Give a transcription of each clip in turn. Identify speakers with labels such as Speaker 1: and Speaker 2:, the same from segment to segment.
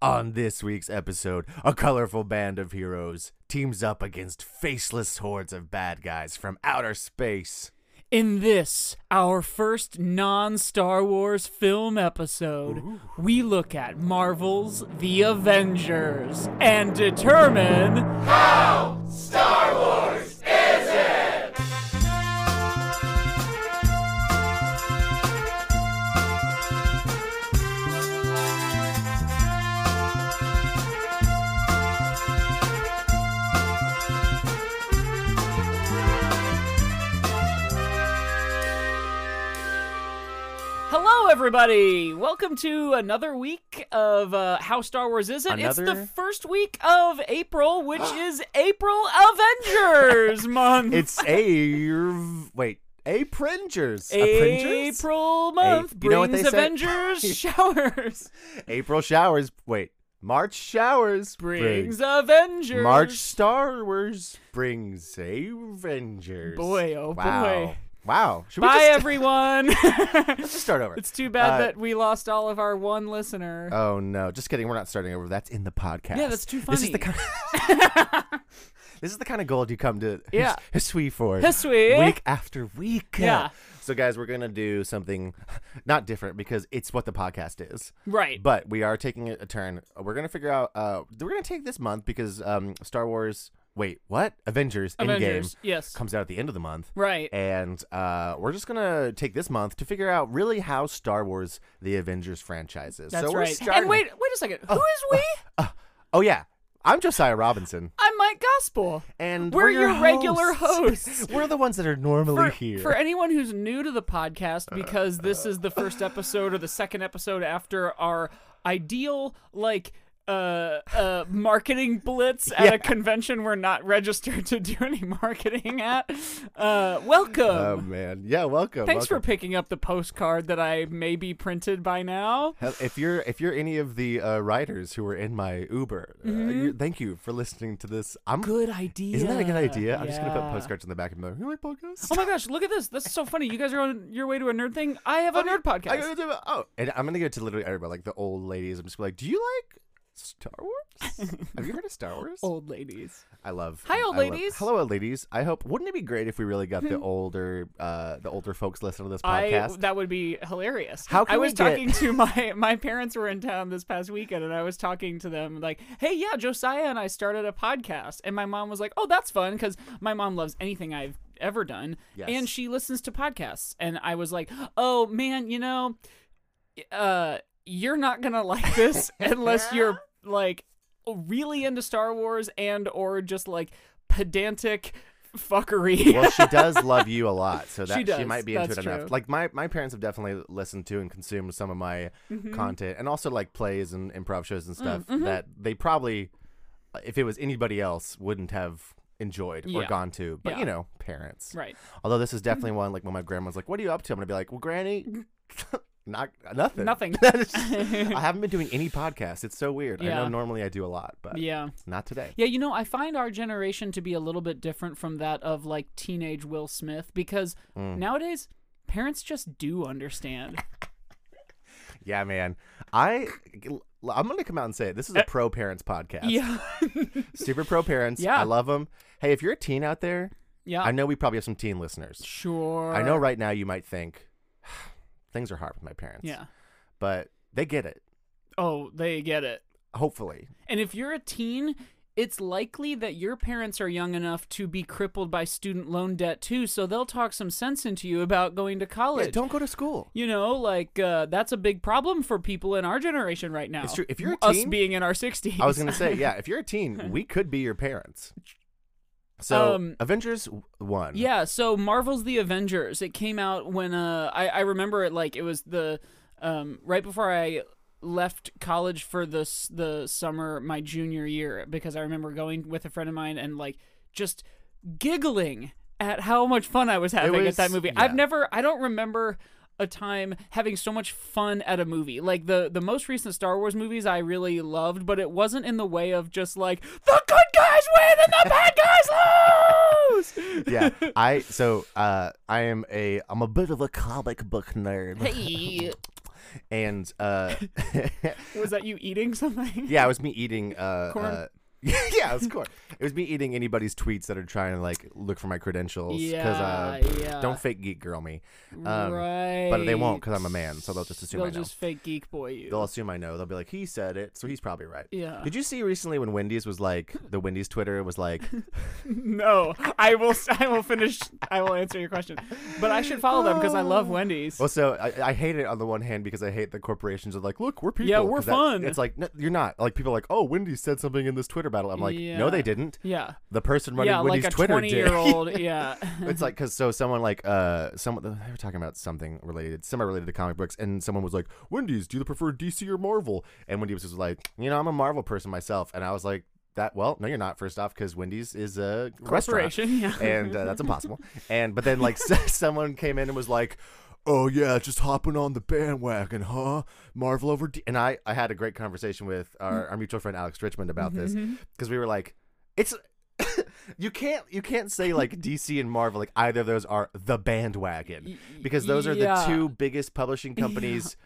Speaker 1: On this week's episode, a colorful band of heroes teams up against faceless hordes of bad guys from outer space.
Speaker 2: In this, our first non Star Wars film episode, we look at Marvel's The Avengers and determine. Hello, everybody! Welcome to another week of uh, How Star Wars Is It? It's the
Speaker 1: Another?
Speaker 2: first week of April, which is April Avengers month!
Speaker 1: It's a wait, a Pringers.
Speaker 2: April month
Speaker 1: you know what
Speaker 2: brings
Speaker 1: they say?
Speaker 2: Avengers showers.
Speaker 1: April showers. Wait, March showers
Speaker 2: brings Avengers.
Speaker 1: March Star Wars brings Avengers.
Speaker 2: Boy, oh
Speaker 1: wow.
Speaker 2: boy.
Speaker 1: Wow. Should we
Speaker 2: Bye,
Speaker 1: just,
Speaker 2: everyone.
Speaker 1: just start over?
Speaker 2: it's too bad
Speaker 1: Uh,
Speaker 2: that we lost all of our one listener.
Speaker 1: Oh no! Just kidding. We're not starting over. That's in the podcast.
Speaker 2: Yeah, that's too
Speaker 1: This is the
Speaker 2: funny.
Speaker 1: kind. this is the kind of gold you come to.
Speaker 2: Yeah.
Speaker 1: Hisui for.
Speaker 2: Hisui.
Speaker 1: Week after week.
Speaker 2: Yeah.
Speaker 1: So guys, we're gonna do something not different because it's what the podcast is.
Speaker 2: right.
Speaker 1: But we are taking a a turn. We're gonna figure out. Uh, we're gonna take this month because um, Star Wars. Wait, what? Avengers,
Speaker 2: Avengers.
Speaker 1: Endgame
Speaker 2: Yes.
Speaker 1: comes out at the end of the month.
Speaker 2: right.
Speaker 1: And uh, we're just gonna take this month to figure out really how Star Wars, the Avengers franchise is.
Speaker 2: That's
Speaker 1: so we're
Speaker 2: right.
Speaker 1: starting.
Speaker 2: And wait, wait a second. Who is we?
Speaker 1: Oh yeah, I'm Josiah Robinson,
Speaker 2: I'm Mike Gospel.
Speaker 1: and
Speaker 2: We're your regular
Speaker 1: hosts.
Speaker 2: hosts.
Speaker 1: we're the ones that are normally
Speaker 2: For,
Speaker 1: here. Uh,
Speaker 2: for anyone who's new to the podcast, because this is the first episode or the second episode after our ideal, like, uh, uh, marketing blitz at
Speaker 1: Yeah.
Speaker 2: a convention we're not registered to do any marketing at. Uh, welcome.
Speaker 1: oh man, yeah, welcome.
Speaker 2: Thanks for picking up the postcard that I maybe printed by now.
Speaker 1: for. If you're if you're any of the uh, riders who were in my Uber, uh, you, thank you for listening to this. I'm
Speaker 2: Mm-hmm. Good idea.
Speaker 1: isn't that a good idea? I'm just gonna put
Speaker 2: Yeah.
Speaker 1: postcards in the back and be like, "You like podcasts?"
Speaker 2: Oh my gosh, look at this. That's so funny. You guys are on your way to a nerd thing. I have a nerd podcast.
Speaker 1: Oh, I go to- oh, and I'm gonna go to literally everybody, like the old ladies. I'm just gonna be like, "Do you like Star Wars? Have you heard of Star Wars?"
Speaker 2: Old ladies.
Speaker 1: I love.
Speaker 2: Oh. Hi, old
Speaker 1: I love-
Speaker 2: ladies.
Speaker 1: hello, old ladies. I hope. Wouldn't it be great if we really got the older, uh, the older folks listening to this
Speaker 2: I,
Speaker 1: podcast?
Speaker 2: that would be hilarious.
Speaker 1: How can
Speaker 2: I
Speaker 1: we
Speaker 2: was
Speaker 1: get-
Speaker 2: talking to my my parents were in town this past weekend, and I was talking to them like, "Hey, yeah, Josiah and I started a podcast," and my mom was like, "Oh, that's fun," because my mom loves anything I've ever done,
Speaker 1: Yes.
Speaker 2: and she listens to podcasts. And I was like, "Oh man, you know, uh, you're not gonna like this unless you're like really into Star Wars and or just like pedantic." Fuckery.
Speaker 1: well, she does love you a lot, so that
Speaker 2: She
Speaker 1: she,
Speaker 2: does.
Speaker 1: might be into
Speaker 2: That's
Speaker 1: it
Speaker 2: true.
Speaker 1: enough. Like my, my parents have definitely listened to and consumed some of my
Speaker 2: Mm-hmm.
Speaker 1: content, and also like plays and improv shows
Speaker 2: Mm,
Speaker 1: and stuff that they probably, if it was anybody else, wouldn't have enjoyed or
Speaker 2: Yeah.
Speaker 1: gone to. But
Speaker 2: Yeah.
Speaker 1: you know, parents.
Speaker 2: right. Mm-hmm.
Speaker 1: Although this is definitely one like when my grandma's like, "What are you up to?" I'm gonna be like, "Well, Granny." Not nothing.
Speaker 2: Mm-hmm. Nothing.
Speaker 1: That's just- I haven't been doing any podcasts. It's so weird. I
Speaker 2: Yeah.
Speaker 1: know normally I do a lot, but
Speaker 2: Yeah.
Speaker 1: not today.
Speaker 2: Yeah, you know, I find our generation to be a little bit different from that of like teenage Will Smith because
Speaker 1: Mm.
Speaker 2: nowadays parents just do understand.
Speaker 1: Yeah, man. I I'm gonna come out and say it. This is a pro parents podcast.
Speaker 2: Eh. yeah.
Speaker 1: Super pro parents.
Speaker 2: Yeah.
Speaker 1: I love them. Hey, if you're a teen out there,
Speaker 2: yeah.
Speaker 1: I know we probably have some teen listeners.
Speaker 2: sure.
Speaker 1: I know right now you might think things are hard with my parents.
Speaker 2: Yeah.
Speaker 1: But they get it.
Speaker 2: Oh, they get it.
Speaker 1: Hopefully.
Speaker 2: And if you're a teen, it's likely that your parents are young enough to be crippled by student loan debt too, so they'll talk some sense into you about going to college.
Speaker 1: Yeah, don't go to school.
Speaker 2: you know, like uh, that's a big problem for people in our generation right now.
Speaker 1: It's true. If you're a
Speaker 2: us
Speaker 1: teen-
Speaker 2: being in our sixties,
Speaker 1: I was gonna say, yeah, if you're a teen, we could be your parents. So
Speaker 2: Um,
Speaker 1: Avengers one.
Speaker 2: Yeah, so Marvel's The Avengers. It came out when uh I, I remember it like it was the um right before I left college for the s- the summer my junior year because I remember going with a friend of mine and like just giggling at how much fun I was having at
Speaker 1: was-
Speaker 2: that movie.
Speaker 1: yeah.
Speaker 2: I've never I don't remember a time having so much fun at a movie. Like the the most recent Star Wars movies I really loved, but it wasn't in the way of just like the good guys win and the bad guys lose.
Speaker 1: yeah. I so uh I am a I'm a bit of a comic book nerd.
Speaker 2: Hey.
Speaker 1: and uh,
Speaker 2: Was that you eating something?
Speaker 1: yeah, it was me eating uh,
Speaker 2: Corn?
Speaker 1: uh, yeah, it was corn. It was me eating anybody's tweets that are trying to like look for my credentials
Speaker 2: Yeah,
Speaker 1: uh, pff,
Speaker 2: yeah.
Speaker 1: don't fake geek girl me. Um,
Speaker 2: right.
Speaker 1: But they won't because I'm a man, so they'll just assume
Speaker 2: They'll
Speaker 1: I know.
Speaker 2: just fake geek boy you.
Speaker 1: They'll assume I know. They'll be like, he said it, so he's probably right.
Speaker 2: Yeah.
Speaker 1: Did you see recently when Wendy's was like the Wendy's Twitter was like,
Speaker 2: No, I will. I will finish. I will answer your question, but I should follow them because I love Wendy's.
Speaker 1: Oh. well, so I, I hate it on the one hand because I hate the corporations are like, look, we're people.
Speaker 2: Yeah, we're
Speaker 1: 'cause that-
Speaker 2: fun.
Speaker 1: It's like no, you're not. Like people are like, oh, Wendy's said something in this Twitter battle. I'm like, no,
Speaker 2: Yeah.
Speaker 1: they didn't.
Speaker 2: Yeah,
Speaker 1: The person running
Speaker 2: yeah,
Speaker 1: Wendy's
Speaker 2: like a
Speaker 1: Twitter did.
Speaker 2: twenty-year-old. Yeah,
Speaker 1: it's like because so someone like uh someone they were talking about something related semi related to comic books and someone was like wendy's do you prefer dc or marvel and wendy's was like you know i'm a marvel person myself and i was like that well no you're not first off because wendy's is a restaurant
Speaker 2: corporation. Yeah,
Speaker 1: and uh, that's impossible and but then like s- someone came in and was like oh yeah just hopping on the bandwagon huh marvel over D-. and i i had a great conversation with our, our mutual friend alex richmond about this because we were like, it's you can't you can't say like DC and Marvel like either of those are the bandwagon because those are the
Speaker 2: yeah.
Speaker 1: two biggest publishing companies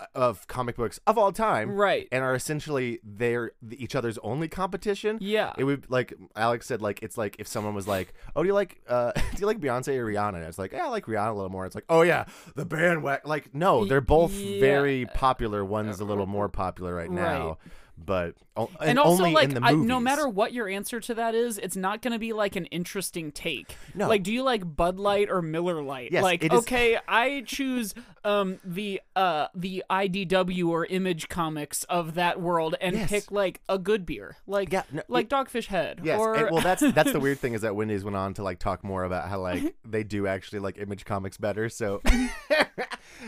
Speaker 1: uh, of comic books of all time,
Speaker 2: Right.
Speaker 1: And are essentially they're the- each other's only competition.
Speaker 2: Yeah.
Speaker 1: It would like Alex said like it's like if someone was like, "Oh, do you like uh do you like Beyonce or Rihanna?" And it's like, "Yeah, I like Rihanna a little more." It's like, "Oh yeah, the bandwagon." Like no, they're both
Speaker 2: yeah.
Speaker 1: very popular. One's a little more popular right now. But o- and,
Speaker 2: and also
Speaker 1: only
Speaker 2: like
Speaker 1: in the
Speaker 2: I,
Speaker 1: movies.
Speaker 2: no matter what your answer to that is it's not going to be like an interesting take
Speaker 1: No.
Speaker 2: like do you like bud light or miller light
Speaker 1: Yes,
Speaker 2: like
Speaker 1: it is-
Speaker 2: okay i choose um the uh the idw or image comics of that world and
Speaker 1: Yes.
Speaker 2: pick like a good beer like
Speaker 1: Yeah, no,
Speaker 2: like dogfish head
Speaker 1: Yes,
Speaker 2: or
Speaker 1: and, well, that's that's the weird thing is that Wendy's went on to like talk more about how like they do actually like image comics better. So,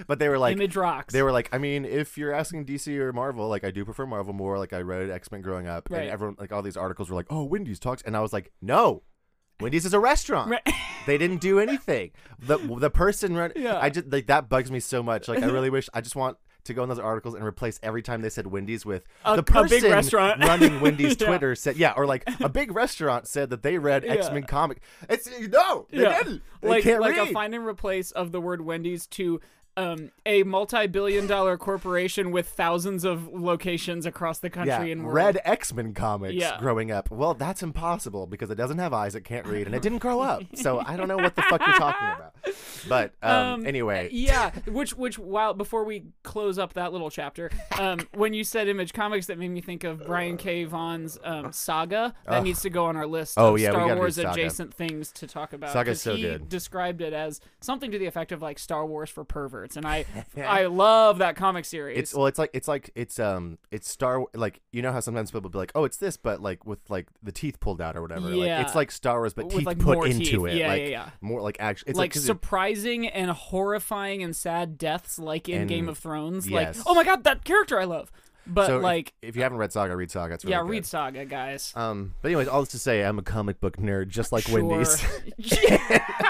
Speaker 1: but they were like
Speaker 2: image rocks
Speaker 1: they were like, I mean, if you're asking DC or Marvel, like I do prefer Marvel more. Like I read X Men growing up,
Speaker 2: Right.
Speaker 1: and everyone like all these articles were like, oh, Wendy's talks, and I was like, no. Wendy's is a restaurant.
Speaker 2: Right.
Speaker 1: They didn't do anything. The the person run.
Speaker 2: Yeah.
Speaker 1: I just like that bugs me so much. Like I really wish I just want to go in those articles and replace every time they said Wendy's with
Speaker 2: A-
Speaker 1: the
Speaker 2: a
Speaker 1: person
Speaker 2: big restaurant.
Speaker 1: running Wendy's
Speaker 2: Yeah.
Speaker 1: Twitter said yeah or like a big restaurant said that they read X Men comic. It's no, they
Speaker 2: Yeah.
Speaker 1: didn't. They
Speaker 2: like
Speaker 1: can't
Speaker 2: like
Speaker 1: read.
Speaker 2: a find and replace of the word Wendy's to um, a multi-billion dollar corporation with thousands of locations across the country and world.
Speaker 1: read X Men comics
Speaker 2: Yeah.
Speaker 1: growing up. Well, that's impossible because it doesn't have eyes, it can't read, and it didn't grow up. So I don't know what the fuck you're talking about. But um, anyway,
Speaker 2: yeah which which while before we close up that little chapter um when you said image comics that made me think of brian k vaughn's um saga that needs to go on our list
Speaker 1: Oh,
Speaker 2: of
Speaker 1: yeah, we
Speaker 2: star
Speaker 1: gotta do
Speaker 2: wars
Speaker 1: Saga.
Speaker 2: adjacent things to talk about
Speaker 1: Saga's
Speaker 2: 'cause
Speaker 1: so
Speaker 2: he
Speaker 1: good.
Speaker 2: described it as something to the effect of like star wars for perverts and i i love that comic series
Speaker 1: it's well, it's like it's like it's um, it's Star like you know how sometimes people be like, oh, it's this, but like with like the teeth pulled out or whatever.
Speaker 2: Yeah.
Speaker 1: Like, it's like Star Wars, but
Speaker 2: With,
Speaker 1: teeth
Speaker 2: like,
Speaker 1: put
Speaker 2: more
Speaker 1: into
Speaker 2: teeth.
Speaker 1: it.
Speaker 2: Yeah,
Speaker 1: like,
Speaker 2: yeah, yeah.
Speaker 1: More like action. It's like,
Speaker 2: like
Speaker 1: 'cause it-
Speaker 2: surprising and horrifying and sad deaths like in
Speaker 1: And-
Speaker 2: game of thrones
Speaker 1: yes.
Speaker 2: like oh my god that character i love but
Speaker 1: so if-
Speaker 2: like
Speaker 1: if, you haven't read Saga, read Saga. It's really
Speaker 2: yeah
Speaker 1: good.
Speaker 2: read saga guys
Speaker 1: Um, but anyways, all this to say, I'm a comic book nerd, just like
Speaker 2: Sure.
Speaker 1: Wendy's.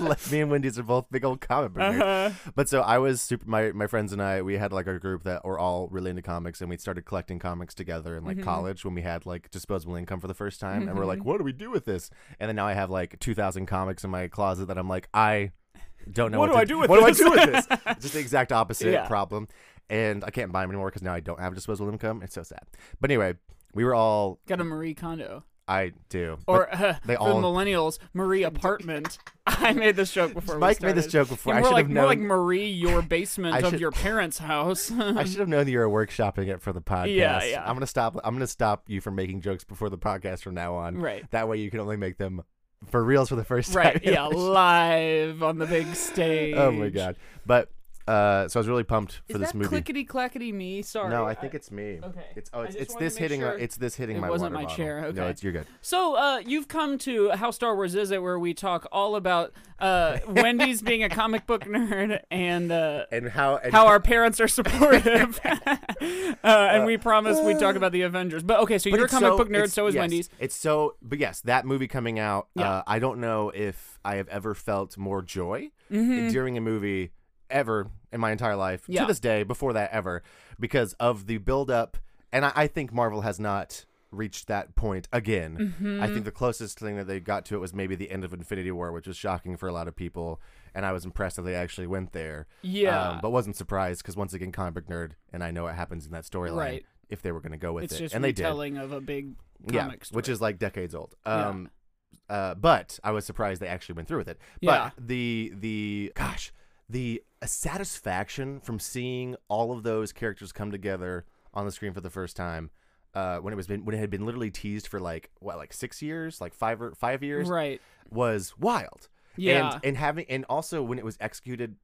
Speaker 1: like me and Wendy's are both big old comic book nerds.
Speaker 2: Uh-huh.
Speaker 1: But so I was super. My my friends and I we had like a group that were all really into comics, and we started collecting comics together in like
Speaker 2: Mm-hmm.
Speaker 1: college when we had like disposable income for the first time, and we're like, what do we do with this? And then now I have like two thousand comics in my closet that I'm like, I don't know
Speaker 2: What
Speaker 1: what,
Speaker 2: do I
Speaker 1: to-
Speaker 2: do with
Speaker 1: what
Speaker 2: this?
Speaker 1: do I do with this? It's just the exact opposite
Speaker 2: Yeah.
Speaker 1: problem, and I can't buy them anymore because now I don't have disposable income. It's so sad. But anyway, we were all.
Speaker 2: Got a Marie Kondo.
Speaker 1: I do. But-
Speaker 2: Or uh,
Speaker 1: they
Speaker 2: for
Speaker 1: all-
Speaker 2: millennials, Marie apartment. I made this joke before. we
Speaker 1: Mike made this
Speaker 2: started.
Speaker 1: joke before.
Speaker 2: Yeah,
Speaker 1: I
Speaker 2: more
Speaker 1: should
Speaker 2: like
Speaker 1: have
Speaker 2: more like
Speaker 1: known.
Speaker 2: Marie, your basement
Speaker 1: I
Speaker 2: of
Speaker 1: should-
Speaker 2: your parents' house.
Speaker 1: I should have known that you were workshopping it for the podcast.
Speaker 2: Um, Yeah, yeah.
Speaker 1: I'm gonna stop. I'm gonna stop you from making jokes before the podcast from now on.
Speaker 2: Right.
Speaker 1: That way you can only make them for reals for the first
Speaker 2: right?
Speaker 1: time.
Speaker 2: Yeah, live on the big stage.
Speaker 1: oh my god. But uh, so I was really pumped for
Speaker 2: Is
Speaker 1: this
Speaker 2: that
Speaker 1: movie.
Speaker 2: clickety clackety me? Sorry.
Speaker 1: no, I think it's me.
Speaker 2: okay.
Speaker 1: It's oh,
Speaker 2: I
Speaker 1: it's,
Speaker 2: just
Speaker 1: it's
Speaker 2: wanted to
Speaker 1: this
Speaker 2: make
Speaker 1: hitting.
Speaker 2: sure
Speaker 1: it's this hitting
Speaker 2: it
Speaker 1: my
Speaker 2: wasn't
Speaker 1: water
Speaker 2: my
Speaker 1: bottle.
Speaker 2: chair,
Speaker 1: No,
Speaker 2: okay.
Speaker 1: it's you're good.
Speaker 2: So uh, you've come to How Star Wars Is It, where we talk all about uh, Wendy's being a comic book nerd and uh,
Speaker 1: And how? And
Speaker 2: how our parents are supportive. uh, and we promise we'd talk about the Avengers. But okay, so
Speaker 1: Uh, But
Speaker 2: you're a
Speaker 1: it's
Speaker 2: comic
Speaker 1: so-
Speaker 2: book nerd,
Speaker 1: it's-
Speaker 2: so is
Speaker 1: yes,
Speaker 2: Wendy's.
Speaker 1: It's so, but yes, that movie coming out.
Speaker 2: Yeah.
Speaker 1: Uh, I don't know if I have ever felt more joy during a movie ever in my entire life
Speaker 2: Mm-hmm. Yeah.
Speaker 1: to this day. Before that, ever because of the build up, and I, I think Marvel has not reached that point again.
Speaker 2: Mm-hmm.
Speaker 1: I think the closest thing that they got to it was maybe the end of Infinity War, which was shocking for a lot of people, and I was impressed that they actually went there. Um,
Speaker 2: Yeah.
Speaker 1: but wasn't surprised because once again, comic book nerd, and I know it happens in that storyline.
Speaker 2: Right.
Speaker 1: If they were going to go with
Speaker 2: it's
Speaker 1: it,
Speaker 2: just
Speaker 1: and they did
Speaker 2: retelling of a big comic story.
Speaker 1: which is like decades old.
Speaker 2: Yeah.
Speaker 1: Um, uh, but I was surprised they actually went through with it.
Speaker 2: Yeah.
Speaker 1: But the the gosh, the satisfaction from seeing all of those characters come together on the screen for the first time. Uh, when it was been when it had been literally teased for like what like six years like five or five years
Speaker 2: right.
Speaker 1: was wild
Speaker 2: Yeah.
Speaker 1: and and having and also when it was executed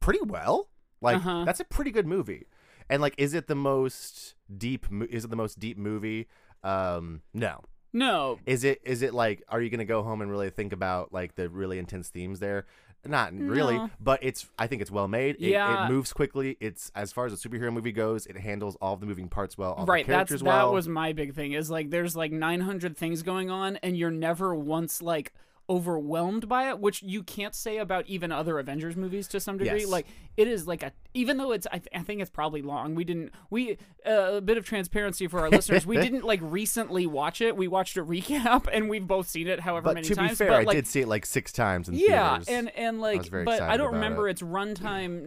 Speaker 1: pretty well like
Speaker 2: Uh-huh.
Speaker 1: that's a pretty good movie and like is it the most deep mo- is it the most deep movie um no
Speaker 2: no.
Speaker 1: is it is it like are you gonna go home and really think about like the really intense themes there? Not really,
Speaker 2: No.
Speaker 1: but it's I think it's well made. It,
Speaker 2: Yeah.
Speaker 1: it moves quickly. It's as far as a superhero movie goes, it handles all of the moving parts well, all
Speaker 2: Right,
Speaker 1: the
Speaker 2: that's
Speaker 1: characters well.
Speaker 2: that was my big thing. Is like there's like 900 things going on, and you're never once like overwhelmed by it, which you can't say about even other Avengers movies to some degree.
Speaker 1: Yes.
Speaker 2: Like it is like a even though it's I, th- I think it's probably long. We didn't we uh, a bit of transparency for our listeners. We didn't like recently watch it. We watched a recap, and we've both seen it however
Speaker 1: but
Speaker 2: many
Speaker 1: to be
Speaker 2: times.
Speaker 1: fair,
Speaker 2: but
Speaker 1: I
Speaker 2: like
Speaker 1: did see it like six times in
Speaker 2: yeah,
Speaker 1: theaters.
Speaker 2: and and like,
Speaker 1: was very
Speaker 2: but I
Speaker 1: excited
Speaker 2: don't
Speaker 1: about
Speaker 2: remember its runtime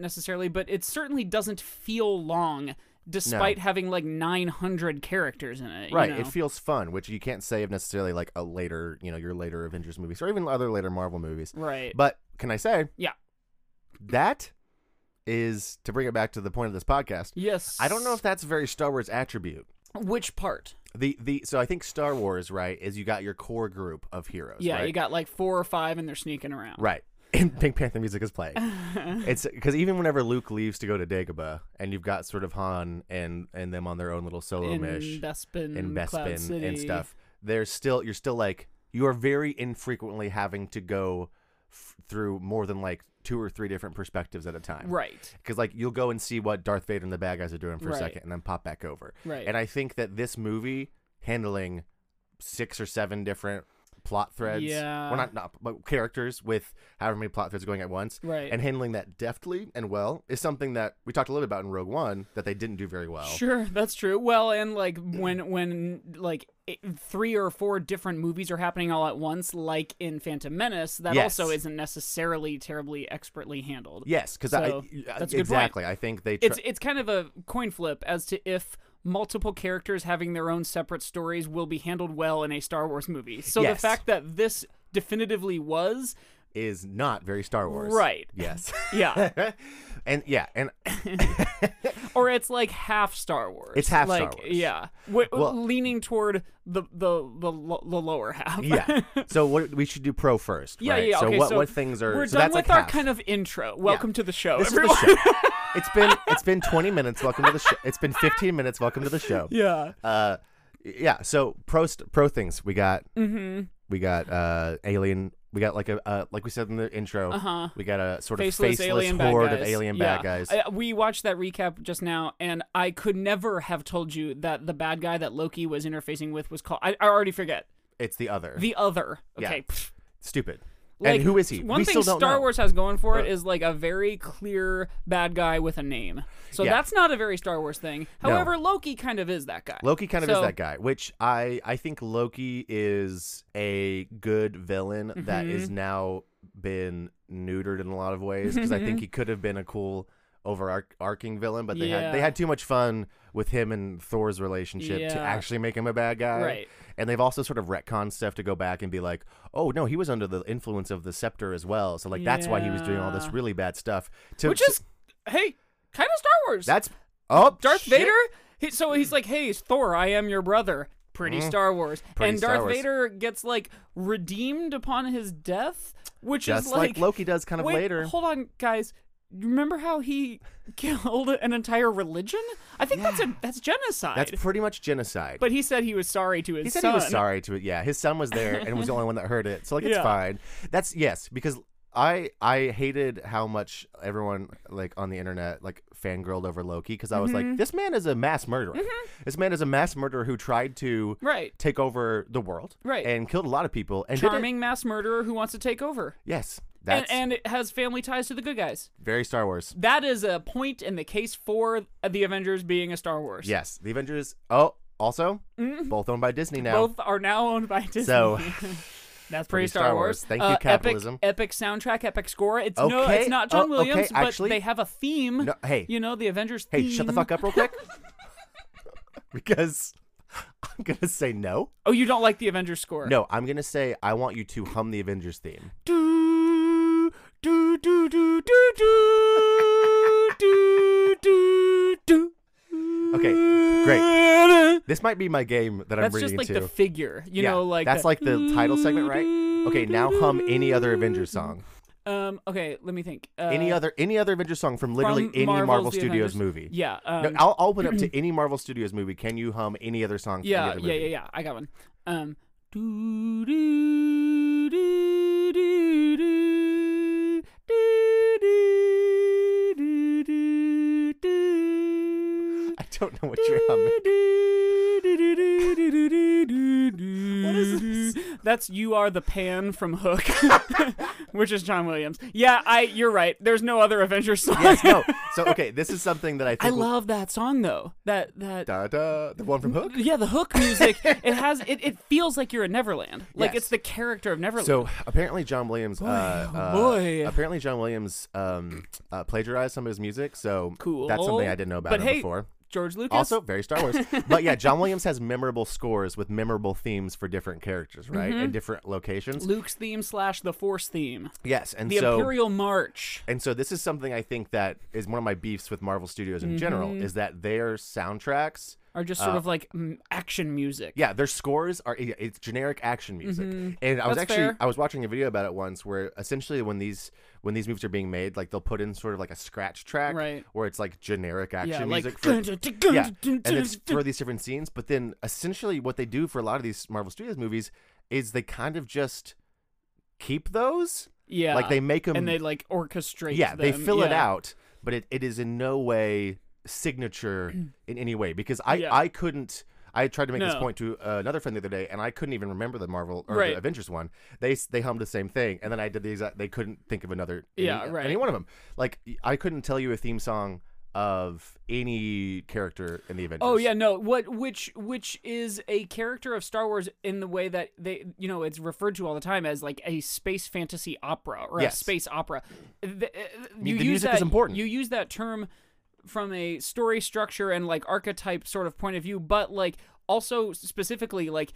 Speaker 2: necessarily, but it certainly doesn't feel long, despite having like 900 characters in it. you
Speaker 1: right,
Speaker 2: know?
Speaker 1: it feels fun, which you can't say of necessarily like a later, you know, your later Avengers movies or even other later Marvel movies.
Speaker 2: right.
Speaker 1: But can I say?
Speaker 2: Yeah.
Speaker 1: That is to bring it back to the point of this podcast.
Speaker 2: yes,
Speaker 1: I don't know if that's a very Star Wars attribute.
Speaker 2: which part.
Speaker 1: The the so I think Star Wars right is you got your core group of heroes.
Speaker 2: Yeah,
Speaker 1: right?
Speaker 2: you got like four or five, and they're sneaking around.
Speaker 1: right. And Pink Panther music is playing. it's because even whenever Luke leaves to go to Dagobah, and you've got sort of Han and and them on their own little solo
Speaker 2: In
Speaker 1: mish
Speaker 2: Bespin,
Speaker 1: in
Speaker 2: Mm, Cloud
Speaker 1: Bespin
Speaker 2: City.
Speaker 1: and stuff, there's still you're still like you are very infrequently having to go f- through more than like two or three different perspectives at a time.
Speaker 2: Right.
Speaker 1: Because like you'll go and see what Darth Vader and the bad guys are doing for
Speaker 2: Right.
Speaker 1: a second, and then pop back over.
Speaker 2: Right.
Speaker 1: And I think that this movie handling six or seven different plot threads,
Speaker 2: Yeah.
Speaker 1: well not not but characters with however many plot threads going at once,
Speaker 2: Right.
Speaker 1: and handling that deftly and well is something that we talked a little bit about in Rogue One that they didn't do very well.
Speaker 2: Sure, that's true. Well, and like when when like i three or four different movies are happening all at once, like in Phantom Menace, that
Speaker 1: Yes.
Speaker 2: also isn't necessarily terribly expertly handled.
Speaker 1: Yes, because
Speaker 2: So,
Speaker 1: I uh,
Speaker 2: that's a good point.
Speaker 1: exactly I think they tr-
Speaker 2: It's it's kind of a coin flip as to if multiple characters having their own separate stories will be handled well in a Star Wars movie. So the
Speaker 1: Yes.
Speaker 2: fact that this definitively was
Speaker 1: is not very Star Wars.
Speaker 2: right.
Speaker 1: Yes.
Speaker 2: Yeah.
Speaker 1: and yeah, and
Speaker 2: or it's like half Star Wars.
Speaker 1: It's half Star
Speaker 2: like,
Speaker 1: Wars.
Speaker 2: Yeah. W-
Speaker 1: Well-
Speaker 2: leaning toward the the the, lo- the lower half.
Speaker 1: yeah. So what we should do pro first.
Speaker 2: Yeah,
Speaker 1: right?
Speaker 2: yeah.
Speaker 1: So
Speaker 2: okay,
Speaker 1: what
Speaker 2: so
Speaker 1: what things are
Speaker 2: we're
Speaker 1: so
Speaker 2: done
Speaker 1: that's
Speaker 2: with
Speaker 1: like
Speaker 2: our
Speaker 1: half.
Speaker 2: kind of intro. Welcome to the show,
Speaker 1: This is the
Speaker 2: everyone.
Speaker 1: show. It's been it's been 20 minutes. Welcome to the show. It's been 15 minutes. Welcome to the show.
Speaker 2: yeah.
Speaker 1: Uh, yeah. So pro st- pro things we got. Mm-hmm. We got uh alien. We got like a uh, like we said in the intro.
Speaker 2: Uh-huh.
Speaker 1: We got a sort of
Speaker 2: Faceless,
Speaker 1: faceless,
Speaker 2: alien
Speaker 1: horde
Speaker 2: bad guys.
Speaker 1: of alien
Speaker 2: yeah.
Speaker 1: bad guys.
Speaker 2: I, we watched that recap just now, and I could never have told you that the bad guy that Loki was interfacing with was called. I, I already forget
Speaker 1: it's the other.
Speaker 2: the other. Okay.
Speaker 1: Yeah.
Speaker 2: pff.
Speaker 1: Stupid.
Speaker 2: Like,
Speaker 1: and who is he?
Speaker 2: One
Speaker 1: we
Speaker 2: thing
Speaker 1: still don't
Speaker 2: Star
Speaker 1: know.
Speaker 2: Wars has going for it
Speaker 1: Uh.
Speaker 2: is like a very clear bad guy with a name. So
Speaker 1: Yeah.
Speaker 2: that's not a very Star Wars thing.
Speaker 1: No.
Speaker 2: However, Loki kind of is that guy.
Speaker 1: Loki kind of is
Speaker 2: So-
Speaker 1: that guy, which I I think Loki is a good villain that is
Speaker 2: Mm-hmm.
Speaker 1: now been neutered in a lot of ways because I think he could have been a cool overarching villain, but they
Speaker 2: Yeah.
Speaker 1: had they had too much fun with him and Thor's relationship
Speaker 2: Yeah.
Speaker 1: to actually make him a bad guy.
Speaker 2: Right.
Speaker 1: And they've also sort of retcon stuff to go back and be like, oh no, he was under the influence of the scepter as well, so like that's why he was doing all this
Speaker 2: Yeah.
Speaker 1: really bad stuff. To,
Speaker 2: Which is, hey, kind of Star Wars.
Speaker 1: that's oh
Speaker 2: Darth
Speaker 1: shit.
Speaker 2: Vader. He, so he's like, "Hey, Thor, I am your brother." Pretty Star Wars.
Speaker 1: Mm-hmm. Pretty
Speaker 2: and
Speaker 1: Star
Speaker 2: Darth
Speaker 1: Wars.
Speaker 2: Vader gets like redeemed upon his death, which
Speaker 1: Just
Speaker 2: is
Speaker 1: like,
Speaker 2: like,
Speaker 1: Loki does kind of
Speaker 2: Wait,
Speaker 1: later.
Speaker 2: Hold on, guys. You Remember how he killed an entire religion? I think that's a that's genocide.
Speaker 1: That's pretty much genocide.
Speaker 2: but he said he was sorry to his
Speaker 1: He said
Speaker 2: son.
Speaker 1: he was sorry to it. Yeah, his son was there and was the only one that heard it. So like, it's
Speaker 2: Yeah.
Speaker 1: fine. That's yes, because I I hated how much everyone like on the internet like fangirled over Loki because I was
Speaker 2: Mm-hmm.
Speaker 1: like, this man is a mass murderer. This man is a mass murderer who tried to
Speaker 2: Right.
Speaker 1: take over the world,
Speaker 2: Right.
Speaker 1: and killed a lot of people. And did it-
Speaker 2: Charming mass murderer who wants to take over.
Speaker 1: Yes,
Speaker 2: And,
Speaker 1: that's
Speaker 2: and it has family ties to the good guys.
Speaker 1: very Star Wars.
Speaker 2: That is a point in the case for the Avengers being a Star Wars.
Speaker 1: Yes, the Avengers. Oh, Also, both owned by Disney now.
Speaker 2: Mm-hmm. Both are now owned by Disney.
Speaker 1: So-
Speaker 2: That's pretty
Speaker 1: Pretty
Speaker 2: Star,
Speaker 1: Star
Speaker 2: Wars.
Speaker 1: Wars. Thank you,
Speaker 2: Uh,
Speaker 1: capitalism.
Speaker 2: Epic, epic soundtrack, epic score. It's no,
Speaker 1: Okay,
Speaker 2: it's not
Speaker 1: uh,
Speaker 2: John
Speaker 1: okay,
Speaker 2: Williams, but
Speaker 1: actually-
Speaker 2: they have a theme.
Speaker 1: No, hey.
Speaker 2: you know the Avengers.
Speaker 1: hey,
Speaker 2: theme.
Speaker 1: shut the fuck up real quick. because I'm going to say no.
Speaker 2: Oh, you don't like the Avengers score?
Speaker 1: No, I'm going to say I want you to hum the Avengers theme.
Speaker 2: Do do do do do do do do do.
Speaker 1: Okay,
Speaker 2: great.
Speaker 1: This might be my game that I'm
Speaker 2: That's
Speaker 1: reading
Speaker 2: just like
Speaker 1: into.
Speaker 2: the figure, you
Speaker 1: yeah,
Speaker 2: know, like
Speaker 1: that's
Speaker 2: the-
Speaker 1: like the title segment, right? Okay, now hum any other Avengers song.
Speaker 2: Um. Okay, let me think. Uh,
Speaker 1: Any other any other Avengers song from literally
Speaker 2: from
Speaker 1: any
Speaker 2: Marvel's
Speaker 1: Marvel
Speaker 2: The
Speaker 1: Studios
Speaker 2: Avengers.
Speaker 1: movie.
Speaker 2: Yeah. Um,
Speaker 1: no, I'll, I'll put up to any Marvel Studios movie. Can you hum any other song? From the
Speaker 2: yeah,
Speaker 1: other
Speaker 2: yeah,
Speaker 1: movie?
Speaker 2: yeah, yeah. I got one. Um. Do do do do do do do do do.
Speaker 1: I don't know what you're humming.
Speaker 2: What is this? That's "You Are the Pan" from Hook, which is John Williams. Yeah, I. You're right. There's no other Avengers song.
Speaker 1: Yes, no. So okay, this is something that I think.
Speaker 2: I
Speaker 1: will-
Speaker 2: love that song though. That that.
Speaker 1: da, da, the one from Hook.
Speaker 2: Yeah, the hook music. it has. It, it feels like you're in Neverland. Like
Speaker 1: Yes.
Speaker 2: it's the character of Neverland.
Speaker 1: So apparently John Williams, uh,
Speaker 2: oh
Speaker 1: uh,
Speaker 2: boy.
Speaker 1: apparently John Williams um, uh, plagiarized some of his music. So
Speaker 2: Cool.
Speaker 1: That's something I didn't know about
Speaker 2: But
Speaker 1: him
Speaker 2: hey,
Speaker 1: before.
Speaker 2: George Lucas.
Speaker 1: Also, very Star Wars. but yeah, John Williams has memorable scores with memorable themes for different characters, right?
Speaker 2: Mm-hmm.
Speaker 1: And different locations.
Speaker 2: Luke's theme slash the Force theme.
Speaker 1: Yes, and
Speaker 2: The
Speaker 1: so
Speaker 2: Imperial March.
Speaker 1: and so this is something I think that is one of my beefs with Marvel Studios in general
Speaker 2: Mm-hmm.
Speaker 1: is that their soundtracks
Speaker 2: Are just sort of like mm, action music.
Speaker 1: Uh, Yeah, their scores are yeah, it's generic action music. And I was
Speaker 2: Mm-hmm. That's
Speaker 1: actually
Speaker 2: fair.
Speaker 1: I was watching a video about it once where essentially when these when these movies are being made, like they'll put in sort of like a scratch track
Speaker 2: Right.
Speaker 1: where it's like generic action
Speaker 2: Yeah, like
Speaker 1: music for yeah, and it's for these different scenes. But then essentially what they do for a lot of these Marvel Studios movies is they kind of just keep those.
Speaker 2: yeah.
Speaker 1: Like they make them
Speaker 2: and they like orchestrate.
Speaker 1: yeah, they
Speaker 2: them.
Speaker 1: fill it
Speaker 2: Yeah.
Speaker 1: out, but it, it is in no way signature in any way because I,
Speaker 2: Yeah.
Speaker 1: I couldn't. I tried to make this
Speaker 2: No.
Speaker 1: point to uh, another friend the other day, and I couldn't even remember the Marvel or
Speaker 2: Right.
Speaker 1: the Avengers one. They s- they hummed the same thing, and then I did the exact. They couldn't think of another. any-
Speaker 2: Yeah, right.
Speaker 1: Any one of them. Like I couldn't tell you a theme song of any character in the Avengers.
Speaker 2: Oh yeah, no. What which which is a character of Star Wars in the way that they you know it's referred to all the time as like a space fantasy opera or a
Speaker 1: Yes.
Speaker 2: space opera. The, uh, you
Speaker 1: the
Speaker 2: use
Speaker 1: music
Speaker 2: that,
Speaker 1: is important.
Speaker 2: You use that term from a story structure and like archetype sort of point of view, but like also specifically like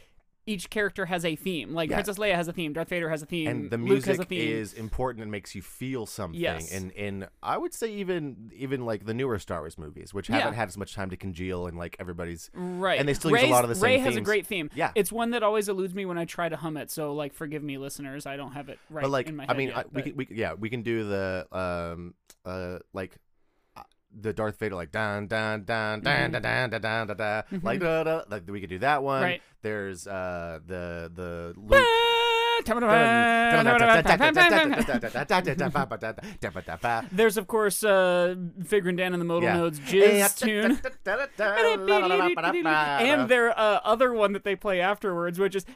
Speaker 2: each character has a theme. Like
Speaker 1: Yeah.
Speaker 2: Princess Leia has a theme, Darth Vader has a theme,
Speaker 1: and the
Speaker 2: Luke has
Speaker 1: music
Speaker 2: a theme.
Speaker 1: is important and makes you feel something.
Speaker 2: Yes.
Speaker 1: And and I would say even even like the newer Star Wars movies, which haven't
Speaker 2: Yeah.
Speaker 1: had as much time to congeal and like everybody's
Speaker 2: Right.
Speaker 1: And they still use
Speaker 2: Ray's-
Speaker 1: a lot of the same
Speaker 2: Ray
Speaker 1: themes.
Speaker 2: has a great theme.
Speaker 1: Yeah.
Speaker 2: It's one that always eludes me when I try to hum it, so like forgive me listeners, I don't have it right
Speaker 1: but like
Speaker 2: in my head.
Speaker 1: I mean,
Speaker 2: yet,
Speaker 1: I, we
Speaker 2: but-
Speaker 1: can we can- yeah we can do the um uh like. uh, The Darth Vader like dun dun dun dun dun dun dun dun dun, dun like da da like we could do that one.
Speaker 2: Right.
Speaker 1: There's uh the the Luke
Speaker 2: There's of course uh, Figuring Dan and the Modal Nodes
Speaker 1: Eh, ah,
Speaker 2: Jizz tune. And
Speaker 1: And
Speaker 2: their uh, other one that they play afterwards, which is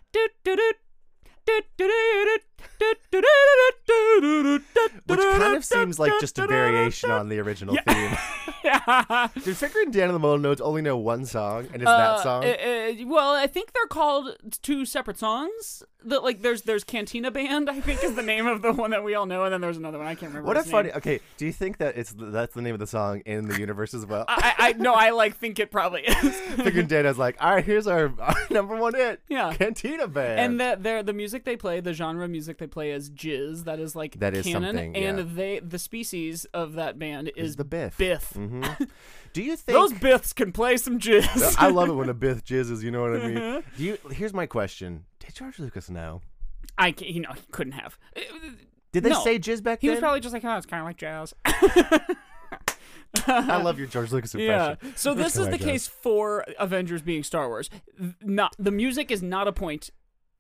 Speaker 1: which kind of seems like just a variation on the original theme.
Speaker 2: Yeah.
Speaker 1: Did Ficker and Dan and the Modal Notes only know one song, and it's
Speaker 2: Uh,
Speaker 1: that song?
Speaker 2: uh, uh, well, I think they're called two separate songs. That like there's there's Cantina Band, I think is the name of the one that we all know, and then there's another one I can't remember.
Speaker 1: What a
Speaker 2: its name.
Speaker 1: funny. Okay, do you think that it's that's the name of the song in the universe as well?
Speaker 2: I, I no, I like think it probably is.
Speaker 1: Ficker and Dan is like, all right, here's our, our number one hit.
Speaker 2: Yeah.
Speaker 1: Cantina Band.
Speaker 2: And the, their the music they play, the genre of music they play is jizz. That is like
Speaker 1: That is
Speaker 2: canon,
Speaker 1: something, yeah.
Speaker 2: and they the species of that band is,
Speaker 1: is the Biff.
Speaker 2: Biff.
Speaker 1: Do you think
Speaker 2: Those Biffs can play some jizz.
Speaker 1: I love it when a Biff jizzes. You know what I
Speaker 2: Uh-huh.
Speaker 1: mean? Do you? Here's my question: Did George Lucas know?
Speaker 2: I can't, you know, he couldn't have.
Speaker 1: Did they
Speaker 2: No.
Speaker 1: say jizz back
Speaker 2: He
Speaker 1: then?
Speaker 2: was probably just like, oh, it's kind of like jazz.
Speaker 1: I love your George Lucas
Speaker 2: Yeah.
Speaker 1: impression.
Speaker 2: So this is
Speaker 1: my
Speaker 2: the
Speaker 1: God.
Speaker 2: case for Avengers being Star Wars. Th- Not the music is not a point.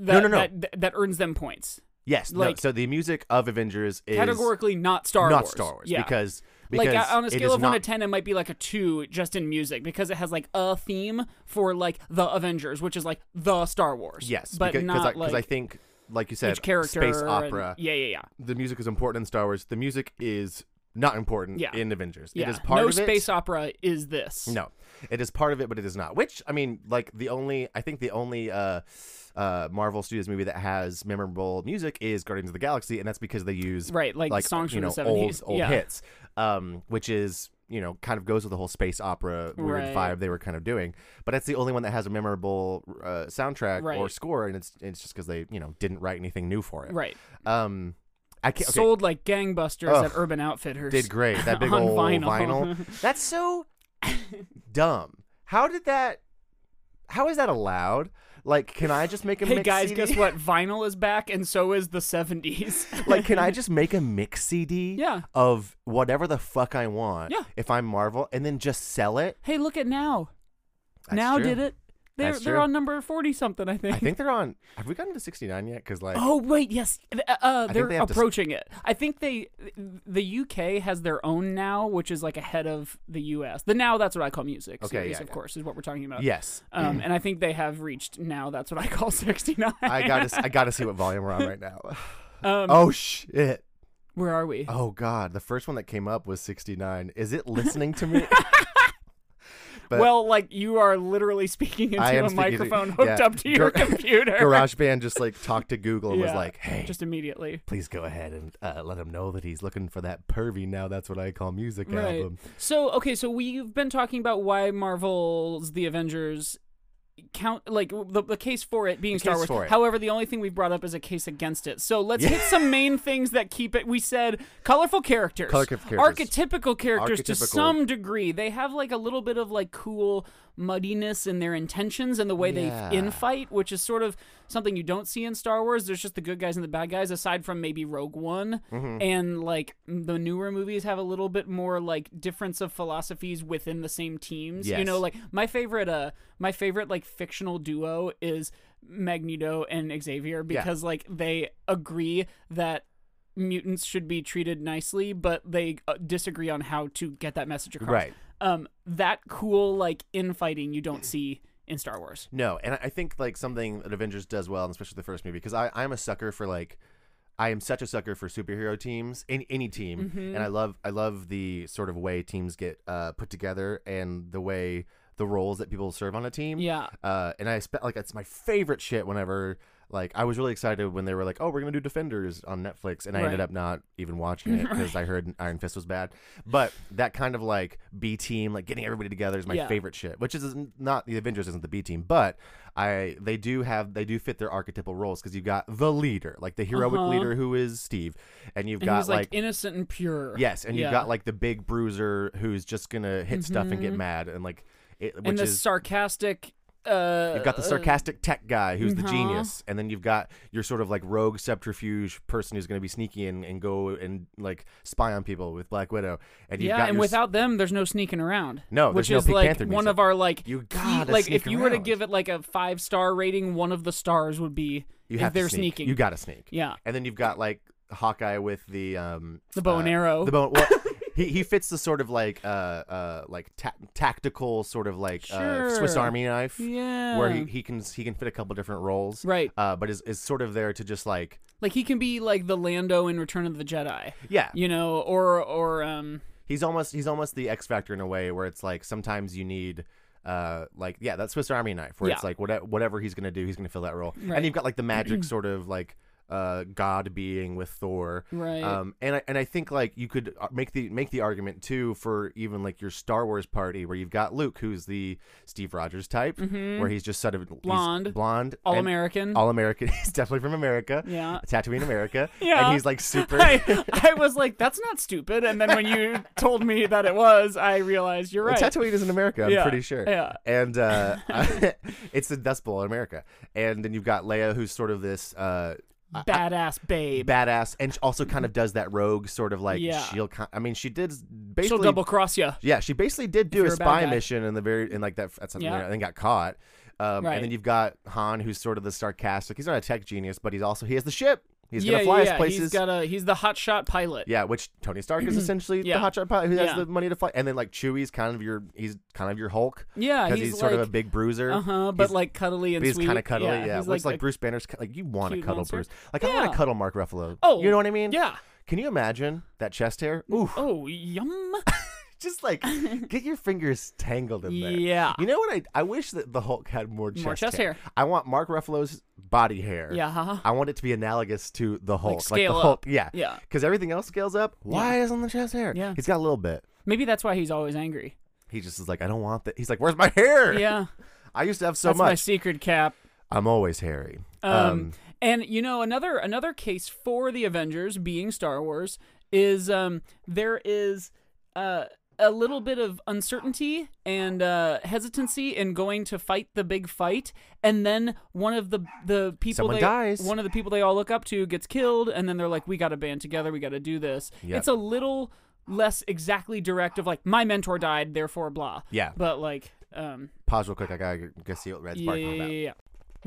Speaker 2: That,
Speaker 1: no, no.
Speaker 2: That, that, earns them points.
Speaker 1: Yes. no,
Speaker 2: Like-
Speaker 1: so the music of Avengers is
Speaker 2: Categorically, not Star
Speaker 1: not
Speaker 2: Wars.
Speaker 1: Star Wars
Speaker 2: Yeah.
Speaker 1: because because
Speaker 2: like uh, on a
Speaker 1: it
Speaker 2: scale
Speaker 1: is
Speaker 2: of one
Speaker 1: not-
Speaker 2: to ten, it might be like a two just in music because it has like a theme for like the Avengers, which is like the Star Wars.
Speaker 1: Yes,
Speaker 2: but
Speaker 1: because, 'cause
Speaker 2: not
Speaker 1: I, 'cause
Speaker 2: like
Speaker 1: I think, like you said,
Speaker 2: each character
Speaker 1: space
Speaker 2: and-
Speaker 1: opera.
Speaker 2: yeah, yeah, yeah.
Speaker 1: The music is important in Star Wars. The music is not important
Speaker 2: Yeah.
Speaker 1: in Avengers.
Speaker 2: Yeah.
Speaker 1: It is part
Speaker 2: no
Speaker 1: of it.
Speaker 2: space opera is this.
Speaker 1: No, it is part of it, but it is not. Which I mean, like the only I think the only uh, uh, Marvel Studios movie that has memorable music is Guardians of the Galaxy, and that's because they use
Speaker 2: Right, like, songs
Speaker 1: you
Speaker 2: from
Speaker 1: know,
Speaker 2: the
Speaker 1: old
Speaker 2: 70s.
Speaker 1: old
Speaker 2: yeah.
Speaker 1: hits, um, which is you know kind of goes with the whole space opera weird
Speaker 2: Right.
Speaker 1: vibe they were kind of doing. But that's the only one that has a memorable uh, soundtrack or
Speaker 2: Right.
Speaker 1: score, and it's it's just because they you know didn't write anything new for it.
Speaker 2: Right.
Speaker 1: Um, I can't. Okay,
Speaker 2: Sold like gangbusters
Speaker 1: Ugh.
Speaker 2: at Urban Outfitters.
Speaker 1: did great. That big
Speaker 2: on
Speaker 1: old
Speaker 2: vinyl.
Speaker 1: vinyl. That's so dumb. How did that? How is that allowed? Like, can I just make a
Speaker 2: Hey
Speaker 1: mix
Speaker 2: guys,
Speaker 1: CD?
Speaker 2: guess what? Vinyl is back, and so is the seventies.
Speaker 1: like, can I just make a mix CD?
Speaker 2: Yeah.
Speaker 1: Of whatever the fuck I want.
Speaker 2: Yeah.
Speaker 1: If I'm Marvel, and then just sell it.
Speaker 2: hey, look at now.
Speaker 1: That's
Speaker 2: now
Speaker 1: true.
Speaker 2: did it? They're
Speaker 1: That's
Speaker 2: they're
Speaker 1: true.
Speaker 2: on number forty something, I think.
Speaker 1: I think they're on. Have we gotten to 69 yet? Because like,
Speaker 2: Oh wait, yes, Th- uh, uh,
Speaker 1: think
Speaker 2: they're
Speaker 1: they have to s-
Speaker 2: approaching it. I think they, the UK has their own now, which is like ahead of the US. The now that's what I call music.
Speaker 1: Okay,
Speaker 2: series,
Speaker 1: yeah,
Speaker 2: of
Speaker 1: yeah.
Speaker 2: course, is what we're talking about.
Speaker 1: yes. Mm.
Speaker 2: Um, and I think they have reached now. That's what I call sixty nine.
Speaker 1: I gotta. s- I gotta see what volume we're on right now.
Speaker 2: Um,
Speaker 1: oh shit.
Speaker 2: Where are we?
Speaker 1: Oh god. The first one that came up was 69. Is it listening to me? but-
Speaker 2: well, like you are literally speaking into
Speaker 1: I am
Speaker 2: a
Speaker 1: speaking to-
Speaker 2: microphone hooked
Speaker 1: yeah.
Speaker 2: up to your
Speaker 1: Gar-
Speaker 2: computer.
Speaker 1: GarageBand just like talked to Google and was
Speaker 2: Yeah.
Speaker 1: like, "Hey,
Speaker 2: Just immediately.
Speaker 1: please go ahead and uh, let him know that he's looking for that pervy now. That's what I call music
Speaker 2: Right.
Speaker 1: album."
Speaker 2: So okay, so we've been talking about why Marvel's The Avengers count like the, the case for it being
Speaker 1: The
Speaker 2: Star
Speaker 1: case
Speaker 2: Wars.
Speaker 1: for it.
Speaker 2: However, the only thing we've brought up is a case against it. So let's hit some main things that keep it. We said colorful characters,
Speaker 1: Colorful characters.
Speaker 2: archetypical characters to
Speaker 1: Archetypical.
Speaker 2: some degree. They have like a little bit of like cool muddiness in their intentions and the way
Speaker 1: Yeah.
Speaker 2: they infight, which is sort of something you don't see in Star Wars. There's just the good guys and the bad guys, aside from maybe Rogue One.
Speaker 1: Mm-hmm.
Speaker 2: And like the newer movies have a little bit more like difference of philosophies within the same teams. You
Speaker 1: Yes.
Speaker 2: know, like my favorite, uh, my favorite like fictional duo is Magneto and Xavier because like they agree that mutants should be treated nicely, but they uh, disagree on how to get that message across.
Speaker 1: Right.
Speaker 2: Um, that cool like infighting you don't see in Star Wars.
Speaker 1: No, and I- I think like something that Avengers does well, and especially the first movie, because I I'm a sucker for like. I am such a sucker for superhero teams, any, any team, and I love I love the sort of way teams get uh, put together and the way the roles that people serve on a team.
Speaker 2: Yeah.
Speaker 1: Uh, and I spent like it's my favorite shit. Whenever like I was really excited when they were like, oh, we're gonna do Defenders on Netflix, and I ended
Speaker 2: Right.
Speaker 1: up not even watching it because I heard Iron Fist was bad. But that kind of like B team, like getting everybody together, is my
Speaker 2: Yeah.
Speaker 1: favorite shit. Which is not the Avengers isn't the B team, but I they do have they do fit their archetypal roles because you've got the leader, like the heroic
Speaker 2: Uh-huh.
Speaker 1: leader who is Steve, and you've
Speaker 2: And
Speaker 1: got
Speaker 2: he's like, innocent and pure.
Speaker 1: yes, and
Speaker 2: Yeah.
Speaker 1: you've got like the big bruiser who's just gonna hit stuff and get mad and like. It, which
Speaker 2: Mm-hmm. and the
Speaker 1: is
Speaker 2: sarcastic. Uh,
Speaker 1: You've got the sarcastic tech guy who's the
Speaker 2: uh-huh.
Speaker 1: genius, and then you've got your sort of like rogue subterfuge person who's going to be sneaky and, and go and like spy on people with Black Widow. And you've
Speaker 2: uh, yeah,
Speaker 1: got
Speaker 2: and
Speaker 1: your s-
Speaker 2: without them, there's no sneaking around.
Speaker 1: No,
Speaker 2: which
Speaker 1: there's no
Speaker 2: is
Speaker 1: Pink
Speaker 2: like
Speaker 1: Panther
Speaker 2: one
Speaker 1: music.
Speaker 2: of our like
Speaker 1: You
Speaker 2: key-
Speaker 1: gotta
Speaker 2: like
Speaker 1: sneak
Speaker 2: if you were to
Speaker 1: around.
Speaker 2: give it like a five star rating, one of the stars would be
Speaker 1: you
Speaker 2: if
Speaker 1: have to
Speaker 2: they're
Speaker 1: sneak.
Speaker 2: sneaking.
Speaker 1: You got to sneak.
Speaker 2: yeah,
Speaker 1: And then you've got like Hawkeye with the um
Speaker 2: The bow and
Speaker 1: uh,
Speaker 2: arrow.
Speaker 1: The bow. Well, he he fits the sort of like uh uh like ta- tactical sort of like uh, Swiss
Speaker 2: Sure.
Speaker 1: Army knife.
Speaker 2: yeah,
Speaker 1: Where he, he can he can fit a couple different roles,
Speaker 2: Right.
Speaker 1: Uh, but is, is sort of there to just like
Speaker 2: like he can be like the Lando in Return of the Jedi,
Speaker 1: yeah,
Speaker 2: you know, or or um,
Speaker 1: he's almost he's almost the X Factor in a way where it's like sometimes you need uh like yeah that Swiss Army knife where it's
Speaker 2: Yeah.
Speaker 1: like whatever whatever he's gonna do he's gonna fill that role
Speaker 2: Right.
Speaker 1: and you've got like the magic sort of like uh God being with Thor
Speaker 2: Right.
Speaker 1: um and I, and I think like you could uh, make the make the argument too for even like your Star Wars party where you've got Luke who's the Steve Rogers type where he's just sort of he's
Speaker 2: Mm-hmm. Blonde.
Speaker 1: blonde
Speaker 2: all
Speaker 1: and-
Speaker 2: American.
Speaker 1: all American he's definitely from America
Speaker 2: Yeah.
Speaker 1: Tatooine America
Speaker 2: Yeah.
Speaker 1: and he's like super
Speaker 2: I, I was like, that's not stupid. And then when you told me that it was, I realized you're right.
Speaker 1: Well, Tatooine is in America, I'm
Speaker 2: Yeah,
Speaker 1: pretty sure.
Speaker 2: yeah.
Speaker 1: And uh, it's the Dust Bowl in America. And then you've got Leia, who's sort of this uh,
Speaker 2: Badass babe.
Speaker 1: badass and also kind of does that rogue sort of like,
Speaker 2: Yeah.
Speaker 1: she'll, ki- I mean, she did s- basically.
Speaker 2: She'll double cross you.
Speaker 1: Yeah, she basically did do
Speaker 2: you're
Speaker 1: a
Speaker 2: a bad
Speaker 1: spy
Speaker 2: guy.
Speaker 1: mission in the very in like that at something
Speaker 2: Yeah.
Speaker 1: and then got caught. Um,
Speaker 2: Right.
Speaker 1: And then you've got Han, who's sort of the sarcastic. He's not a tech genius, but he's also he has the ship. He's
Speaker 2: yeah,
Speaker 1: gonna fly
Speaker 2: yeah,
Speaker 1: us
Speaker 2: yeah.
Speaker 1: places.
Speaker 2: He's got a he's the hotshot pilot.
Speaker 1: Yeah, which Tony Stark is essentially
Speaker 2: Yeah.
Speaker 1: the hotshot pilot who has
Speaker 2: Yeah.
Speaker 1: the money to fly, and then like Chewie's kind of your he's kind of your Hulk.
Speaker 2: Yeah,
Speaker 1: because he's,
Speaker 2: he's
Speaker 1: sort of a
Speaker 2: like-
Speaker 1: big bruiser.
Speaker 2: Uh huh. But
Speaker 1: He's-
Speaker 2: like cuddly and
Speaker 1: but he's
Speaker 2: sweet.
Speaker 1: kind of cuddly. Yeah,
Speaker 2: He's
Speaker 1: which like,
Speaker 2: a-
Speaker 1: Bruce Banner's ki- like you want to
Speaker 2: cute
Speaker 1: cuddle
Speaker 2: monster.
Speaker 1: Bruce. Like I want
Speaker 2: Yeah.
Speaker 1: to cuddle Mark Ruffalo.
Speaker 2: Oh,
Speaker 1: you know what I mean?
Speaker 2: yeah.
Speaker 1: Can you imagine that chest hair? Oof.
Speaker 2: Oh, yum.
Speaker 1: Just like get your fingers tangled in there.
Speaker 2: Yeah.
Speaker 1: You know what? I I wish that the Hulk had more chest,
Speaker 2: More chest hair.
Speaker 1: I want Mark Ruffalo's body hair.
Speaker 2: Yeah.
Speaker 1: I want it to be analogous to the Hulk.
Speaker 2: scale
Speaker 1: the
Speaker 2: up.
Speaker 1: Hulk. Yeah.
Speaker 2: Yeah.
Speaker 1: Because everything else scales up. Why isn't the chest hair?
Speaker 2: Yeah.
Speaker 1: He's got a little bit.
Speaker 2: Maybe that's why he's always angry.
Speaker 1: He just is like, I don't want that. He's like, Where's my hair?
Speaker 2: Yeah.
Speaker 1: I used to have so
Speaker 2: that's my
Speaker 1: much.
Speaker 2: secret cap.
Speaker 1: I'm always hairy.
Speaker 2: Um, and you know another another case for the Avengers being Star Wars is um there is uh a little bit of uncertainty and uh, hesitancy in going to fight the big fight, and then one of the the people
Speaker 1: Someone
Speaker 2: they,
Speaker 1: dies.
Speaker 2: one of the people they all look up to gets killed, and then they're like, "We got to band together. We got to do this."
Speaker 1: Yep.
Speaker 2: It's a little less exactly direct of like my mentor died, therefore blah.
Speaker 1: Yeah.
Speaker 2: But like, um,
Speaker 1: Pause real quick. I gotta g- go see what Red's
Speaker 2: yeah,
Speaker 1: barking
Speaker 2: yeah, yeah,
Speaker 1: about.
Speaker 2: yeah.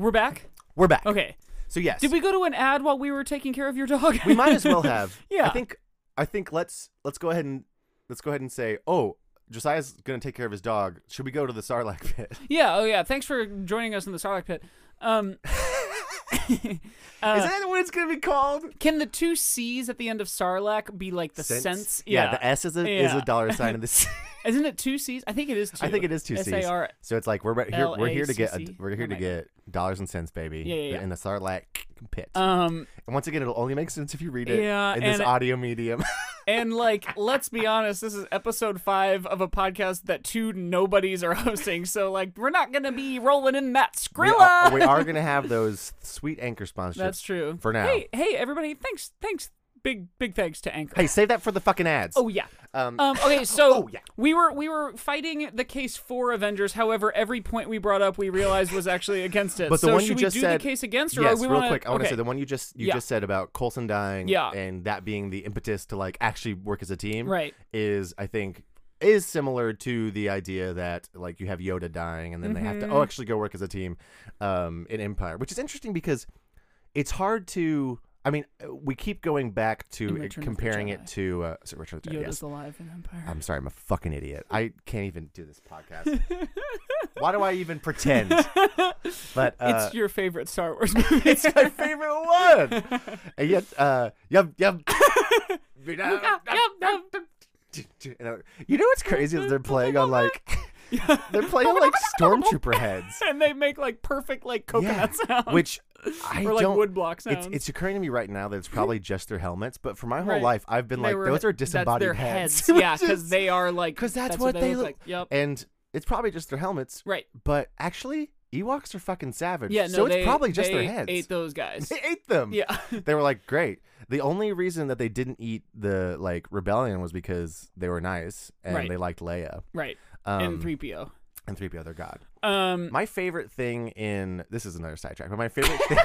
Speaker 2: We're back.
Speaker 1: We're back.
Speaker 2: Okay.
Speaker 1: So yes,
Speaker 2: Did we go to an ad while we were taking care of your dog?
Speaker 1: we might as well have.
Speaker 2: Yeah.
Speaker 1: I think. I think let's let's go ahead and let's go ahead and say, oh, Josiah's gonna take care of his dog. Should we go to the Sarlacc pit?
Speaker 2: yeah. Oh, yeah. Thanks for joining us in the Sarlacc pit. Um, Uh,
Speaker 1: Is that what it's gonna be called?
Speaker 2: can the two C's at the end of Sarlacc be like the sense?
Speaker 1: Yeah. The S is a is
Speaker 2: Yeah.
Speaker 1: a dollar sign, and the C.
Speaker 2: Isn't it two C's? I think it is two.
Speaker 1: I think it is two C's.
Speaker 2: S-A-R.
Speaker 1: So it's like we're re- here, we're here to get a,
Speaker 2: LACC.
Speaker 1: we're here
Speaker 2: Oh
Speaker 1: to
Speaker 2: my
Speaker 1: get dollars and cents, baby.
Speaker 2: Yeah, yeah,
Speaker 1: But
Speaker 2: yeah.
Speaker 1: In the Sarlacc pit.
Speaker 2: Um,
Speaker 1: and once again, it'll only make sense if you read it
Speaker 2: Yeah,
Speaker 1: in this
Speaker 2: and-
Speaker 1: audio medium.
Speaker 2: and like, let's be honest, this is episode five of a podcast that two nobodies are hosting. So like, we're not gonna be rolling in that
Speaker 1: we,
Speaker 2: Skrilla.
Speaker 1: are, we are gonna have those sweet anchor sponsorships.
Speaker 2: That's true.
Speaker 1: for now.
Speaker 2: Hey, hey, everybody! Thanks, thanks, big, big thanks to Anchor.
Speaker 1: Hey, save that for the fucking ads.
Speaker 2: Oh yeah.
Speaker 1: Um,
Speaker 2: Um, okay, so
Speaker 1: yeah.
Speaker 2: we were we were fighting the case for Avengers. However, every point we brought up, we realized was actually against it.
Speaker 1: But the
Speaker 2: so
Speaker 1: one
Speaker 2: should
Speaker 1: you just
Speaker 2: we do
Speaker 1: said-
Speaker 2: the case against, or
Speaker 1: yes,
Speaker 2: we
Speaker 1: real
Speaker 2: wanna,
Speaker 1: quick. I want to
Speaker 2: okay.
Speaker 1: say the one you just you
Speaker 2: Yeah.
Speaker 1: just said about Colson dying,
Speaker 2: Yeah.
Speaker 1: and that being the impetus to like actually work as a team,
Speaker 2: Right.
Speaker 1: Is I think is similar to the idea that like you have Yoda dying, and then they have to
Speaker 2: Mm-hmm.
Speaker 1: oh actually go work as a team, um, in Empire, which is interesting because it's hard to. I mean, we keep going back
Speaker 2: In
Speaker 1: to
Speaker 2: Return
Speaker 1: it-
Speaker 2: of the
Speaker 1: comparing
Speaker 2: Jedi.
Speaker 1: it to uh, so Return of the Jedi,
Speaker 2: Yoda's
Speaker 1: yes.
Speaker 2: alive in Empire.
Speaker 1: I'm sorry, I'm a fucking idiot. I can't even do this podcast. Why do I even pretend? But uh,
Speaker 2: it's your favorite Star Wars movie.
Speaker 1: it's my favorite one. And yet, uh, yum yum. you know what's crazy is they're playing on like they're playing on like stormtrooper heads.
Speaker 2: and they make like perfect like
Speaker 1: Yeah,
Speaker 2: coconut sounds,
Speaker 1: which I
Speaker 2: or like
Speaker 1: don't.
Speaker 2: wood block sounds.
Speaker 1: It's, it's occurring to me right now that it's probably just their helmets, but for my whole
Speaker 2: Right.
Speaker 1: life I've been
Speaker 2: They
Speaker 1: like,
Speaker 2: were-
Speaker 1: those are
Speaker 2: that's
Speaker 1: disembodied
Speaker 2: their
Speaker 1: heads.
Speaker 2: heads. yeah, because they are like
Speaker 1: because that's,
Speaker 2: what, they
Speaker 1: look
Speaker 2: like. Yep.
Speaker 1: And it's probably just their helmets,
Speaker 2: right.
Speaker 1: but actually Ewoks are fucking savage.
Speaker 2: Yeah. No.
Speaker 1: so it's
Speaker 2: they-
Speaker 1: probably just their
Speaker 2: they
Speaker 1: heads.
Speaker 2: Ate those guys.
Speaker 1: they ate them.
Speaker 2: yeah.
Speaker 1: they were like, great. The only reason that they didn't eat the like rebellion was because they were nice and
Speaker 2: Right.
Speaker 1: they liked Leia
Speaker 2: Right.
Speaker 1: um,
Speaker 2: and three PO.
Speaker 1: and three PO, their god.
Speaker 2: Um.
Speaker 1: My favorite thing in this is another sidetrack, but my favorite thing,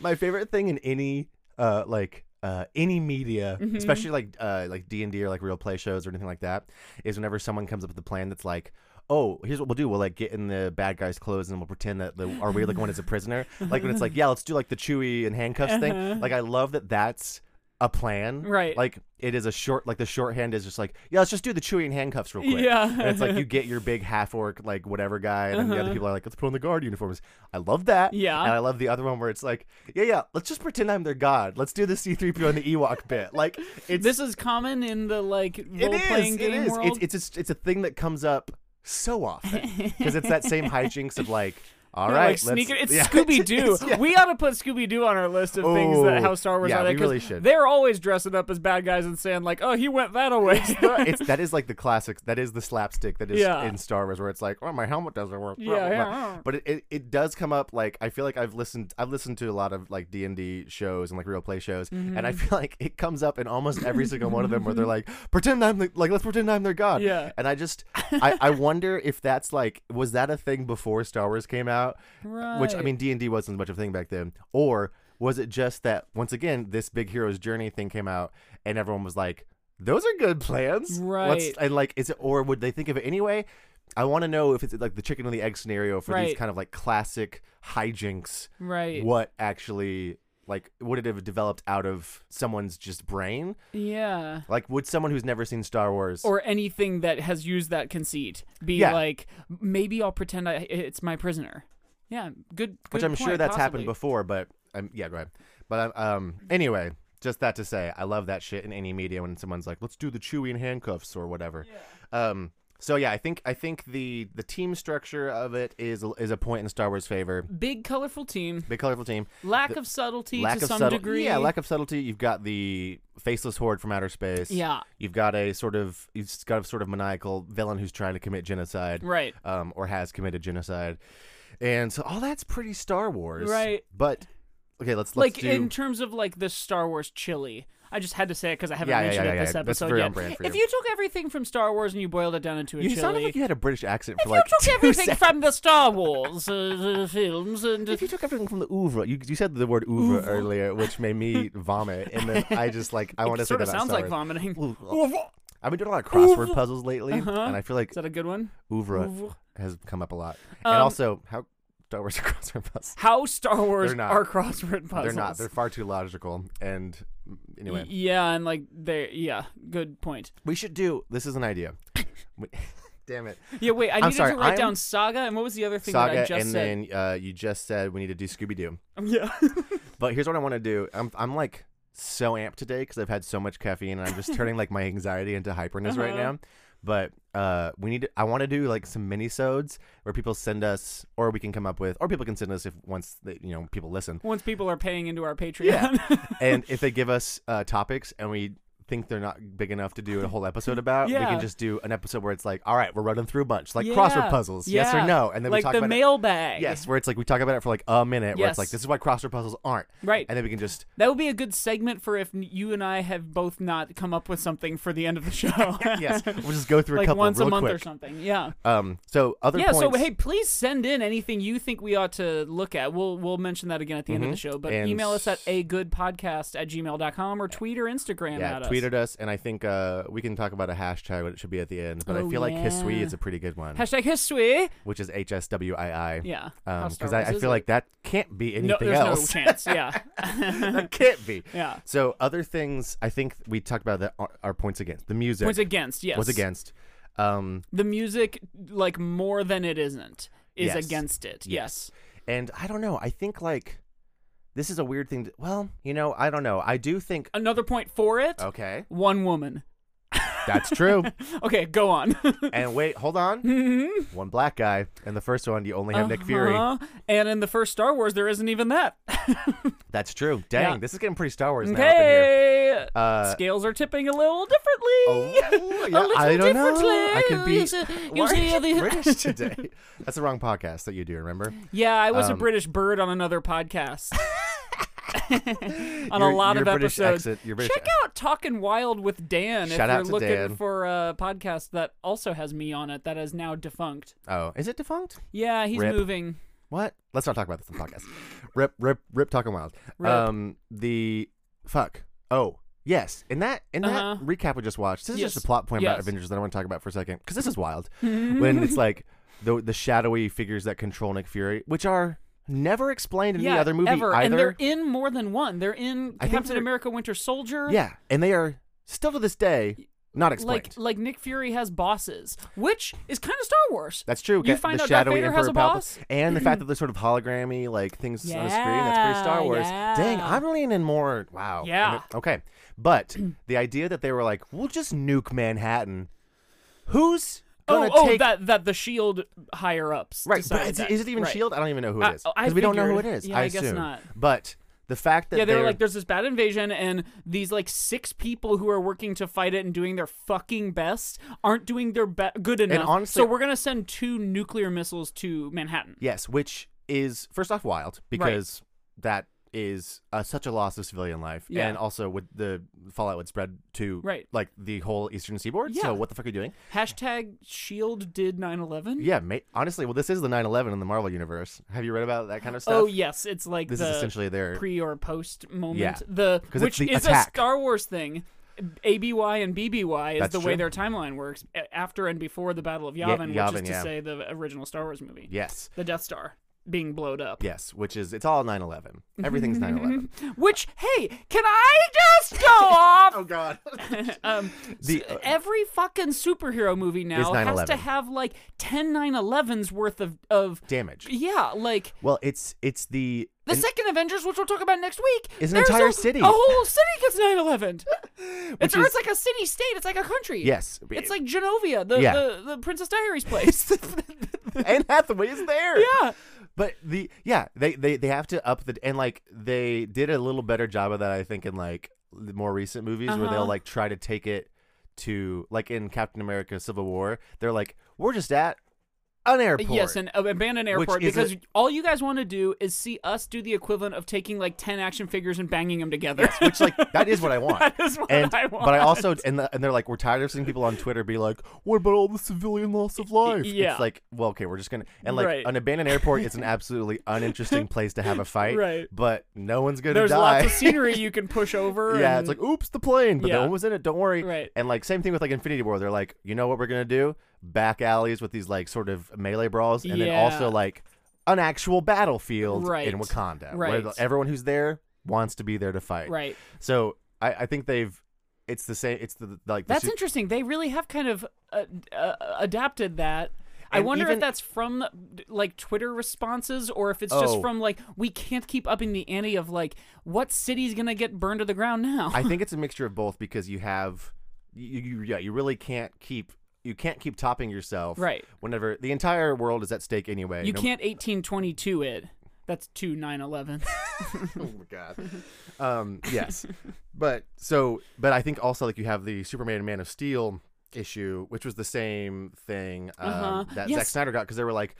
Speaker 1: my favorite thing in any uh like uh any media,
Speaker 2: Mm-hmm.
Speaker 1: especially like uh like D and D or like real play shows or anything like that, is whenever someone comes up with a plan that's like. Oh, here's what we'll do. We'll like get in the bad guy's clothes and we'll pretend that the, our weird looking one is a prisoner. Like when it's like, yeah, let's do like the Chewy and handcuffs thing. Like I love that that's a plan.
Speaker 2: Uh-huh. Right.
Speaker 1: Like it is a short. Like the shorthand is just like, yeah, let's just do the Chewy and handcuffs real quick.
Speaker 2: Yeah.
Speaker 1: And it's like you get your big half orc like whatever guy, and then the other people are like, let's put on the guard uniforms. I love that.
Speaker 2: Uh-huh. Yeah.
Speaker 1: And I love the other one where it's like, yeah, yeah, let's just pretend I'm their god. Let's do the C3PO and the Ewok bit. Like it's
Speaker 2: this is common in the like
Speaker 1: it
Speaker 2: role
Speaker 1: is
Speaker 2: playing
Speaker 1: it
Speaker 2: game
Speaker 1: is
Speaker 2: world.
Speaker 1: it's it's just- it's a thing that comes up so often because it's that same hijinks of like. All
Speaker 2: They're,
Speaker 1: right,
Speaker 2: like, sneak it-
Speaker 1: let's-
Speaker 2: It's
Speaker 1: yeah.
Speaker 2: Scooby Doo.
Speaker 1: It's- yeah.
Speaker 2: We ought to put Scooby Doo on our list of things that
Speaker 1: Oh,
Speaker 2: how Star Wars
Speaker 1: yeah,
Speaker 2: are. That
Speaker 1: we
Speaker 2: 'cause
Speaker 1: really should.
Speaker 2: They're always dressing up as bad guys and saying like, "Oh, he went that away."
Speaker 1: it's that is like the classic. That is the slapstick that is
Speaker 2: Yeah.
Speaker 1: in Star Wars, where it's like, "Oh, my helmet doesn't work." blah, blah,
Speaker 2: Yeah,
Speaker 1: blah."
Speaker 2: yeah.
Speaker 1: But it, it, it does come up. Like I feel like I've listened. I've listened to a lot of like D and D shows and like real play shows, and
Speaker 2: Mm-hmm.
Speaker 1: I feel like it comes up in almost every single one of them where they're like, "Pretend I'm the, like, let's pretend I'm their god."
Speaker 2: Yeah.
Speaker 1: And I just, I, I wonder if that's like, was that a thing before Star Wars came out? Which I
Speaker 2: Right.
Speaker 1: mean, D and D wasn't much of a thing back then, or was it just that once again this big hero's journey thing came out and everyone was like, "Those are good plans,
Speaker 2: Right.
Speaker 1: and like, is it or would they think of it anyway? I want to know if it's like the chicken and the egg scenario for these
Speaker 2: Right.
Speaker 1: kind of like classic hijinks.
Speaker 2: right.
Speaker 1: What actually like would it have developed out of someone's just brain?
Speaker 2: Yeah.
Speaker 1: Like, would someone who's never seen Star Wars
Speaker 2: Or anything that has used that conceit be
Speaker 1: Yeah.
Speaker 2: like, maybe I'll pretend I, it's my prisoner. Yeah, good.
Speaker 1: which
Speaker 2: good
Speaker 1: I'm sure
Speaker 2: point,
Speaker 1: that's
Speaker 2: possibly.
Speaker 1: happened before, but um, yeah, go ahead. But um, um, anyway, Just that to say, I love that shit in any media when someone's like, "Let's do the Chewy in handcuffs" or whatever. Um, so yeah, I think I think the the team structure of it is is a point in Star Wars favor.
Speaker 2: Big colorful team,
Speaker 1: Big colorful team.
Speaker 2: lack of subtlety
Speaker 1: lack
Speaker 2: to
Speaker 1: of
Speaker 2: some
Speaker 1: subtle-
Speaker 2: degree.
Speaker 1: Yeah, lack of subtlety. You've got the faceless horde from outer space.
Speaker 2: Yeah.
Speaker 1: You've got a sort of you've got a sort of maniacal villain who's trying to commit genocide.
Speaker 2: right.
Speaker 1: Um, or has committed genocide. And so all that's pretty Star Wars.
Speaker 2: Right.
Speaker 1: But okay, let's, let's
Speaker 2: like
Speaker 1: do
Speaker 2: in terms of like the Star Wars chili. I just had to say it because I haven't
Speaker 1: Yeah, yeah,
Speaker 2: mentioned
Speaker 1: yeah,
Speaker 2: it
Speaker 1: yeah,
Speaker 2: this
Speaker 1: yeah. That's
Speaker 2: episode
Speaker 1: very
Speaker 2: yet.
Speaker 1: on brand for
Speaker 2: if
Speaker 1: you.
Speaker 2: you took everything from Star Wars and you boiled it down into a
Speaker 1: You
Speaker 2: chili,
Speaker 1: sounded like you had a British accent
Speaker 2: if
Speaker 1: for like
Speaker 2: you
Speaker 1: two
Speaker 2: took everything
Speaker 1: seconds.
Speaker 2: from the Star Wars uh, uh, films and
Speaker 1: if you took everything from the ouvre, you, you said the word ouvre, earlier, which made me vomit, and then I just like I want to
Speaker 2: it
Speaker 1: say
Speaker 2: sort
Speaker 1: that
Speaker 2: of sounds like
Speaker 1: vomit.
Speaker 2: vomiting.
Speaker 1: I've been doing a lot of crossword puzzles lately,
Speaker 2: Uh-huh.
Speaker 1: and I feel like
Speaker 2: Is that a good one?
Speaker 1: ouvre
Speaker 2: Ouvre.
Speaker 1: has come up a lot.
Speaker 2: Um,
Speaker 1: and also, how Star Wars are crossword puzzles?
Speaker 2: How Star Wars
Speaker 1: They're not.
Speaker 2: are crossword puzzles?
Speaker 1: They're not. They're far too logical. And mm, anyway,
Speaker 2: Y- Yeah, and like they yeah, good point.
Speaker 1: we should do. This is an idea. We- Damn it,
Speaker 2: Yeah, wait, I
Speaker 1: I'm
Speaker 2: needed
Speaker 1: sorry,
Speaker 2: to write
Speaker 1: I'm-
Speaker 2: down Saga and what was the other thing that I
Speaker 1: Saga,
Speaker 2: just
Speaker 1: and
Speaker 2: said?
Speaker 1: then uh, you just said we need to do Scooby Doo.
Speaker 2: yeah.
Speaker 1: But here's what I want to do. I'm I'm like so amped today because I've had so much caffeine and I'm just turning like my anxiety into hyperness right
Speaker 2: Uh-huh.
Speaker 1: now. But uh, we need. To, I want to do like some mini-sodes where people send us, or we can come up with, or people can send us if once they, you know people listen,
Speaker 2: Once people are paying into our Patreon.
Speaker 1: and if they give us uh, topics and we think they're not big enough to do a whole episode about, we
Speaker 2: Yeah.
Speaker 1: can just do an episode where it's like, all right, we're running through a bunch, like
Speaker 2: Yeah.
Speaker 1: crossword puzzles, yes
Speaker 2: Yeah.
Speaker 1: or no, and then we
Speaker 2: like
Speaker 1: talk
Speaker 2: the
Speaker 1: about it.
Speaker 2: mailbag.
Speaker 1: Yes, where it's like we talk about it for like a minute, where
Speaker 2: Yes.
Speaker 1: it's like this is why crossword puzzles aren't,
Speaker 2: Right.
Speaker 1: and then we can just
Speaker 2: That would be a good segment for if n- you and I have both not come up with something for the end of the show.
Speaker 1: yes, we'll just go through a
Speaker 2: like
Speaker 1: couple
Speaker 2: once
Speaker 1: real
Speaker 2: a month
Speaker 1: quick.
Speaker 2: or something. Yeah.
Speaker 1: Um, so other
Speaker 2: yeah,
Speaker 1: points.
Speaker 2: so hey, please send in anything you think we ought to look at. We'll we'll mention that again at the end of
Speaker 1: Mhm.
Speaker 2: the show. But
Speaker 1: And
Speaker 2: email us at
Speaker 1: s-
Speaker 2: a good podcast at gmail.com or tweet or Instagram
Speaker 1: yeah,
Speaker 2: at
Speaker 1: tweeted us, and I think uh, we can talk about a hashtag, what it should be at the end. But
Speaker 2: Oh,
Speaker 1: I feel like Hisui
Speaker 2: yeah.
Speaker 1: is a pretty good one,
Speaker 2: us. Hashtag history.
Speaker 1: which is H S W I I.
Speaker 2: Yeah. How Star
Speaker 1: Because Um, I,
Speaker 2: Wars
Speaker 1: I
Speaker 2: is
Speaker 1: feel
Speaker 2: it?
Speaker 1: like that can't be anything
Speaker 2: no, there's
Speaker 1: else.
Speaker 2: no chance. Yeah.
Speaker 1: that can't be.
Speaker 2: yeah.
Speaker 1: So other things I think we talked about that are, are points against the music
Speaker 2: Was against, yes.
Speaker 1: was against. Um,
Speaker 2: The music, like more than it isn't, is
Speaker 1: Yes.
Speaker 2: against it.
Speaker 1: Yes.
Speaker 2: Yes.
Speaker 1: and I don't know. I think like this is a weird thing. To, well, you know, I don't know. I do think.
Speaker 2: Another point for it
Speaker 1: Okay,
Speaker 2: one woman.
Speaker 1: that's true.
Speaker 2: Okay, go on.
Speaker 1: and wait, hold on.
Speaker 2: Mhm.
Speaker 1: one black guy, and the first one you only have Nick Fury.
Speaker 2: Uh-huh. And in the first Star Wars, there isn't even that.
Speaker 1: That's true. Dang,
Speaker 2: Yeah.
Speaker 1: this is getting pretty Star Wars now up in here.
Speaker 2: okay.
Speaker 1: Uh,
Speaker 2: Scales are tipping a little differently.
Speaker 1: oh,
Speaker 2: a little
Speaker 1: I don't know.
Speaker 2: differently.
Speaker 1: I could be.
Speaker 2: You see- you
Speaker 1: Why are
Speaker 2: see
Speaker 1: you
Speaker 2: the-
Speaker 1: British today. That's the wrong podcast that you do. Remember?
Speaker 2: Yeah, I was a
Speaker 1: Um,
Speaker 2: British bird on another podcast. on
Speaker 1: your,
Speaker 2: a lot
Speaker 1: your
Speaker 2: of
Speaker 1: British
Speaker 2: episodes.
Speaker 1: Exit, your British
Speaker 2: Check out Talking Wild with Dan if
Speaker 1: Shout
Speaker 2: you're
Speaker 1: out to
Speaker 2: looking
Speaker 1: Dan.
Speaker 2: for a podcast that also has me on it that is now defunct.
Speaker 1: Oh, is it defunct?
Speaker 2: Yeah, he's
Speaker 1: Rip.
Speaker 2: moving.
Speaker 1: What? Let's not talk about this on the podcast. Rip, rip, rip. Talking wild.
Speaker 2: Rip.
Speaker 1: Um, the fuck. Oh. Yes, in that in that
Speaker 2: Uh-huh.
Speaker 1: recap we just watched, this is
Speaker 2: Yes.
Speaker 1: just a plot point about
Speaker 2: Yes.
Speaker 1: Avengers that I want to talk about for a second because this is wild. when it's like the the shadowy figures that control Nick Fury, which are never explained in
Speaker 2: yeah,
Speaker 1: any other movie
Speaker 2: ever.
Speaker 1: either.
Speaker 2: And they're in more than one. They're in
Speaker 1: I think
Speaker 2: Captain
Speaker 1: they're-
Speaker 2: America Winter Soldier.
Speaker 1: yeah, and they are still to this day not explained.
Speaker 2: Like like Nick Fury has bosses, which is kind of Star Wars.
Speaker 1: that's true.
Speaker 2: You
Speaker 1: Ca-
Speaker 2: find
Speaker 1: the
Speaker 2: out Darth
Speaker 1: shadowy
Speaker 2: Vader
Speaker 1: Emperor
Speaker 2: has a
Speaker 1: Palpa-
Speaker 2: boss?
Speaker 1: and the fact that they're sort of hologrammy like things on the screen. That's pretty
Speaker 2: Yeah,
Speaker 1: Star Wars. Dang,
Speaker 2: yeah.
Speaker 1: I'm leaning more. Wow.
Speaker 2: Yeah.
Speaker 1: And it- okay, but the idea that they were like, we'll just nuke Manhattan. Who's
Speaker 2: Oh,
Speaker 1: gonna
Speaker 2: oh,
Speaker 1: take
Speaker 2: that that the Shield higher ups.
Speaker 1: Right, but
Speaker 2: decided
Speaker 1: is,
Speaker 2: that.
Speaker 1: it- is it even
Speaker 2: Right.
Speaker 1: Shield? I E don't even know who
Speaker 2: I-
Speaker 1: it is
Speaker 2: I
Speaker 1: we don't know who it
Speaker 2: figured-
Speaker 1: is.
Speaker 2: yeah, I guess
Speaker 1: assume.
Speaker 2: not.
Speaker 1: But the fact that
Speaker 2: Yeah, they were
Speaker 1: they're-
Speaker 2: like, "There's this bad invasion, and these like six people who are working to fight it and doing their fucking best aren't doing their be- good enough.
Speaker 1: honestly-
Speaker 2: so we're gonna send two nuclear missiles to Manhattan."
Speaker 1: yes, which is first off wild because that is uh, such a loss of civilian life,
Speaker 2: Yeah.
Speaker 1: and also with the fallout would spread to
Speaker 2: Right.
Speaker 1: like the whole eastern seaboard.
Speaker 2: Yeah.
Speaker 1: So what the fuck are you doing?
Speaker 2: Hashtag Shield E did 9/11.
Speaker 1: Yeah, ma- honestly, well, this is the 9/11 in the Marvel universe. Have you read about that kind of stuff?
Speaker 2: Oh yes, it's like
Speaker 1: this
Speaker 2: the
Speaker 1: is essentially their
Speaker 2: pre or post moment.
Speaker 1: Yeah.
Speaker 2: The
Speaker 1: 'Cause it's
Speaker 2: which
Speaker 1: the
Speaker 2: is
Speaker 1: attack.
Speaker 2: a Star Wars thing. ABY and BBY is
Speaker 1: That's
Speaker 2: the way
Speaker 1: true.
Speaker 2: their timeline works a- after and before the Battle of
Speaker 1: Ye-
Speaker 2: Yavin, which
Speaker 1: Yavin,
Speaker 2: is to
Speaker 1: yeah.
Speaker 2: say the original Star Wars movie,
Speaker 1: yes.
Speaker 2: the Death Star. being blowed up.
Speaker 1: Yes, which is it's all 9/11. Everything's 9/11.
Speaker 2: Which, hey, can I just go off?
Speaker 1: oh God.
Speaker 2: um,
Speaker 1: The- uh,
Speaker 2: s- every fucking superhero movie now has
Speaker 1: 9/11.
Speaker 2: to have like 10 9/11s worth of of
Speaker 1: Damage.
Speaker 2: yeah, like
Speaker 1: Well, it's it's the
Speaker 2: the second Avengers, which we'll talk about next week,
Speaker 1: Is an
Speaker 2: there's
Speaker 1: entire
Speaker 2: a,
Speaker 1: city.
Speaker 2: A whole city gets 9/11. it's, or
Speaker 1: is-
Speaker 2: it's like a city state. It's like a country.
Speaker 1: Yes.
Speaker 2: It's like Genovia, the
Speaker 1: Yeah.
Speaker 2: the, the Princess Diaries place.
Speaker 1: Anne Hathaway is there.
Speaker 2: yeah.
Speaker 1: But the yeah, they, they they have to up the and like they did a little better job of that I think in like the more recent movies where
Speaker 2: Uh-huh.
Speaker 1: they'll like try to take it to like in Captain America Civil War, they're like we're just at an airport.
Speaker 2: Yes, an ab- abandoned airport
Speaker 1: is a-
Speaker 2: because all you guys want to do is see us do the equivalent of taking like 10 action figures and banging them together.
Speaker 1: which like that is what I want.
Speaker 2: That is what
Speaker 1: and,
Speaker 2: I
Speaker 1: But I
Speaker 2: want.
Speaker 1: also and the, and they're like we're tired of seeing people on Twitter be like, "What about all the civilian loss of life?"
Speaker 2: yeah.
Speaker 1: It's like, well, okay, we're just gonna and like
Speaker 2: Right.
Speaker 1: an abandoned airport is an absolutely uninteresting place to have a fight.
Speaker 2: Right.
Speaker 1: But no one's gonna
Speaker 2: There's
Speaker 1: die.
Speaker 2: lots of scenery you can push over.
Speaker 1: yeah,
Speaker 2: and-
Speaker 1: it's like, oops, the plane, but
Speaker 2: Yeah.
Speaker 1: no one was in it. Don't worry.
Speaker 2: Right.
Speaker 1: And like same thing with like Infinity War. They're like, you know what we're gonna do? Back alleys with these like sort of melee brawls, and then
Speaker 2: Yeah.
Speaker 1: also like an actual battlefield
Speaker 2: Right.
Speaker 1: in Wakanda,
Speaker 2: Right.
Speaker 1: where everyone who's there wants to be there to fight.
Speaker 2: right.
Speaker 1: So I, I think they've. It's the same. It's the like. The
Speaker 2: That's
Speaker 1: su-
Speaker 2: interesting. They really have kind of uh, uh, adapted that. I
Speaker 1: And
Speaker 2: wonder if
Speaker 1: even-
Speaker 2: that's from like Twitter responses or if it's just
Speaker 1: Oh.
Speaker 2: from like we can't keep upping the ante of like what city's gonna get burned to the ground now.
Speaker 1: I think it's a mixture of both because you have, you, you yeah, you really can't keep you can't keep topping yourself.
Speaker 2: Right.
Speaker 1: Whenever the entire world is at stake anyway.
Speaker 2: you
Speaker 1: no-
Speaker 2: can't 1822 it. That's two 911.
Speaker 1: Oh my god. um. Yes. But so, but I think also like you have the Superman and Man of Steel issue, which was the same thing um,
Speaker 2: Uh-huh.
Speaker 1: that Zack
Speaker 2: Yes.
Speaker 1: Snyder got because they were like,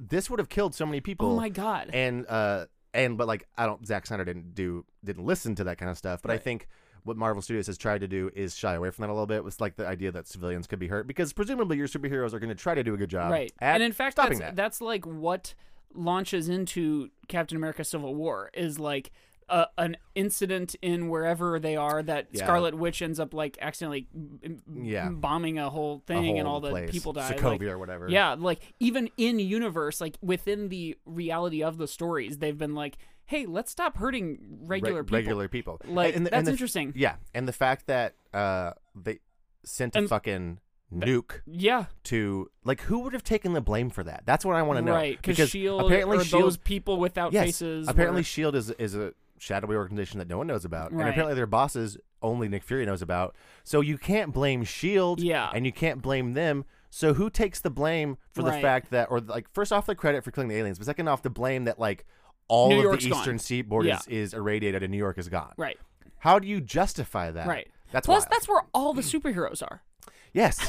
Speaker 1: this would have killed so many people.
Speaker 2: oh my god.
Speaker 1: and uh and but like I don't Zack Snyder didn't do didn't listen to that kind of stuff. But I
Speaker 2: Right.
Speaker 1: think what Marvel Studios has tried to do is shy away from that a little bit. Was like the idea that civilians could be hurt because presumably your superheroes are going to try to do a good job,
Speaker 2: right.
Speaker 1: uh, at
Speaker 2: and in fact,
Speaker 1: stopping
Speaker 2: that's,
Speaker 1: that.
Speaker 2: that's like what launches into Captain America: Civil War is like a, an incident in wherever they are that
Speaker 1: Yeah.
Speaker 2: Scarlet Witch ends up like accidentally m- m-
Speaker 1: Yeah.
Speaker 2: bombing a whole thing
Speaker 1: a whole
Speaker 2: and all the
Speaker 1: place,
Speaker 2: people die.
Speaker 1: Sokovia
Speaker 2: Like,
Speaker 1: or whatever.
Speaker 2: yeah, like even in universe, like within the reality of the stories, they've been like, "Hey, let's stop hurting
Speaker 1: Re-
Speaker 2: regular people."
Speaker 1: regular people.
Speaker 2: Like
Speaker 1: And the-
Speaker 2: that's
Speaker 1: and the-
Speaker 2: interesting.
Speaker 1: Yeah, and the fact that uh they sent a
Speaker 2: And-
Speaker 1: fucking nuke
Speaker 2: yeah,
Speaker 1: to like who would have taken the blame for that? That's what I want to know.
Speaker 2: right.
Speaker 1: because
Speaker 2: Shield
Speaker 1: apparently
Speaker 2: E or
Speaker 1: Shield
Speaker 2: those people without faces.
Speaker 1: Apparently,
Speaker 2: were-
Speaker 1: Shield E is is a shadowy organization that no one knows about,
Speaker 2: Right.
Speaker 1: and apparently their bosses only Nick Fury knows about. So you can't blame Shield,
Speaker 2: Yeah.
Speaker 1: E and you can't blame them. So who takes the blame for the
Speaker 2: Right.
Speaker 1: fact that, or like, first off, the credit for killing the aliens, but second off, the blame that like all
Speaker 2: New
Speaker 1: of
Speaker 2: York's
Speaker 1: the
Speaker 2: gone.
Speaker 1: eastern seaboard
Speaker 2: Yeah.
Speaker 1: is, is irradiated and New York is gone.
Speaker 2: right.
Speaker 1: How do you justify that?
Speaker 2: Right.
Speaker 1: That's
Speaker 2: Plus,
Speaker 1: wild.
Speaker 2: that's where all the superheroes are.
Speaker 1: yes,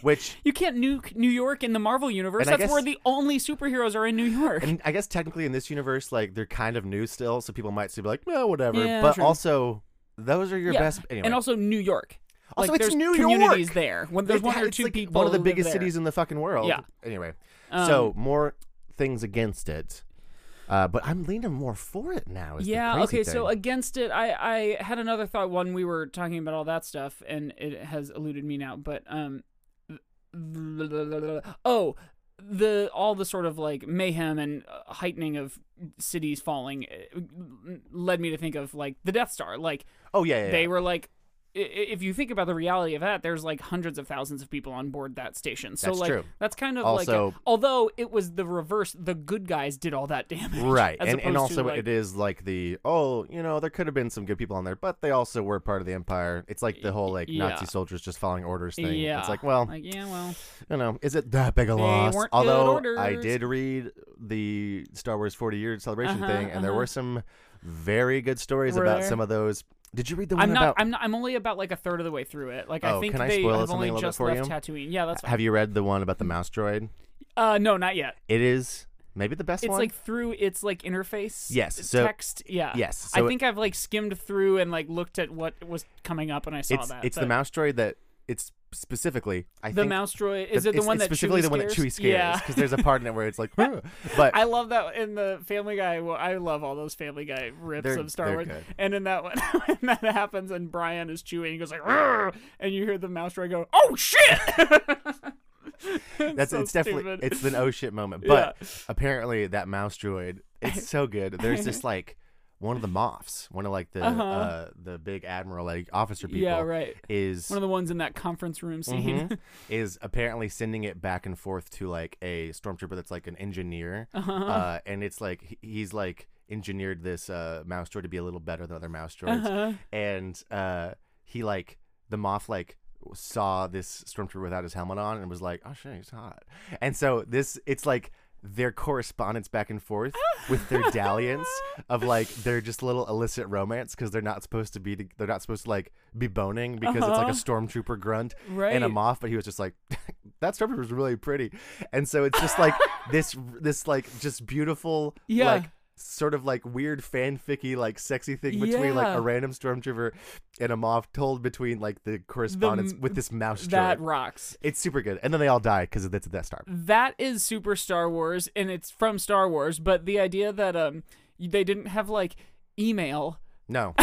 Speaker 1: which
Speaker 2: You can't nuke New York in the Marvel universe.
Speaker 1: And I
Speaker 2: That's where
Speaker 1: guess-
Speaker 2: the only superheroes are in New York.
Speaker 1: And I guess technically in this universe, like they're kind of new still, so people might still be like, no, whatever.
Speaker 2: Yeah,
Speaker 1: but
Speaker 2: true.
Speaker 1: also, those are your
Speaker 2: Yeah.
Speaker 1: best. Anyway.
Speaker 2: And also New York.
Speaker 1: Also,
Speaker 2: like,
Speaker 1: it's
Speaker 2: there's
Speaker 1: New
Speaker 2: communities
Speaker 1: York!
Speaker 2: there. When there's
Speaker 1: It-
Speaker 2: one or
Speaker 1: it's
Speaker 2: two
Speaker 1: like
Speaker 2: people.
Speaker 1: One of the
Speaker 2: live
Speaker 1: biggest
Speaker 2: there.
Speaker 1: cities in the fucking world.
Speaker 2: Yeah.
Speaker 1: Anyway,
Speaker 2: Um,
Speaker 1: so more things against it, uh, but I'm leaning more for it now. Is the
Speaker 2: Yeah.
Speaker 1: crazy
Speaker 2: Okay. So
Speaker 1: thing.
Speaker 2: against it, I I had another thought when we were talking about all that stuff, and it has eluded me now. But um, oh, the all the sort of like mayhem and uh, heightening of cities falling uh, led me to think of like the Death Star, like.
Speaker 1: oh yeah, yeah, yeah.
Speaker 2: they were like i- i- if you think about the reality of that there's like hundreds of thousands of people on board that station so
Speaker 1: That's
Speaker 2: like
Speaker 1: true.
Speaker 2: that's kind of like
Speaker 1: Also-
Speaker 2: a, although it was the reverse the good guys did all that damage
Speaker 1: right,
Speaker 2: as
Speaker 1: and and
Speaker 2: opposed to,
Speaker 1: also
Speaker 2: like,
Speaker 1: it is like the oh you know there could have been some good people on there, but they also were part of the empire. It's like the whole like
Speaker 2: Yeah.
Speaker 1: Nazi soldiers just following orders thing.
Speaker 2: yeah
Speaker 1: It's like well
Speaker 2: like yeah well
Speaker 1: you know, is it that big a loss?
Speaker 2: weren't good
Speaker 1: Although I
Speaker 2: orders.
Speaker 1: did read the Star Wars 40 year celebration
Speaker 2: Uh-huh,
Speaker 1: thing, and there
Speaker 2: uh-huh.
Speaker 1: were some very good stories
Speaker 2: Were
Speaker 1: about
Speaker 2: there?
Speaker 1: some of those. Did you read the one
Speaker 2: i'm not
Speaker 1: about?
Speaker 2: i'm not i'm only about like a third of the way through it like i
Speaker 1: Oh,
Speaker 2: think
Speaker 1: can I
Speaker 2: they
Speaker 1: spoil
Speaker 2: have
Speaker 1: something a
Speaker 2: only
Speaker 1: little bit
Speaker 2: just
Speaker 1: for
Speaker 2: left
Speaker 1: you?
Speaker 2: tatooine yeah that's fine.
Speaker 1: Have you read the one about the mouse droid?
Speaker 2: uh no not yet
Speaker 1: It is maybe the best
Speaker 2: it's
Speaker 1: one.
Speaker 2: like through its like interface
Speaker 1: Yes, so-
Speaker 2: text yeah
Speaker 1: yes, so
Speaker 2: i
Speaker 1: it-
Speaker 2: think i've like skimmed through and like looked at what was coming up and i saw
Speaker 1: it's
Speaker 2: that
Speaker 1: it's the
Speaker 2: but-
Speaker 1: mouse droid that it's specifically. I
Speaker 2: The
Speaker 1: think
Speaker 2: mouse droid is
Speaker 1: that
Speaker 2: it the
Speaker 1: it's-
Speaker 2: one
Speaker 1: it's
Speaker 2: that
Speaker 1: specifically
Speaker 2: Chewie
Speaker 1: the one that
Speaker 2: scares?
Speaker 1: Chewie scares?
Speaker 2: Yeah,
Speaker 1: Because there's a part in it where it's like, "Huh," but
Speaker 2: I love that in the Family Guy. Well, I love all those Family Guy rips
Speaker 1: They're-
Speaker 2: of Star
Speaker 1: they're
Speaker 2: Wars.
Speaker 1: good.
Speaker 2: And in that one, when that happens, and Brian is Chewie, and he goes like, "Rrr," and you hear the mouse droid go, "Oh shit!"
Speaker 1: That's
Speaker 2: so
Speaker 1: it's definitely
Speaker 2: stupid.
Speaker 1: it's an oh shit moment.
Speaker 2: Yeah.
Speaker 1: But apparently that mouse droid, it's so good. There's this like one of the moths, one of like the uh
Speaker 2: Uh-huh.
Speaker 1: the big admiral like officer people
Speaker 2: yeah, right.
Speaker 1: is
Speaker 2: One of the ones in that conference room scene.
Speaker 1: Mhm. is apparently sending it back and forth to like a stormtrooper that's like an engineer, uh and it's like he- he's like engineered this uh, mouse droid to be a little better than other mouse droids, and uh, he like the moth like saw this stormtrooper without his helmet on and was like, "Oh shit, he's hot," and so this it's like. Their correspondence back and forth with their dalliance of like their just little illicit romance because they're not supposed to be they're not supposed to like be boning because it's like a stormtrooper grunt and a
Speaker 2: Uh-huh. Right.
Speaker 1: moth, but he was just like, that stormtrooper was really pretty, and so it's just like this, this like just beautiful,
Speaker 2: Yeah.
Speaker 1: like sort of like weird fanficky, like sexy thing between like
Speaker 2: Yeah.
Speaker 1: a random stormtrooper and a moth told between like the correspondence
Speaker 2: m-
Speaker 1: with this mouse
Speaker 2: That Mm.
Speaker 1: droid.
Speaker 2: rocks.
Speaker 1: It's super good, and then they all die because it's a Death Star.
Speaker 2: that is super Star Wars, and it's from Star Wars. But the idea that um they didn't have like email,
Speaker 1: No.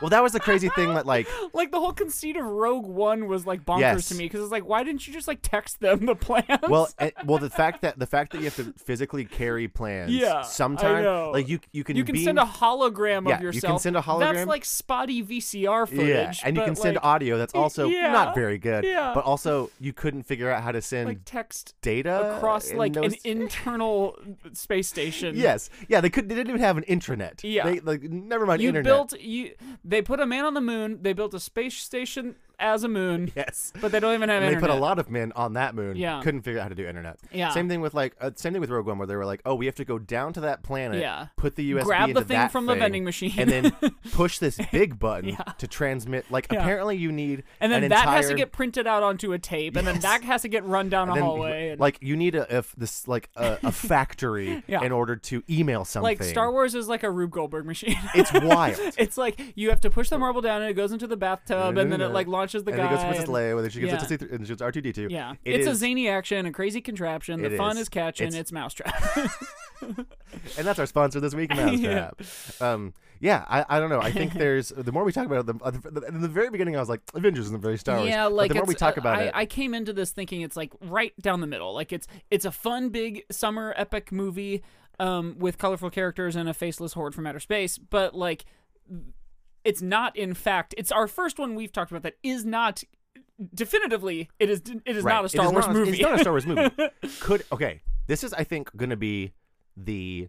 Speaker 1: well, that was the crazy thing that like
Speaker 2: like the whole conceit of Rogue One was like bonkers
Speaker 1: Yes.
Speaker 2: to me because it's like why didn't you just like text them the plans?
Speaker 1: Well, and, well, the fact that the fact that you have to physically carry plans,
Speaker 2: Yeah, I
Speaker 1: sometimes
Speaker 2: know.
Speaker 1: like you you can
Speaker 2: you can
Speaker 1: beam-
Speaker 2: send a hologram
Speaker 1: Yeah, you
Speaker 2: of
Speaker 1: can
Speaker 2: yourself.
Speaker 1: send a hologram.
Speaker 2: That's like spotty VCR footage.
Speaker 1: Yeah, and you
Speaker 2: but,
Speaker 1: can send
Speaker 2: like,
Speaker 1: audio that's
Speaker 2: y-
Speaker 1: also
Speaker 2: yeah,
Speaker 1: not very good.
Speaker 2: yeah.
Speaker 1: But also, you couldn't figure out how to send
Speaker 2: like text
Speaker 1: data
Speaker 2: across
Speaker 1: in
Speaker 2: like
Speaker 1: uh, those-
Speaker 2: an internal space station.
Speaker 1: yes, yeah. They could. They didn't even have an intranet.
Speaker 2: Yeah.
Speaker 1: They, like never mind
Speaker 2: You
Speaker 1: internet.
Speaker 2: built you. They put a man on the moon. They built a space station as a moon,
Speaker 1: yes.
Speaker 2: but they don't even have
Speaker 1: And
Speaker 2: internet.
Speaker 1: they put a lot of men on that moon.
Speaker 2: Yeah.
Speaker 1: Couldn't figure out how to do internet.
Speaker 2: Yeah.
Speaker 1: Same thing with like uh, same thing with Rogue One where they were like, oh, we have to go down to that planet.
Speaker 2: Yeah.
Speaker 1: Put the USB
Speaker 2: Grab the
Speaker 1: into
Speaker 2: thing
Speaker 1: that
Speaker 2: from the vending machine.
Speaker 1: and then push this big button
Speaker 2: Yeah.
Speaker 1: to transmit. Like
Speaker 2: Yeah.
Speaker 1: apparently you need
Speaker 2: and then
Speaker 1: an
Speaker 2: that
Speaker 1: entire
Speaker 2: has to get printed out onto a tape, and then that has to get run down a
Speaker 1: then,
Speaker 2: hallway. and-
Speaker 1: Like you need a if this like a, a factory
Speaker 2: Yeah.
Speaker 1: in order to email something.
Speaker 2: like Star Wars is like a Rube Goldberg machine.
Speaker 1: It's wild.
Speaker 2: it's like you have to push the marble down, and it goes into the bathtub, and then it like launches the
Speaker 1: and
Speaker 2: guy.
Speaker 1: Then it goes to Princess
Speaker 2: and-
Speaker 1: Leia, where she gives it to
Speaker 2: Yeah.
Speaker 1: C three and she gives R two D two.
Speaker 2: yeah, it's a zany action, a crazy contraption. The
Speaker 1: It
Speaker 2: fun
Speaker 1: is.
Speaker 2: is, catching. It's,
Speaker 1: It's-
Speaker 2: mousetrap.
Speaker 1: and that's our sponsor this week,
Speaker 2: Yeah.
Speaker 1: Mousetrap. yeah. Um, yeah, I, I don't know. I think there's the more we talk about it, the, uh, the, in the very beginning, I was like Avengers isn't very Star Wars.
Speaker 2: yeah,
Speaker 1: But
Speaker 2: like
Speaker 1: the more
Speaker 2: it's-
Speaker 1: we talk
Speaker 2: uh,
Speaker 1: about
Speaker 2: I,
Speaker 1: it,
Speaker 2: I came into this thinking it's like right down the middle. Like it's it's a fun big summer epic movie um, with colorful characters and a faceless horde from outer space, but like it's not in fact it's our first one we've talked about that is not definitively it is it is
Speaker 1: Right.
Speaker 2: not
Speaker 1: It
Speaker 2: a
Speaker 1: is
Speaker 2: Star Wars
Speaker 1: not a-
Speaker 2: movie.
Speaker 1: It's not a Star Wars movie. Could okay. This is I think going to be the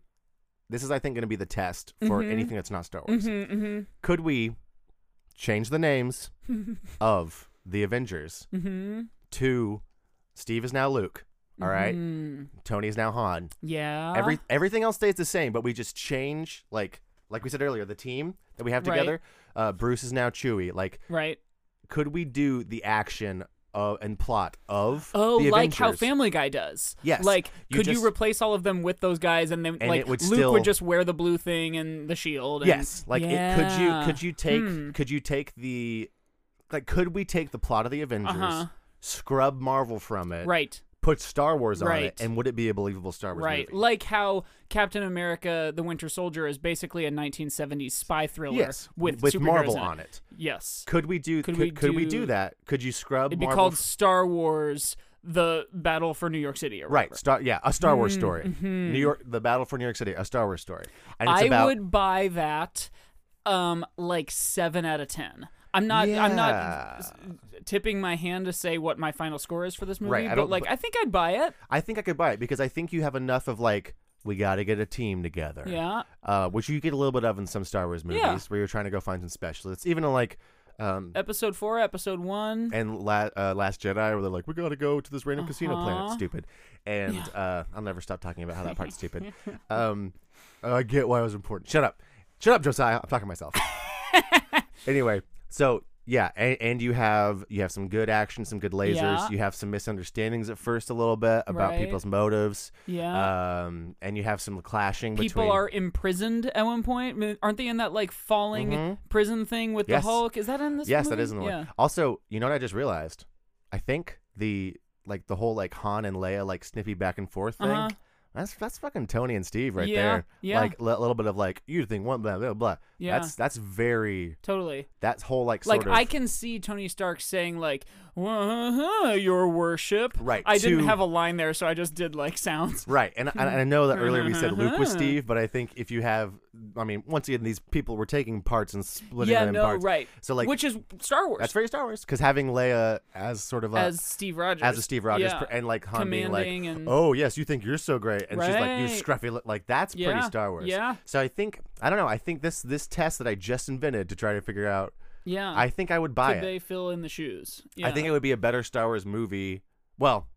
Speaker 1: this is I think going to be the test for
Speaker 2: Mm-hmm.
Speaker 1: anything that's not Star Wars. Could we change the names of the Avengers
Speaker 2: mm-hmm.
Speaker 1: to Steve is now Luke. All right.
Speaker 2: Mm-hmm.
Speaker 1: Tony is now Han.
Speaker 2: yeah.
Speaker 1: Every everything else stays the same, but we just change like like we said earlier, the team that we have
Speaker 2: Right.
Speaker 1: together. Uh, Bruce is now Chewie. Like,
Speaker 2: right.
Speaker 1: could we do the action of, and plot of
Speaker 2: Oh,
Speaker 1: the
Speaker 2: like how
Speaker 1: Avengers?
Speaker 2: Family Guy does.
Speaker 1: Yes.
Speaker 2: Like,
Speaker 1: You
Speaker 2: could
Speaker 1: just-
Speaker 2: you replace all of them with those guys, and then like
Speaker 1: it would
Speaker 2: Luke
Speaker 1: still-
Speaker 2: would just wear the blue thing and the shield? And...
Speaker 1: Yes, like it, could you
Speaker 2: Yeah.
Speaker 1: could you take
Speaker 2: Hmm.
Speaker 1: could you take the like could we take the plot of the Avengers,
Speaker 2: Uh-huh.
Speaker 1: scrub Marvel from it,
Speaker 2: right?
Speaker 1: put Star Wars on
Speaker 2: Right.
Speaker 1: it, and would it be a believable Star Wars
Speaker 2: Right.
Speaker 1: movie?
Speaker 2: Like how Captain America: The Winter Soldier is basically a 1970s spy thriller
Speaker 1: yes,
Speaker 2: with
Speaker 1: with
Speaker 2: superheroes
Speaker 1: Marvel
Speaker 2: in
Speaker 1: on it.
Speaker 2: Yes.
Speaker 1: Could we do
Speaker 2: Could
Speaker 1: could,
Speaker 2: we
Speaker 1: could we
Speaker 2: do-
Speaker 1: do that? Could you scrub
Speaker 2: It'd be
Speaker 1: Marvel
Speaker 2: called
Speaker 1: f-
Speaker 2: Star Wars: The Battle for New York City, or
Speaker 1: Right,
Speaker 2: whatever. Mm, mm-hmm.
Speaker 1: Star yeah, a Star Wars story. New York the battle for New York City, a Star Wars story. And it's
Speaker 2: I
Speaker 1: about
Speaker 2: would buy that, um, like seven out of ten. I'm not. I'm not
Speaker 1: Yeah.
Speaker 2: s- tipping my hand to say what my final score is for this movie.
Speaker 1: Right, I
Speaker 2: but
Speaker 1: don't-
Speaker 2: like,
Speaker 1: but-
Speaker 2: I think I'd buy it.
Speaker 1: I think I could buy it because I think you have enough of like we got to get a team together.
Speaker 2: Yeah.
Speaker 1: uh, which you get a little bit of in some Star Wars movies,
Speaker 2: Yeah.
Speaker 1: where you're trying to go find some specialists, even in like, um,
Speaker 2: Episode four, episode one.
Speaker 1: and La- uh, Last Jedi, where they're like, we gotta go to this random casino planet,
Speaker 2: Uh-huh.
Speaker 1: stupid, and uh, I'll never stop talking about how that part's stupid. Um, I get why it was important. Shut up, shut up, Josiah. I'm talking to myself. anyway, so. Yeah, and, and you have you have some good action, some good lasers.
Speaker 2: Yeah.
Speaker 1: You have some misunderstandings at first a little bit about
Speaker 2: Right.
Speaker 1: people's motives,
Speaker 2: yeah.
Speaker 1: um, and you have some clashing
Speaker 2: People
Speaker 1: between.
Speaker 2: are imprisoned at one point. I mean, Aren't they in that like falling prison thing with
Speaker 1: Mm-hmm. Yes.
Speaker 2: the Hulk? Is that in this?
Speaker 1: Yes,
Speaker 2: movie?
Speaker 1: that is in the
Speaker 2: yeah.
Speaker 1: one. Also, you know what I just realized? I think the like the whole like Han and Leia like snippy back and forth thing
Speaker 2: Uh-huh.
Speaker 1: That's that's fucking Tony and Steve right
Speaker 2: Yeah,
Speaker 1: there.
Speaker 2: yeah.
Speaker 1: Like a little bit of like you think one blah blah blah.
Speaker 2: Yeah.
Speaker 1: That's that's very
Speaker 2: Totally.
Speaker 1: that whole like sort
Speaker 2: Like
Speaker 1: of
Speaker 2: I can see Tony Stark saying like, "Uh-huh, "Your worship."
Speaker 1: Right,
Speaker 2: I didn't
Speaker 1: to-
Speaker 2: have a line there, so I just did like sounds.
Speaker 1: Right, and, and I know that earlier we said Luke was
Speaker 2: Uh-huh.
Speaker 1: Steve, but I think if you have, I mean, once again, these people were taking parts and splitting
Speaker 2: yeah.
Speaker 1: them
Speaker 2: No.
Speaker 1: in parts.
Speaker 2: Right.
Speaker 1: So like,
Speaker 2: which is Star Wars
Speaker 1: that's very Star Wars because having Leia as sort of a,
Speaker 2: as Steve Rogers
Speaker 1: as a Steve Rogers
Speaker 2: yeah.
Speaker 1: per- and like Han being like,
Speaker 2: commanding and
Speaker 1: oh yes, you think you're so great, and she's like,
Speaker 2: Right.
Speaker 1: you scruffy, li-" like that's pretty
Speaker 2: Yeah,
Speaker 1: Star Wars.
Speaker 2: yeah.
Speaker 1: So I think I don't know. I think this this test that I just invented to try to figure out,
Speaker 2: yeah.
Speaker 1: I think I would buy
Speaker 2: could
Speaker 1: it.
Speaker 2: they fill in the shoes?
Speaker 1: I think it would be a better Star Wars movie. Well,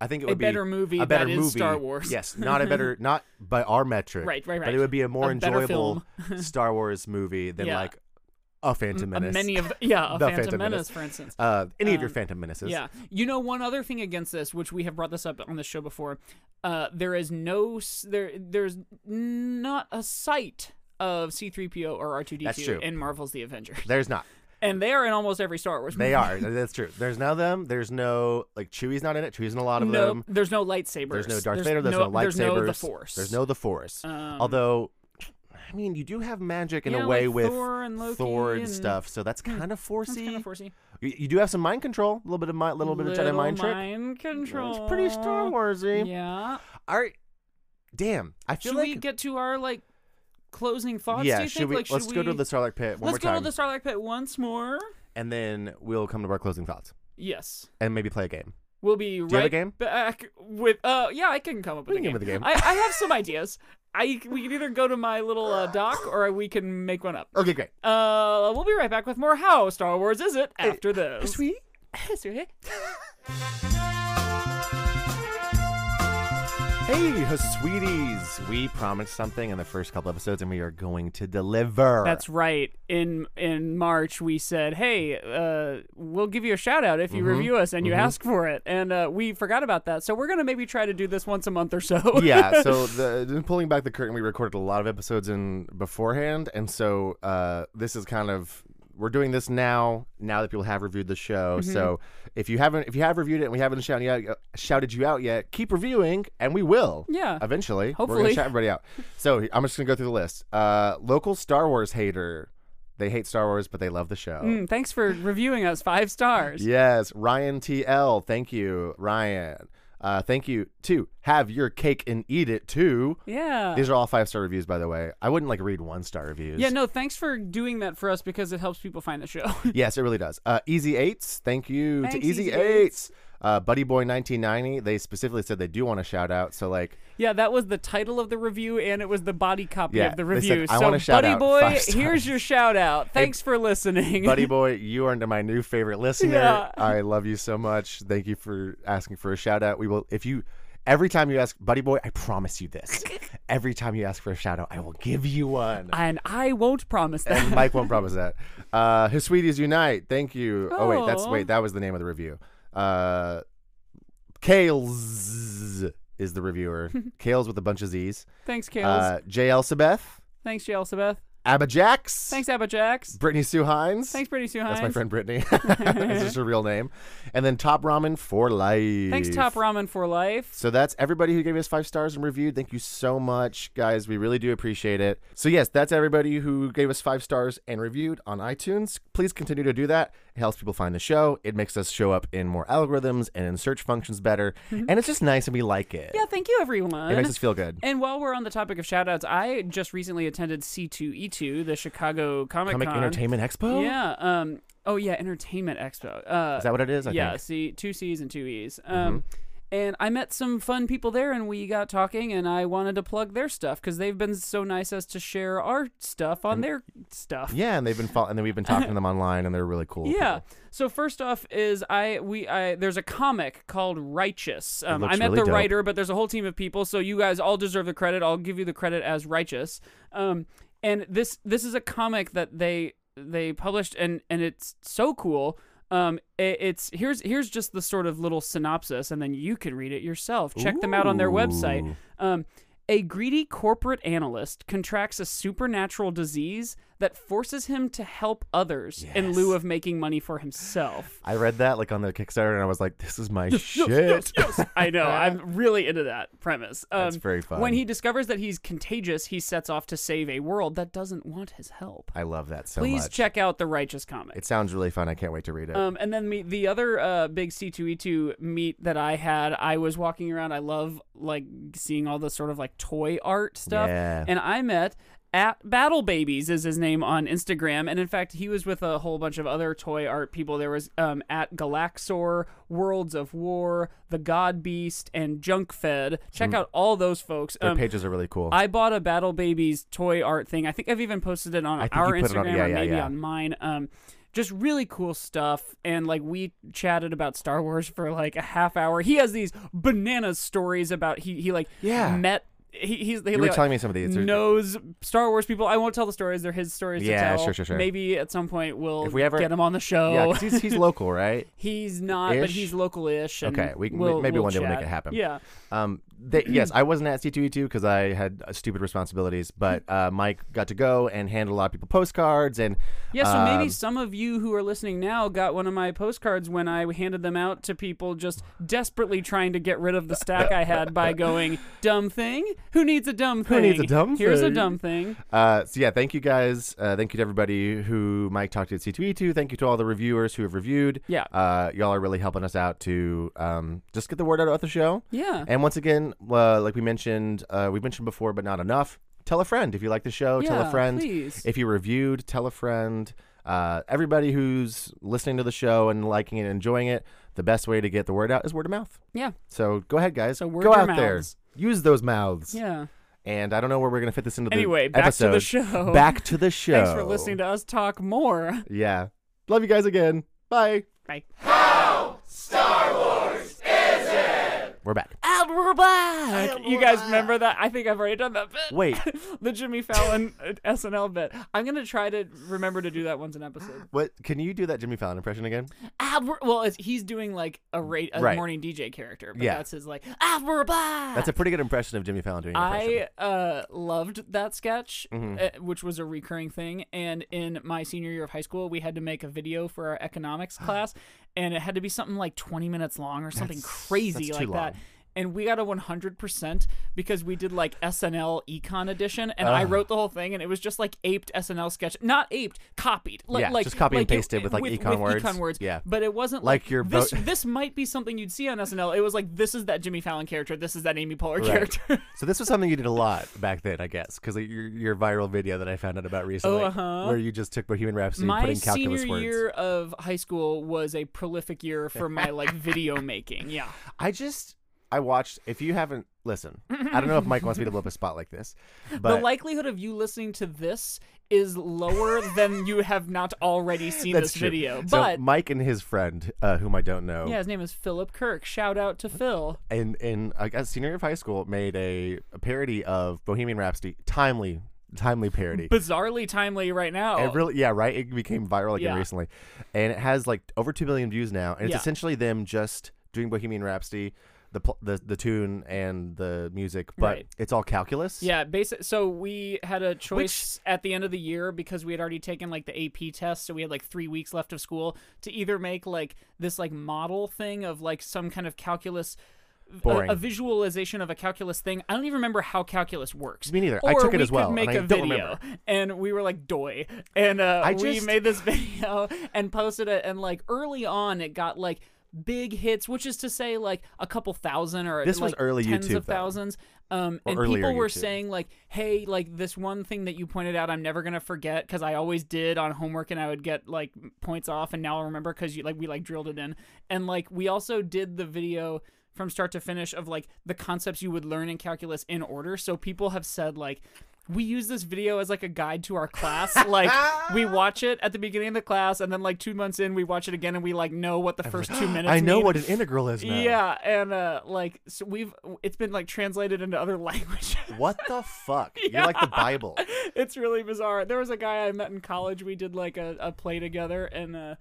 Speaker 1: I think it
Speaker 2: a
Speaker 1: would be
Speaker 2: better movie
Speaker 1: a better
Speaker 2: that is
Speaker 1: movie.
Speaker 2: Star Wars.
Speaker 1: Yes, not a better, not by our metric.
Speaker 2: Right, right,
Speaker 1: But
Speaker 2: right.
Speaker 1: it would be a more
Speaker 2: A better
Speaker 1: enjoyable Star Wars movie than
Speaker 2: Yeah.
Speaker 1: like a Phantom
Speaker 2: Uh,
Speaker 1: Menace.
Speaker 2: many of the, yeah, a
Speaker 1: The
Speaker 2: Phantom,
Speaker 1: Phantom
Speaker 2: Menace,
Speaker 1: Menace.
Speaker 2: for instance.
Speaker 1: uh, any of your
Speaker 2: Um,
Speaker 1: Phantom Menaces.
Speaker 2: Yeah, you know one other thing against this, which we have brought this up on the show before. Uh, there is no s- there. There's not a sight of C-3PO or
Speaker 1: That's true.
Speaker 2: R2D2 in Marvel's The Avengers,
Speaker 1: There's not.
Speaker 2: and they are in almost every Star Wars.
Speaker 1: They are. That's true. There's no them. There's no like Chewie's not in it. Chewie's in a lot of
Speaker 2: no,
Speaker 1: them.
Speaker 2: there's no lightsabers.
Speaker 1: There's no Darth Vader. There's no, lightsabers.
Speaker 2: There's no the Force.
Speaker 1: There's no the Force.
Speaker 2: Um,
Speaker 1: Although, I mean, you do have magic in
Speaker 2: yeah,
Speaker 1: a way
Speaker 2: like
Speaker 1: with
Speaker 2: Thor and Loki
Speaker 1: Thor and
Speaker 2: and-
Speaker 1: stuff, so that's kind of
Speaker 2: That's
Speaker 1: forcey.
Speaker 2: kind of forcey.
Speaker 1: you, you do have some mind control, a little bit of mind, little bit of Jedi mind trick.
Speaker 2: mind control.
Speaker 1: It's pretty Star Warsy.
Speaker 2: Yeah.
Speaker 1: All right. Damn. I feel
Speaker 2: Should
Speaker 1: like
Speaker 2: we get to our like closing thoughts?
Speaker 1: yeah.
Speaker 2: do you
Speaker 1: should
Speaker 2: think?
Speaker 1: we?
Speaker 2: Like, should
Speaker 1: let's go to
Speaker 2: we-
Speaker 1: the Starlight Pit one
Speaker 2: Let's
Speaker 1: more
Speaker 2: go
Speaker 1: time,
Speaker 2: to the Starlight Pit once more.
Speaker 1: and then we'll come to our closing thoughts
Speaker 2: Yes.
Speaker 1: and maybe play a game.
Speaker 2: We'll be
Speaker 1: you have a
Speaker 2: right
Speaker 1: game?
Speaker 2: back with uh yeah, I can come up with
Speaker 1: We
Speaker 2: a
Speaker 1: can
Speaker 2: game.
Speaker 1: come up with a game.
Speaker 2: I, I have some ideas. I we can either go to my little uh, doc or we can make one up.
Speaker 1: Okay, great.
Speaker 2: Uh we'll be right back with more how Star Wars is it after this.
Speaker 1: Sweet.
Speaker 2: Sweet.
Speaker 1: Hey, sweeties. We promised something in the first couple episodes, and we are going to deliver.
Speaker 2: That's right. In in March, we said, "Hey, uh, we'll give you a shout out
Speaker 1: Mm-hmm.
Speaker 2: if you review us and you ask for it." And uh, we forgot about that, so we're gonna maybe try to do this once a month or so.
Speaker 1: yeah. So the then pulling back the curtain, we recorded a lot of episodes in beforehand, and so uh, this is kind of we're doing this now. Now that people have reviewed the show,
Speaker 2: Mm-hmm.
Speaker 1: so if you haven't, if you have reviewed it, and we haven't shouted you out, shouted you out yet, keep reviewing, and we will.
Speaker 2: Yeah.
Speaker 1: Eventually, we're
Speaker 2: Hopefully.
Speaker 1: gonna shout everybody out. So I'm just gonna go through the list. Uh, local Star Wars hater. They hate Star Wars, but they love the show.
Speaker 2: Mm, thanks for reviewing us five stars.
Speaker 1: Yes, Ryan TL. Thank you, Ryan. Uh, thank you to have your cake and eat it too.
Speaker 2: Yeah.
Speaker 1: These are all five star reviews, by the way. I wouldn't like read one star reviews.
Speaker 2: Yeah, no, thanks for doing that for us because it helps people find the show.
Speaker 1: Yes, it really does. Uh, Easy Eights, thank you
Speaker 2: Thanks,
Speaker 1: to Easy,
Speaker 2: Easy
Speaker 1: Eights. Uh, Buddy Boy 1990. They specifically said they do want a shout out. So like,
Speaker 2: yeah, that was the title of the review and it was the body copy
Speaker 1: Yeah,
Speaker 2: of the
Speaker 1: they said,
Speaker 2: review.
Speaker 1: "I
Speaker 2: so,
Speaker 1: want a shout
Speaker 2: buddy
Speaker 1: out,
Speaker 2: boy,
Speaker 1: five
Speaker 2: here's your shout out. Thanks for listening.
Speaker 1: Buddy Boy, you are into my new favorite listener.
Speaker 2: Yeah.
Speaker 1: I love you so much. Thank you for asking for a shout out. We will if you. Every time you ask, Buddy Boy, I promise you this. Every time you ask for a shout out, I will give you one.
Speaker 2: and I won't promise that.
Speaker 1: and Mike won't promise that. Uh, his sweeties unite. Thank you. Oh, wait, that's
Speaker 2: Aw.
Speaker 1: wait. That was the name of the review. Uh, Kales is the reviewer. Kales with a bunch of Z's.
Speaker 2: Thanks, Kales.
Speaker 1: Uh, J. Elsabeth,
Speaker 2: Thanks, J. Elsabeth.
Speaker 1: Abba Jax.
Speaker 2: Thanks, Abba Jax.
Speaker 1: Brittany Sue Hines.
Speaker 2: Thanks, Brittany Sue
Speaker 1: That's my
Speaker 2: Hines.
Speaker 1: friend Brittany. It's just her real name. And then Top Ramen for life.
Speaker 2: Thanks, Top Ramen for life.
Speaker 1: So that's everybody who gave us five stars and reviewed. Thank you so much, guys. We really do appreciate it. So yes, that's everybody who gave us five stars and reviewed on iTunes. Please continue to do that. It helps people find the show. It makes us show up in more algorithms and in search functions better. And it's just nice and we like it.
Speaker 2: Mm-hmm. Yeah, thank you, everyone.
Speaker 1: It makes us feel good.
Speaker 2: and while we're on the topic of shoutouts, I just recently attended C2E2, the Chicago Comic
Speaker 1: Comic
Speaker 2: Con.
Speaker 1: Entertainment Expo?
Speaker 2: Yeah. Um. Oh yeah, Entertainment Expo. Uh,
Speaker 1: Is that what it is? I
Speaker 2: yeah.
Speaker 1: think. Mm-hmm.
Speaker 2: See, two C's and two E's. Um. And I met some fun people there, and we got talking, and I wanted to plug their stuff because they've been so nice as to share our stuff on their stuff.
Speaker 1: Yeah, and they've been fol- and then we've been talking to them online and they're really cool.
Speaker 2: Yeah.
Speaker 1: people.
Speaker 2: So first off is I we I there's a comic called Righteous. Um,
Speaker 1: looks
Speaker 2: I met
Speaker 1: really
Speaker 2: the
Speaker 1: dope.
Speaker 2: writer, but there's a whole team of people. So you guys all deserve the credit. I'll give you the credit as Righteous. Um, and this this is a comic that they they published, and and it's so cool. Um, it, it's here's here's just the sort of little synopsis, and then you can read it yourself. Check them out on their website.
Speaker 1: Ooh.
Speaker 2: Um, A greedy corporate analyst contracts a supernatural disease that forces him to help others in
Speaker 1: Yes.
Speaker 2: lieu of making money for himself.
Speaker 1: I read that like on the Kickstarter, and I was like, "This is my shit."
Speaker 2: Yes, yes. I know. I'm really into that premise. Um,
Speaker 1: That's very fun.
Speaker 2: When he discovers that he's contagious, he sets off to save a world that doesn't want his help.
Speaker 1: I love that so
Speaker 2: Please
Speaker 1: much.
Speaker 2: check out the Righteous Comic.
Speaker 1: It sounds really fun. I can't wait to read it.
Speaker 2: Um, and then me, the other uh, big C2E2 meet that I had, I was walking around. I love like seeing all the sort of like toy art stuff.
Speaker 1: Yeah.
Speaker 2: And I met at Battle Babies is his name on Instagram. And in fact, he was with a whole bunch of other toy art people. There was um, at Galaxor, Worlds of War, The God Beast, and Junk Fed.
Speaker 1: Mm.
Speaker 2: Check out all those folks.
Speaker 1: Their
Speaker 2: Um,
Speaker 1: pages are really cool.
Speaker 2: I bought a Battle Babies toy art thing. I think I've even posted it on
Speaker 1: I think
Speaker 2: our
Speaker 1: you put it
Speaker 2: Instagram
Speaker 1: on- yeah,
Speaker 2: or
Speaker 1: yeah,
Speaker 2: maybe
Speaker 1: yeah.
Speaker 2: on mine. Um, just really cool stuff. And like we chatted about Star Wars for like a half hour. He has these bananas stories about he he like
Speaker 1: Yeah.
Speaker 2: met. He, he's, he
Speaker 1: you were
Speaker 2: like,
Speaker 1: telling me some of these. There's-
Speaker 2: knows Star Wars people. I won't tell the stories; they're his stories
Speaker 1: Yeah,
Speaker 2: to tell.
Speaker 1: sure, sure, sure.
Speaker 2: Maybe at some point we'll
Speaker 1: If we ever-
Speaker 2: get him on the show.
Speaker 1: Yeah, 'cause he's, he's local, right?
Speaker 2: he's not, but
Speaker 1: Ish?
Speaker 2: he's local-ish. and
Speaker 1: Okay, we can-
Speaker 2: we'll-
Speaker 1: maybe
Speaker 2: we'll
Speaker 1: one day we'll make
Speaker 2: chat.
Speaker 1: it happen.
Speaker 2: Yeah,
Speaker 1: Um, they, yes, I wasn't at C2E2 because I had uh, stupid responsibilities, but uh, Mike got to go and handle a lot of people postcards and
Speaker 2: Yeah, so maybe
Speaker 1: um,
Speaker 2: some of you who are listening now got one of my postcards when I handed them out to people just desperately trying to get rid of the stack I had by going, dumb thing? Who needs a dumb thing?
Speaker 1: Who needs a dumb
Speaker 2: Here's a
Speaker 1: thing?"
Speaker 2: dumb thing.
Speaker 1: Uh, so yeah, thank you guys. Uh, thank you to everybody who Mike talked to at C2E2. Thank you to all the reviewers who have reviewed.
Speaker 2: Yeah.
Speaker 1: uh, y'all are really helping us out to um, just get the word out about the show.
Speaker 2: Yeah.
Speaker 1: And once again, uh, like we mentioned, uh, we mentioned before, but not enough. Tell a friend if you like the show. tell
Speaker 2: Yeah,
Speaker 1: a friend
Speaker 2: please.
Speaker 1: if you reviewed. Tell a friend. Uh, everybody who's listening to the show and liking it and enjoying it, the best way to get the word out is word of mouth.
Speaker 2: yeah.
Speaker 1: So go ahead, guys.
Speaker 2: So word
Speaker 1: go
Speaker 2: your
Speaker 1: out there.
Speaker 2: mouths.
Speaker 1: Use those mouths.
Speaker 2: Yeah.
Speaker 1: And I don't know where we're gonna fit this into the
Speaker 2: Anyway, back to the
Speaker 1: episode.
Speaker 2: show.
Speaker 1: Back to the show.
Speaker 2: Thanks for listening to us talk more.
Speaker 1: Yeah. Love you guys again. Bye.
Speaker 2: Bye.
Speaker 1: We're back.
Speaker 2: And we're back. you guys remember that? I think I've already done that bit.
Speaker 1: Wait.
Speaker 2: the Jimmy Fallon uh, SNL bit. I'm gonna try to remember to do that once an episode.
Speaker 1: What can you do that Jimmy Fallon impression again?
Speaker 2: ah, we're, well, it's, he's doing like a, ra- a
Speaker 1: Right.
Speaker 2: morning DJ character, but
Speaker 1: Yeah.
Speaker 2: that's his like ah, we're back.
Speaker 1: That's a pretty good impression of Jimmy Fallon doing an impression.
Speaker 2: I uh, loved that sketch,
Speaker 1: Mm-hmm.
Speaker 2: uh, which was a recurring thing. And in my senior year of high school, we had to make a video for our economics class, and it had to be something like 20 minutes long or something crazy
Speaker 1: that's
Speaker 2: like
Speaker 1: too
Speaker 2: that.
Speaker 1: long.
Speaker 2: And we got a 100% because we did like SNL Econ edition, and
Speaker 1: Ah.
Speaker 2: I wrote the whole thing, and it was just like aped SNL sketch, not aped, copied, Li-
Speaker 1: Yeah,
Speaker 2: like
Speaker 1: just copy and
Speaker 2: like it-
Speaker 1: pasted with, like, econ words.
Speaker 2: econ words.
Speaker 1: Yeah.
Speaker 2: but it wasn't
Speaker 1: Like
Speaker 2: like,
Speaker 1: your
Speaker 2: this.
Speaker 1: vote-
Speaker 2: this might be something you'd see on SNL. It was like this is that Jimmy Fallon character, this is that Amy Poehler
Speaker 1: Right.
Speaker 2: character.
Speaker 1: so this was something you did a lot back then, I guess, because your your viral video that I found out about recently,
Speaker 2: uh-huh.
Speaker 1: where you just took Bohemian Rhapsody and
Speaker 2: my
Speaker 1: put in calculus
Speaker 2: senior
Speaker 1: words.
Speaker 2: year of high school was a prolific year for my like video making. Yeah,
Speaker 1: I just I watched. If you haven't listen, I don't know if Mike wants me to blow up a spot like this, but
Speaker 2: the likelihood of you listening to this is lower than you have not already seen
Speaker 1: that's
Speaker 2: this
Speaker 1: true.
Speaker 2: video.
Speaker 1: So
Speaker 2: But
Speaker 1: Mike and his friend, uh, whom I don't know,
Speaker 2: yeah, his name is Philip Kirk. Shout out to Phil.
Speaker 1: in in I guess senior year of high school made a, a parody of Bohemian Rhapsody, timely timely parody.
Speaker 2: Bizarrely timely right now.
Speaker 1: It really, yeah, right. It became viral again
Speaker 2: Oh. Yeah.
Speaker 1: recently, and it has like over two million views now. And it's
Speaker 2: Yeah.
Speaker 1: essentially them just doing Bohemian Rhapsody, the pl- the the tune and the music, but
Speaker 2: Right.
Speaker 1: it's all calculus.
Speaker 2: Yeah, basic. So we had a choice at the end of the year because we had already taken like the AP test, so we had like three weeks left of school to either make like this like model thing of like some kind of calculus. a-
Speaker 1: Boring.
Speaker 2: A, visualization of a calculus thing. I don't even remember how calculus works.
Speaker 1: Me neither. I
Speaker 2: Or
Speaker 1: took it
Speaker 2: we
Speaker 1: as well,
Speaker 2: Could
Speaker 1: and
Speaker 2: make
Speaker 1: I
Speaker 2: a
Speaker 1: don't
Speaker 2: video,
Speaker 1: remember.
Speaker 2: and we were like, "Doy," and uh,
Speaker 1: I
Speaker 2: we
Speaker 1: just-
Speaker 2: made this video and posted it. And like early on, it got like big hits, which is to say like a couple thousand or
Speaker 1: This was
Speaker 2: like,
Speaker 1: early
Speaker 2: tens
Speaker 1: YouTube,
Speaker 2: of
Speaker 1: though.
Speaker 2: thousands. Um, and
Speaker 1: earlier
Speaker 2: people were
Speaker 1: YouTube.
Speaker 2: saying like, "Hey, like this one thing that you pointed out, I'm never gonna forget because I always did on homework, and I would get like points off, and now I'll remember because you like we like drilled it in, and like we also did the video." From start to finish of like the concepts you would learn in calculus in order. So people have said like we use this video as like a guide to our class. like we watch it at the beginning of the class and then like two months in we watch it again and we like know what the first two minutes
Speaker 1: I know
Speaker 2: mean.
Speaker 1: what an integral is now.
Speaker 2: Yeah, and uh, like so we've it's been like translated into other languages.
Speaker 1: What the fuck? You're like the Bible.
Speaker 2: it's really bizarre. There was a guy I met in college. We did like a, a play together, and uh,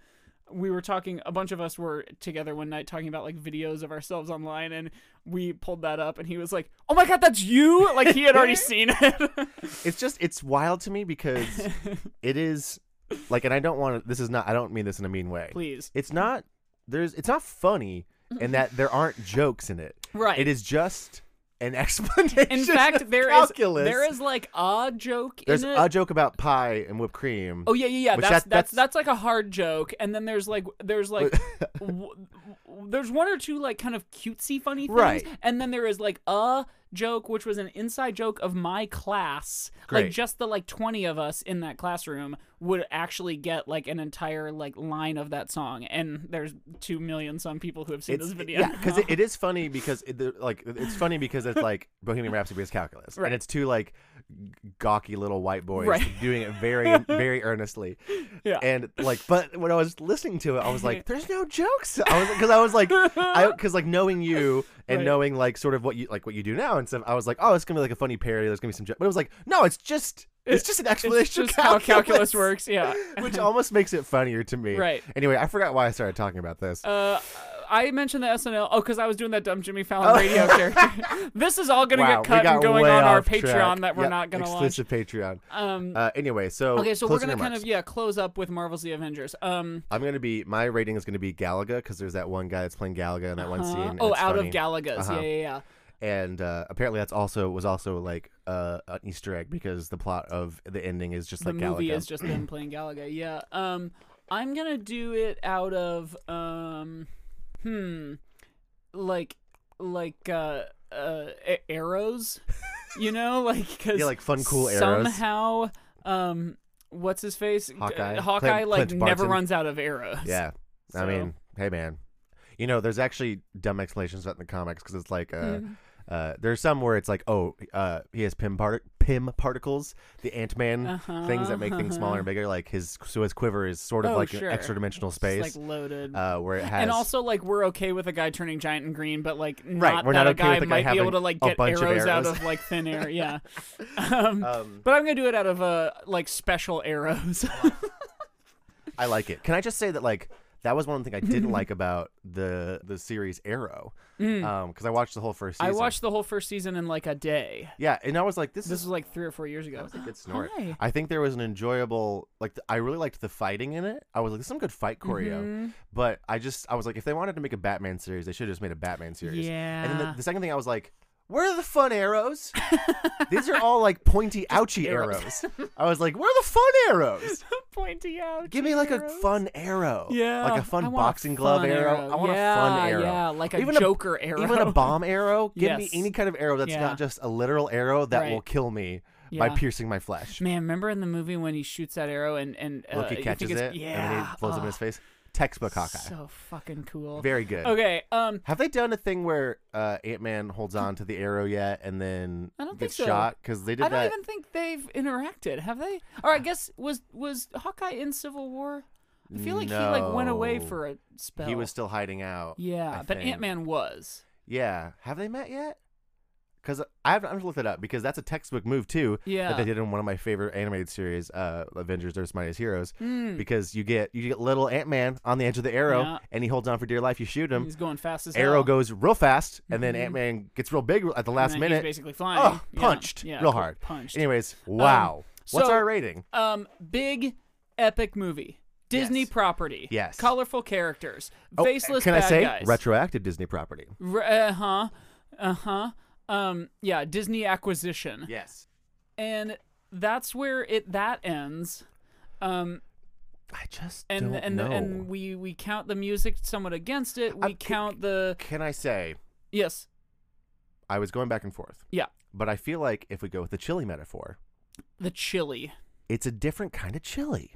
Speaker 2: we were talking a bunch of us were together one night talking about like videos of ourselves online and we pulled that up and he was like oh my god that's you like he had already seen it
Speaker 1: It's just it's wild to me because it is like, and I don't want to. This is not. I don't mean this in a mean way.
Speaker 2: please
Speaker 1: It's not. There's. It's not funny, in that there aren't jokes in it.
Speaker 2: right
Speaker 1: It is just an explanation.
Speaker 2: in fact
Speaker 1: of
Speaker 2: there is
Speaker 1: calculus.
Speaker 2: there is like a joke
Speaker 1: There's
Speaker 2: in it
Speaker 1: a joke about pie and whipped cream.
Speaker 2: Oh yeah, yeah, yeah.
Speaker 1: Which
Speaker 2: That's,
Speaker 1: that- that's-
Speaker 2: that's that's like a hard joke, and then there's like there's like w- w- there's one or two like kind of cutesy funny things,
Speaker 1: Right.
Speaker 2: and then there is like a joke which was an inside joke of my class. Like
Speaker 1: Great.
Speaker 2: just the like twenty of us in that classroom would actually get like an entire like line of that song, and there's two million some people who have seen this video.
Speaker 1: yeah, because it, it is funny because it, the- like it's funny because it's like Bohemian Rhapsody is calculus,
Speaker 2: Right.
Speaker 1: and it's two like g- gawky little white boys
Speaker 2: Right.
Speaker 1: doing it very very earnestly,
Speaker 2: Yeah.
Speaker 1: and like but when I was listening to it, I was like, "There's no jokes," I was because I was like, I because like knowing you and
Speaker 2: Right.
Speaker 1: knowing like sort of what you like what you do now and stuff, I was like, "Oh, it's gonna be like a funny parody. There's gonna be some," jokes. but it was like, "No, it's just." It's just an explanation
Speaker 2: it's just
Speaker 1: of
Speaker 2: how calculus works. Yeah.
Speaker 1: which almost makes it funnier to me.
Speaker 2: Right.
Speaker 1: Anyway, I forgot why I started talking about this.
Speaker 2: Uh, I mentioned the SNL. Oh, because I was doing that dumb Jimmy Fallon radio character. this is all going to
Speaker 1: Oh. wow,
Speaker 2: get cut
Speaker 1: we got
Speaker 2: and going
Speaker 1: way
Speaker 2: on our
Speaker 1: off track.
Speaker 2: Patreon that we're
Speaker 1: Yeah,
Speaker 2: not going to launch.
Speaker 1: explicit Patreon.
Speaker 2: Um,
Speaker 1: Uh, anyway, so
Speaker 2: okay, so we're
Speaker 1: closing
Speaker 2: going to kind
Speaker 1: remarks.
Speaker 2: of yeah close up with Marvel's The Avengers. Um,
Speaker 1: I'm gonna be my rating is gonna be Galaga because there's that one guy that's playing Galaga in that one
Speaker 2: uh,
Speaker 1: scene. and
Speaker 2: oh,
Speaker 1: it's
Speaker 2: out
Speaker 1: funny.
Speaker 2: of Galaga's.
Speaker 1: Uh-huh.
Speaker 2: Yeah, yeah, yeah.
Speaker 1: And uh, apparently that's also was also like uh, an Easter egg because the plot of the ending is just
Speaker 2: The
Speaker 1: like
Speaker 2: movie
Speaker 1: Galaga.
Speaker 2: is just them playing Galaga. Yeah. Um, I'm gonna do it out of um, hmm, like like uh, uh a- arrows, you know, like because
Speaker 1: yeah, like fun, cool arrows.
Speaker 2: somehow um what's his face
Speaker 1: Hawkeye.
Speaker 2: Uh, Hawkeye
Speaker 1: Clint-
Speaker 2: like
Speaker 1: Clint
Speaker 2: never
Speaker 1: Barton.
Speaker 2: runs out of arrows
Speaker 1: Yeah, I
Speaker 2: So-
Speaker 1: mean, hey man, you know, there's actually dumb explanations about in the comics because it's like. Uh,
Speaker 2: Mm-hmm.
Speaker 1: Uh, there's some where it's like, oh, uh, he has PIM, part- PIM particles, the Ant Man
Speaker 2: Uh-huh,
Speaker 1: things that make things smaller and bigger. Like his, so his quiver is sort of
Speaker 2: Oh,
Speaker 1: like
Speaker 2: sure.
Speaker 1: an extra dimensional
Speaker 2: It's,
Speaker 1: space,
Speaker 2: like loaded
Speaker 1: uh, where it has.
Speaker 2: and also like we're okay with a guy turning giant and green but like not
Speaker 1: Right, we're
Speaker 2: that
Speaker 1: not
Speaker 2: a
Speaker 1: okay
Speaker 2: guy
Speaker 1: with a guy
Speaker 2: might be able
Speaker 1: having
Speaker 2: to like
Speaker 1: a
Speaker 2: get
Speaker 1: bunch of
Speaker 2: out
Speaker 1: arrows.
Speaker 2: of like thin air yeah um,
Speaker 1: um,
Speaker 2: but I'm gonna do it out of uh like special arrows
Speaker 1: I like it. Can I just say that like that was one thing I didn't like about the the series Arrow, because I watched the whole first.
Speaker 2: Mm. I
Speaker 1: season.
Speaker 2: watched the whole first season in like a day
Speaker 1: Yeah, and I was like, this,
Speaker 2: this
Speaker 1: is
Speaker 2: was like three or four years ago
Speaker 1: That was a good snort.
Speaker 2: Hi.
Speaker 1: I think there was an enjoyable, like, th- I really liked the fighting in it. I was like, this is some good fight choreo.
Speaker 2: Mm-hmm.
Speaker 1: But I just, I was like, if they wanted to make a Batman series, they should have just made a Batman series. And then
Speaker 2: Yeah.
Speaker 1: the, the second thing I was like, where are the fun arrows? These are all like pointy, ouchy
Speaker 2: arrows.
Speaker 1: arrows. I was like, where are the fun arrows?
Speaker 2: pointy out
Speaker 1: Give me like a
Speaker 2: arrows.
Speaker 1: fun arrow.
Speaker 2: Yeah,
Speaker 1: Like a fun
Speaker 2: I want a
Speaker 1: boxing glove
Speaker 2: fun
Speaker 1: arrow. I want
Speaker 2: yeah,
Speaker 1: a fun arrow.
Speaker 2: Yeah, like a
Speaker 1: Even a-
Speaker 2: Joker arrow.
Speaker 1: Even a bomb arrow. Give me
Speaker 2: Yes.
Speaker 1: any kind of arrow that's
Speaker 2: Yeah.
Speaker 1: not just a literal arrow that
Speaker 2: Right.
Speaker 1: will kill me
Speaker 2: Yeah.
Speaker 1: by piercing my flesh.
Speaker 2: Man, remember in the movie when he shoots that arrow and and uh,
Speaker 1: Loki
Speaker 2: you
Speaker 1: catches
Speaker 2: think
Speaker 1: it,
Speaker 2: it's- Yeah,
Speaker 1: and then he blows up in his face. Textbook
Speaker 2: oh,
Speaker 1: Hawkeye,
Speaker 2: So fucking cool.
Speaker 1: very good.
Speaker 2: Okay. Um.
Speaker 1: Have they done a thing where uh, Ant Man holds on to the arrow yet, and then
Speaker 2: I don't think
Speaker 1: gets
Speaker 2: so.
Speaker 1: shot? Because they did
Speaker 2: I don't
Speaker 1: that.
Speaker 2: even think they've interacted, have they? Or I guess was was Hawkeye in Civil War? I feel like he like went away
Speaker 1: No.
Speaker 2: for a spell.
Speaker 1: He was still hiding out.
Speaker 2: Yeah,
Speaker 1: I
Speaker 2: but
Speaker 1: think.
Speaker 2: Ant Man was.
Speaker 1: Yeah. Have they met yet? Because I haven't, I have to look that up because that's a textbook move too
Speaker 2: Yeah.
Speaker 1: that they did in one of my favorite animated series, uh, Avengers: Earth's Mightiest Heroes.
Speaker 2: Mm.
Speaker 1: Because you get you get little Ant Man on the edge of the arrow,
Speaker 2: Yeah.
Speaker 1: and he holds on for dear life. You shoot him,
Speaker 2: He's going fast as
Speaker 1: arrow
Speaker 2: hell.
Speaker 1: goes real fast, and then Ant Man gets real big at the
Speaker 2: Mm-hmm. And
Speaker 1: last
Speaker 2: then He's
Speaker 1: minute.
Speaker 2: basically flying.
Speaker 1: Oh,
Speaker 2: Yeah,
Speaker 1: punched
Speaker 2: yeah,
Speaker 1: real
Speaker 2: cool,
Speaker 1: hard.
Speaker 2: Punched. Um,
Speaker 1: Anyways, wow. What's
Speaker 2: so-
Speaker 1: our rating?
Speaker 2: Um, big epic movie. Disney
Speaker 1: Yes.
Speaker 2: property.
Speaker 1: Yes.
Speaker 2: Colorful characters.
Speaker 1: Oh,
Speaker 2: faceless
Speaker 1: Can
Speaker 2: bad
Speaker 1: I say
Speaker 2: guys.
Speaker 1: retroactive Disney property?
Speaker 2: uh huh. Uh huh. Um. Yeah. Disney acquisition.
Speaker 1: Yes.
Speaker 2: And that's where it that ends. Um.
Speaker 1: I just
Speaker 2: And
Speaker 1: don't
Speaker 2: and
Speaker 1: know.
Speaker 2: and we we count the music somewhat against it. We
Speaker 1: I'm-
Speaker 2: count the
Speaker 1: Can I say
Speaker 2: yes.
Speaker 1: I was going back and forth,
Speaker 2: Yeah.
Speaker 1: but I feel like if we go with the chili metaphor,
Speaker 2: The chili.
Speaker 1: it's a different kind of chili.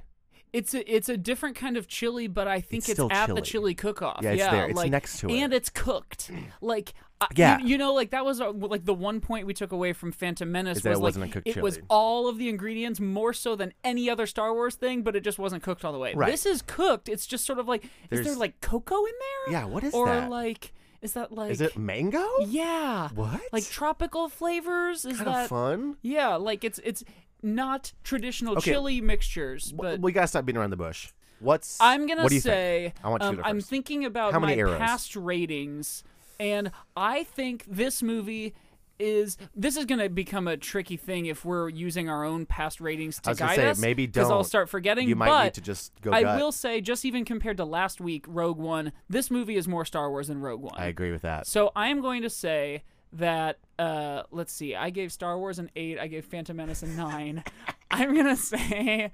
Speaker 2: It's a it's a different kind of chili, but I think
Speaker 1: It's
Speaker 2: it's,
Speaker 1: still
Speaker 2: at the
Speaker 1: chili.
Speaker 2: chili cook-off.
Speaker 1: Yeah, it's there. It's
Speaker 2: like,
Speaker 1: next to it.
Speaker 2: and it's cooked. Like, I,
Speaker 1: Yeah.
Speaker 2: you, you know, like that was uh, like the one point we took away from Phantom Menace
Speaker 1: Is that
Speaker 2: was
Speaker 1: it
Speaker 2: like
Speaker 1: wasn't a cooked
Speaker 2: it was
Speaker 1: chili.
Speaker 2: all of the ingredients more so than any other Star Wars thing, but it just wasn't cooked all the way.
Speaker 1: Right.
Speaker 2: This is cooked. It's just sort of like is there
Speaker 1: There's-
Speaker 2: like cocoa in there?
Speaker 1: Yeah, what is
Speaker 2: or
Speaker 1: that?
Speaker 2: like is that like
Speaker 1: Is it mango?
Speaker 2: yeah
Speaker 1: What?
Speaker 2: like tropical flavors? Is
Speaker 1: kind
Speaker 2: that
Speaker 1: of fun.
Speaker 2: yeah? Like it's it's not traditional
Speaker 1: Okay.
Speaker 2: chili mixtures,
Speaker 1: W-
Speaker 2: but
Speaker 1: we gotta stop beating around the bush. What's
Speaker 2: I'm gonna
Speaker 1: what do you think?
Speaker 2: say
Speaker 1: I want you to
Speaker 2: um,
Speaker 1: go
Speaker 2: I'm
Speaker 1: first.
Speaker 2: thinking about
Speaker 1: How
Speaker 2: my
Speaker 1: many arrows?
Speaker 2: past ratings, and I think this movie is this is gonna become a tricky thing if we're using our own past ratings to
Speaker 1: I was gonna
Speaker 2: guide
Speaker 1: say,
Speaker 2: us.
Speaker 1: maybe
Speaker 2: because I'll
Speaker 1: don't.
Speaker 2: start forgetting.
Speaker 1: You might
Speaker 2: but
Speaker 1: need to just go.
Speaker 2: I
Speaker 1: gut.
Speaker 2: will say, just even compared to last week, Rogue One, this movie is more Star Wars than Rogue One.
Speaker 1: I agree with that.
Speaker 2: So I am going to say that uh, let's see. I gave Star Wars an eight. I gave Phantom Menace a nine. I'm gonna say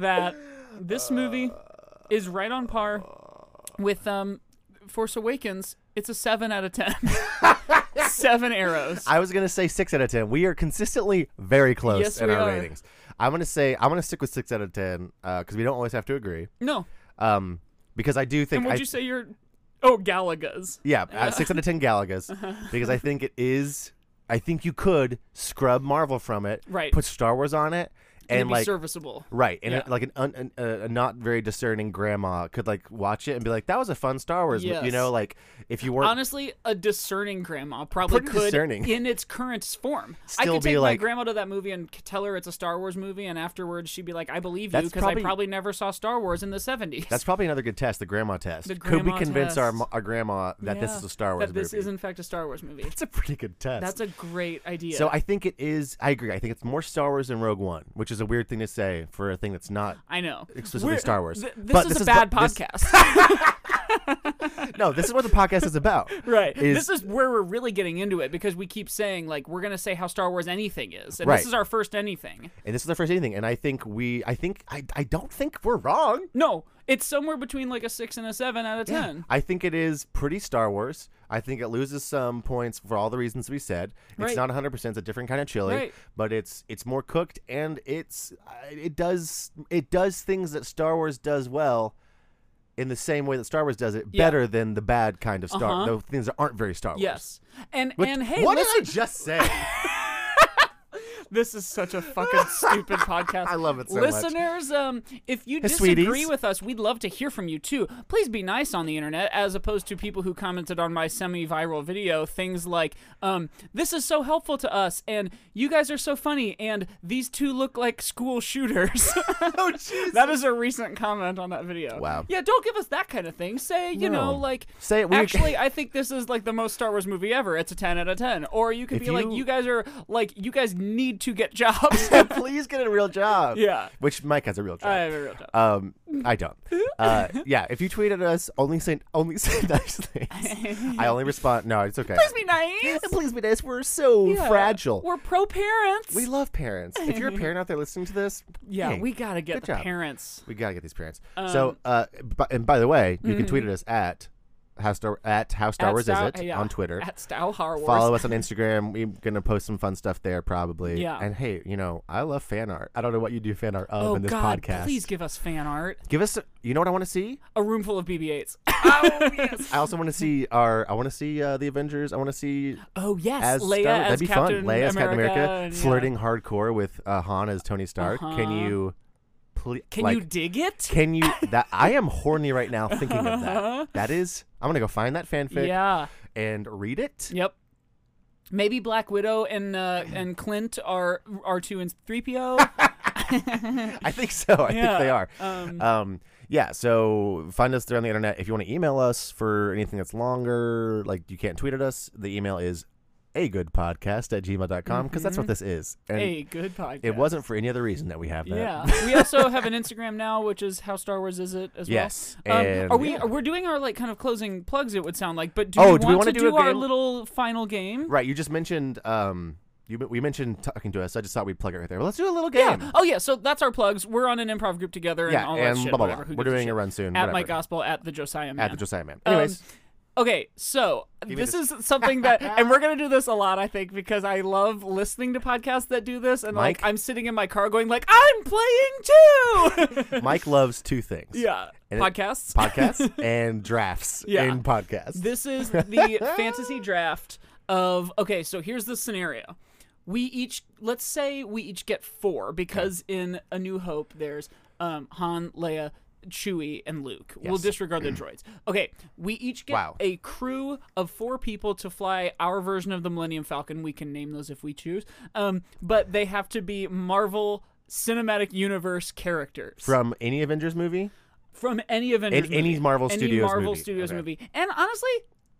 Speaker 2: that this movie is right on par with um, Force Awakens. It's a seven out of ten. seven arrows.
Speaker 1: I was gonna say six out of ten. We are consistently very close
Speaker 2: Yes,
Speaker 1: in
Speaker 2: we
Speaker 1: our
Speaker 2: are.
Speaker 1: ratings. I'm gonna say I'm gonna stick with six out of ten because we don't always have to agree.
Speaker 2: No.
Speaker 1: Um, because I do think
Speaker 2: And would
Speaker 1: I,
Speaker 2: you say you're? Oh, Galaga's.
Speaker 1: yeah uh, six out of ten Galagas
Speaker 2: Uh-huh.
Speaker 1: because I think it is. I think you could scrub Marvel from it,
Speaker 2: Right.
Speaker 1: Put Star Wars on it,
Speaker 2: It'd
Speaker 1: and
Speaker 2: be
Speaker 1: like
Speaker 2: serviceable.
Speaker 1: Right, and
Speaker 2: Yeah.
Speaker 1: uh, like an, un, an uh, a not very discerning grandma could like watch it and be like, "That was a fun Star Wars," mo-" you
Speaker 2: Yes.
Speaker 1: know. Like if you weren't
Speaker 2: Honestly, a discerning grandma probably
Speaker 1: Pretty
Speaker 2: could,
Speaker 1: discerning.
Speaker 2: in its current form, I
Speaker 1: Still
Speaker 2: could
Speaker 1: be
Speaker 2: take my
Speaker 1: like-
Speaker 2: grandma to that movie and c- tell her it's a Star Wars movie, and afterwards she'd be like, "I believe you,"
Speaker 1: That's
Speaker 2: because I
Speaker 1: probably-
Speaker 2: probably never saw Star Wars in the '70s.
Speaker 1: that's probably another good test, the grandma test.
Speaker 2: The
Speaker 1: could we
Speaker 2: grandma
Speaker 1: convince our
Speaker 2: test.
Speaker 1: mo- our grandma that this
Speaker 2: Yeah.
Speaker 1: is a Star Wars
Speaker 2: That this
Speaker 1: movie?
Speaker 2: is in fact a Star Wars movie.
Speaker 1: It's a pretty good test.
Speaker 2: That's a great idea.
Speaker 1: so I think it is. I agree. I think it's more Star Wars than Rogue One, which is a weird thing to say for a thing that's not
Speaker 2: I know
Speaker 1: explicitly
Speaker 2: We're-
Speaker 1: Star Wars.
Speaker 2: th- this
Speaker 1: But
Speaker 2: is
Speaker 1: this
Speaker 2: a
Speaker 1: is
Speaker 2: bad
Speaker 1: what- this-
Speaker 2: podcast,
Speaker 1: No, this is what the podcast is about.
Speaker 2: right?
Speaker 1: Is-
Speaker 2: this is where we're really getting into it because we keep saying like we're gonna say how Star Wars anything is, and
Speaker 1: Right.
Speaker 2: this is our first anything.
Speaker 1: And this is the first anything. And I think we. I think I. I don't think we're wrong.
Speaker 2: No, it's somewhere between like a six and a seven out of ten.
Speaker 1: I think it is pretty Star Wars. I think it loses some points for all the reasons we said.
Speaker 2: Right.
Speaker 1: It's not 100. percent It's a different kind of chili,
Speaker 2: Right.
Speaker 1: but it's it's more cooked and it's uh, it does it does things that Star Wars does well, in the same way that Star Wars does it
Speaker 2: Yeah.
Speaker 1: better than the bad kind of Star.
Speaker 2: Uh-huh.
Speaker 1: The things that aren't very Star Wars.
Speaker 2: Yes. And
Speaker 1: Which-
Speaker 2: and hey,
Speaker 1: what
Speaker 2: listen,
Speaker 1: did I just say?
Speaker 2: this is such a fucking stupid podcast.
Speaker 1: I love it so much.
Speaker 2: Listeners, um, if you
Speaker 1: Hey,
Speaker 2: disagree
Speaker 1: sweeties.
Speaker 2: with us, we'd love to hear from you too. Please be nice on the internet, as opposed to people who commented on my semi-viral video things like, um, "This is so helpful to us," and "You guys are so funny," and "These two look like school shooters."
Speaker 1: oh jeez.
Speaker 2: That is a recent comment on that video.
Speaker 1: Wow.
Speaker 2: Yeah, don't give us that kind of thing. Say, you
Speaker 1: No.
Speaker 2: know, like
Speaker 1: Say it- we-
Speaker 2: actually I think this is like the most Star Wars movie ever. It's a ten out of ten. Or you could
Speaker 1: If
Speaker 2: be like,
Speaker 1: you-
Speaker 2: you guys are like you guys need to get jobs. Uh,
Speaker 1: Please get a real job.
Speaker 2: Yeah.
Speaker 1: Which Mike has a real job.
Speaker 2: I have a real job.
Speaker 1: Um, I don't. Uh, yeah, if you tweet at us, only say only say nice things. I only respond. No, it's okay.
Speaker 2: Please be nice.
Speaker 1: Please be nice. We're so
Speaker 2: Yeah.
Speaker 1: fragile.
Speaker 2: We're pro parents.
Speaker 1: we love parents. If you're a parent out there listening to this,
Speaker 2: yeah,
Speaker 1: hey,
Speaker 2: we Um, gotta get
Speaker 1: good
Speaker 2: the
Speaker 1: job.
Speaker 2: parents.
Speaker 1: we gotta get these parents. so, uh, bu- and by the way, you can tweet at us at how star at how star
Speaker 2: mm. At
Speaker 1: wars
Speaker 2: Style-
Speaker 1: is it
Speaker 2: yeah,
Speaker 1: on Twitter.
Speaker 2: At Style Horror Wars.
Speaker 1: Follow us on Instagram. We're gonna post some fun stuff there, probably.
Speaker 2: Yeah.
Speaker 1: And hey, you know, I love fan art. I don't know what you do fan art of
Speaker 2: Oh
Speaker 1: in this
Speaker 2: God!
Speaker 1: podcast.
Speaker 2: Please give us fan art.
Speaker 1: give us. You know what I want to see?
Speaker 2: A room full of BB-8s.
Speaker 1: I also want to see our. I want to see uh, the Avengers. I want to see
Speaker 2: oh yes,
Speaker 1: as
Speaker 2: Leia
Speaker 1: Star-
Speaker 2: as
Speaker 1: that'd be fun.
Speaker 2: Captain
Speaker 1: Leia as Captain America,
Speaker 2: and, yeah.
Speaker 1: flirting hardcore with uh, Han as Tony Stark. Can
Speaker 2: Uh-huh.
Speaker 1: you, please?
Speaker 2: Can you dig it?
Speaker 1: Can you? That I am horny right now thinking of that. That is. I'm gonna go find that fanfic
Speaker 2: Uh-huh. Yeah.
Speaker 1: and read it.
Speaker 2: Yep. Maybe Black Widow and uh, and Clint are are two and three PO.
Speaker 1: I think so. I
Speaker 2: Yeah,
Speaker 1: think they are.
Speaker 2: um,
Speaker 1: Um, yeah. So find us there on the internet. If you want to email us for anything that's longer, like you can't tweet at us. The email is a good podcast at gmail.com because that's what this is. And
Speaker 2: Mm-hmm. Hey, good podcast.
Speaker 1: It wasn't for any other reason that we have that.
Speaker 2: Yeah. we also have an Instagram now, which is how Star Wars is it as
Speaker 1: Yes,
Speaker 2: well. Um,
Speaker 1: and-
Speaker 2: are we
Speaker 1: yeah.
Speaker 2: we're doing our like kind of closing plugs? It would sound like. But do
Speaker 1: Oh,
Speaker 2: you
Speaker 1: do we
Speaker 2: want
Speaker 1: wanna
Speaker 2: to
Speaker 1: do a
Speaker 2: our
Speaker 1: game?
Speaker 2: little final game?
Speaker 1: Right. You just mentioned um you we mentioned talking to us. I just thought we'd plug it right there. Well, let's do a little game.
Speaker 2: Yeah. Oh yeah. So that's our plugs. We're on an improv group together and
Speaker 1: Yeah,
Speaker 2: all
Speaker 1: and
Speaker 2: that shit.
Speaker 1: blah, blah,
Speaker 2: whatever.
Speaker 1: blah.
Speaker 2: Who
Speaker 1: We're
Speaker 2: gives a
Speaker 1: doing a
Speaker 2: shit?
Speaker 1: run soon,
Speaker 2: At my
Speaker 1: whatever.
Speaker 2: gospel at the Josiah man.
Speaker 1: At the Josiah Man.
Speaker 2: Um,
Speaker 1: Anyways,
Speaker 2: okay, so
Speaker 1: me
Speaker 2: this
Speaker 1: this.
Speaker 2: is something that, and we're gonna do this a lot, I think, because I love listening to podcasts that do this, and
Speaker 1: Mike?
Speaker 2: like I'm sitting in my car going, like I'm playing too.
Speaker 1: Mike loves two things.
Speaker 2: yeah,
Speaker 1: And it-
Speaker 2: podcasts.
Speaker 1: Podcasts and drafts
Speaker 2: Yeah.
Speaker 1: in podcasts.
Speaker 2: this is the fantasy draft of. Okay, so here's the scenario. We each, let's say, we each get four because in A New Hope there's um, Han, Leia. Chewie and Luke. We'll
Speaker 1: Yes.
Speaker 2: disregard the droids. Okay, we each get
Speaker 1: Wow.
Speaker 2: a crew of four people to fly our version of the Millennium Falcon. We can name those if we choose. Um, but they have to be Marvel Cinematic Universe characters.
Speaker 1: From any Avengers movie?
Speaker 2: from any Avengers
Speaker 1: In- any
Speaker 2: movie.
Speaker 1: Marvel
Speaker 2: any
Speaker 1: Studios
Speaker 2: Marvel
Speaker 1: movie.
Speaker 2: Studios
Speaker 1: Okay.
Speaker 2: movie. And honestly,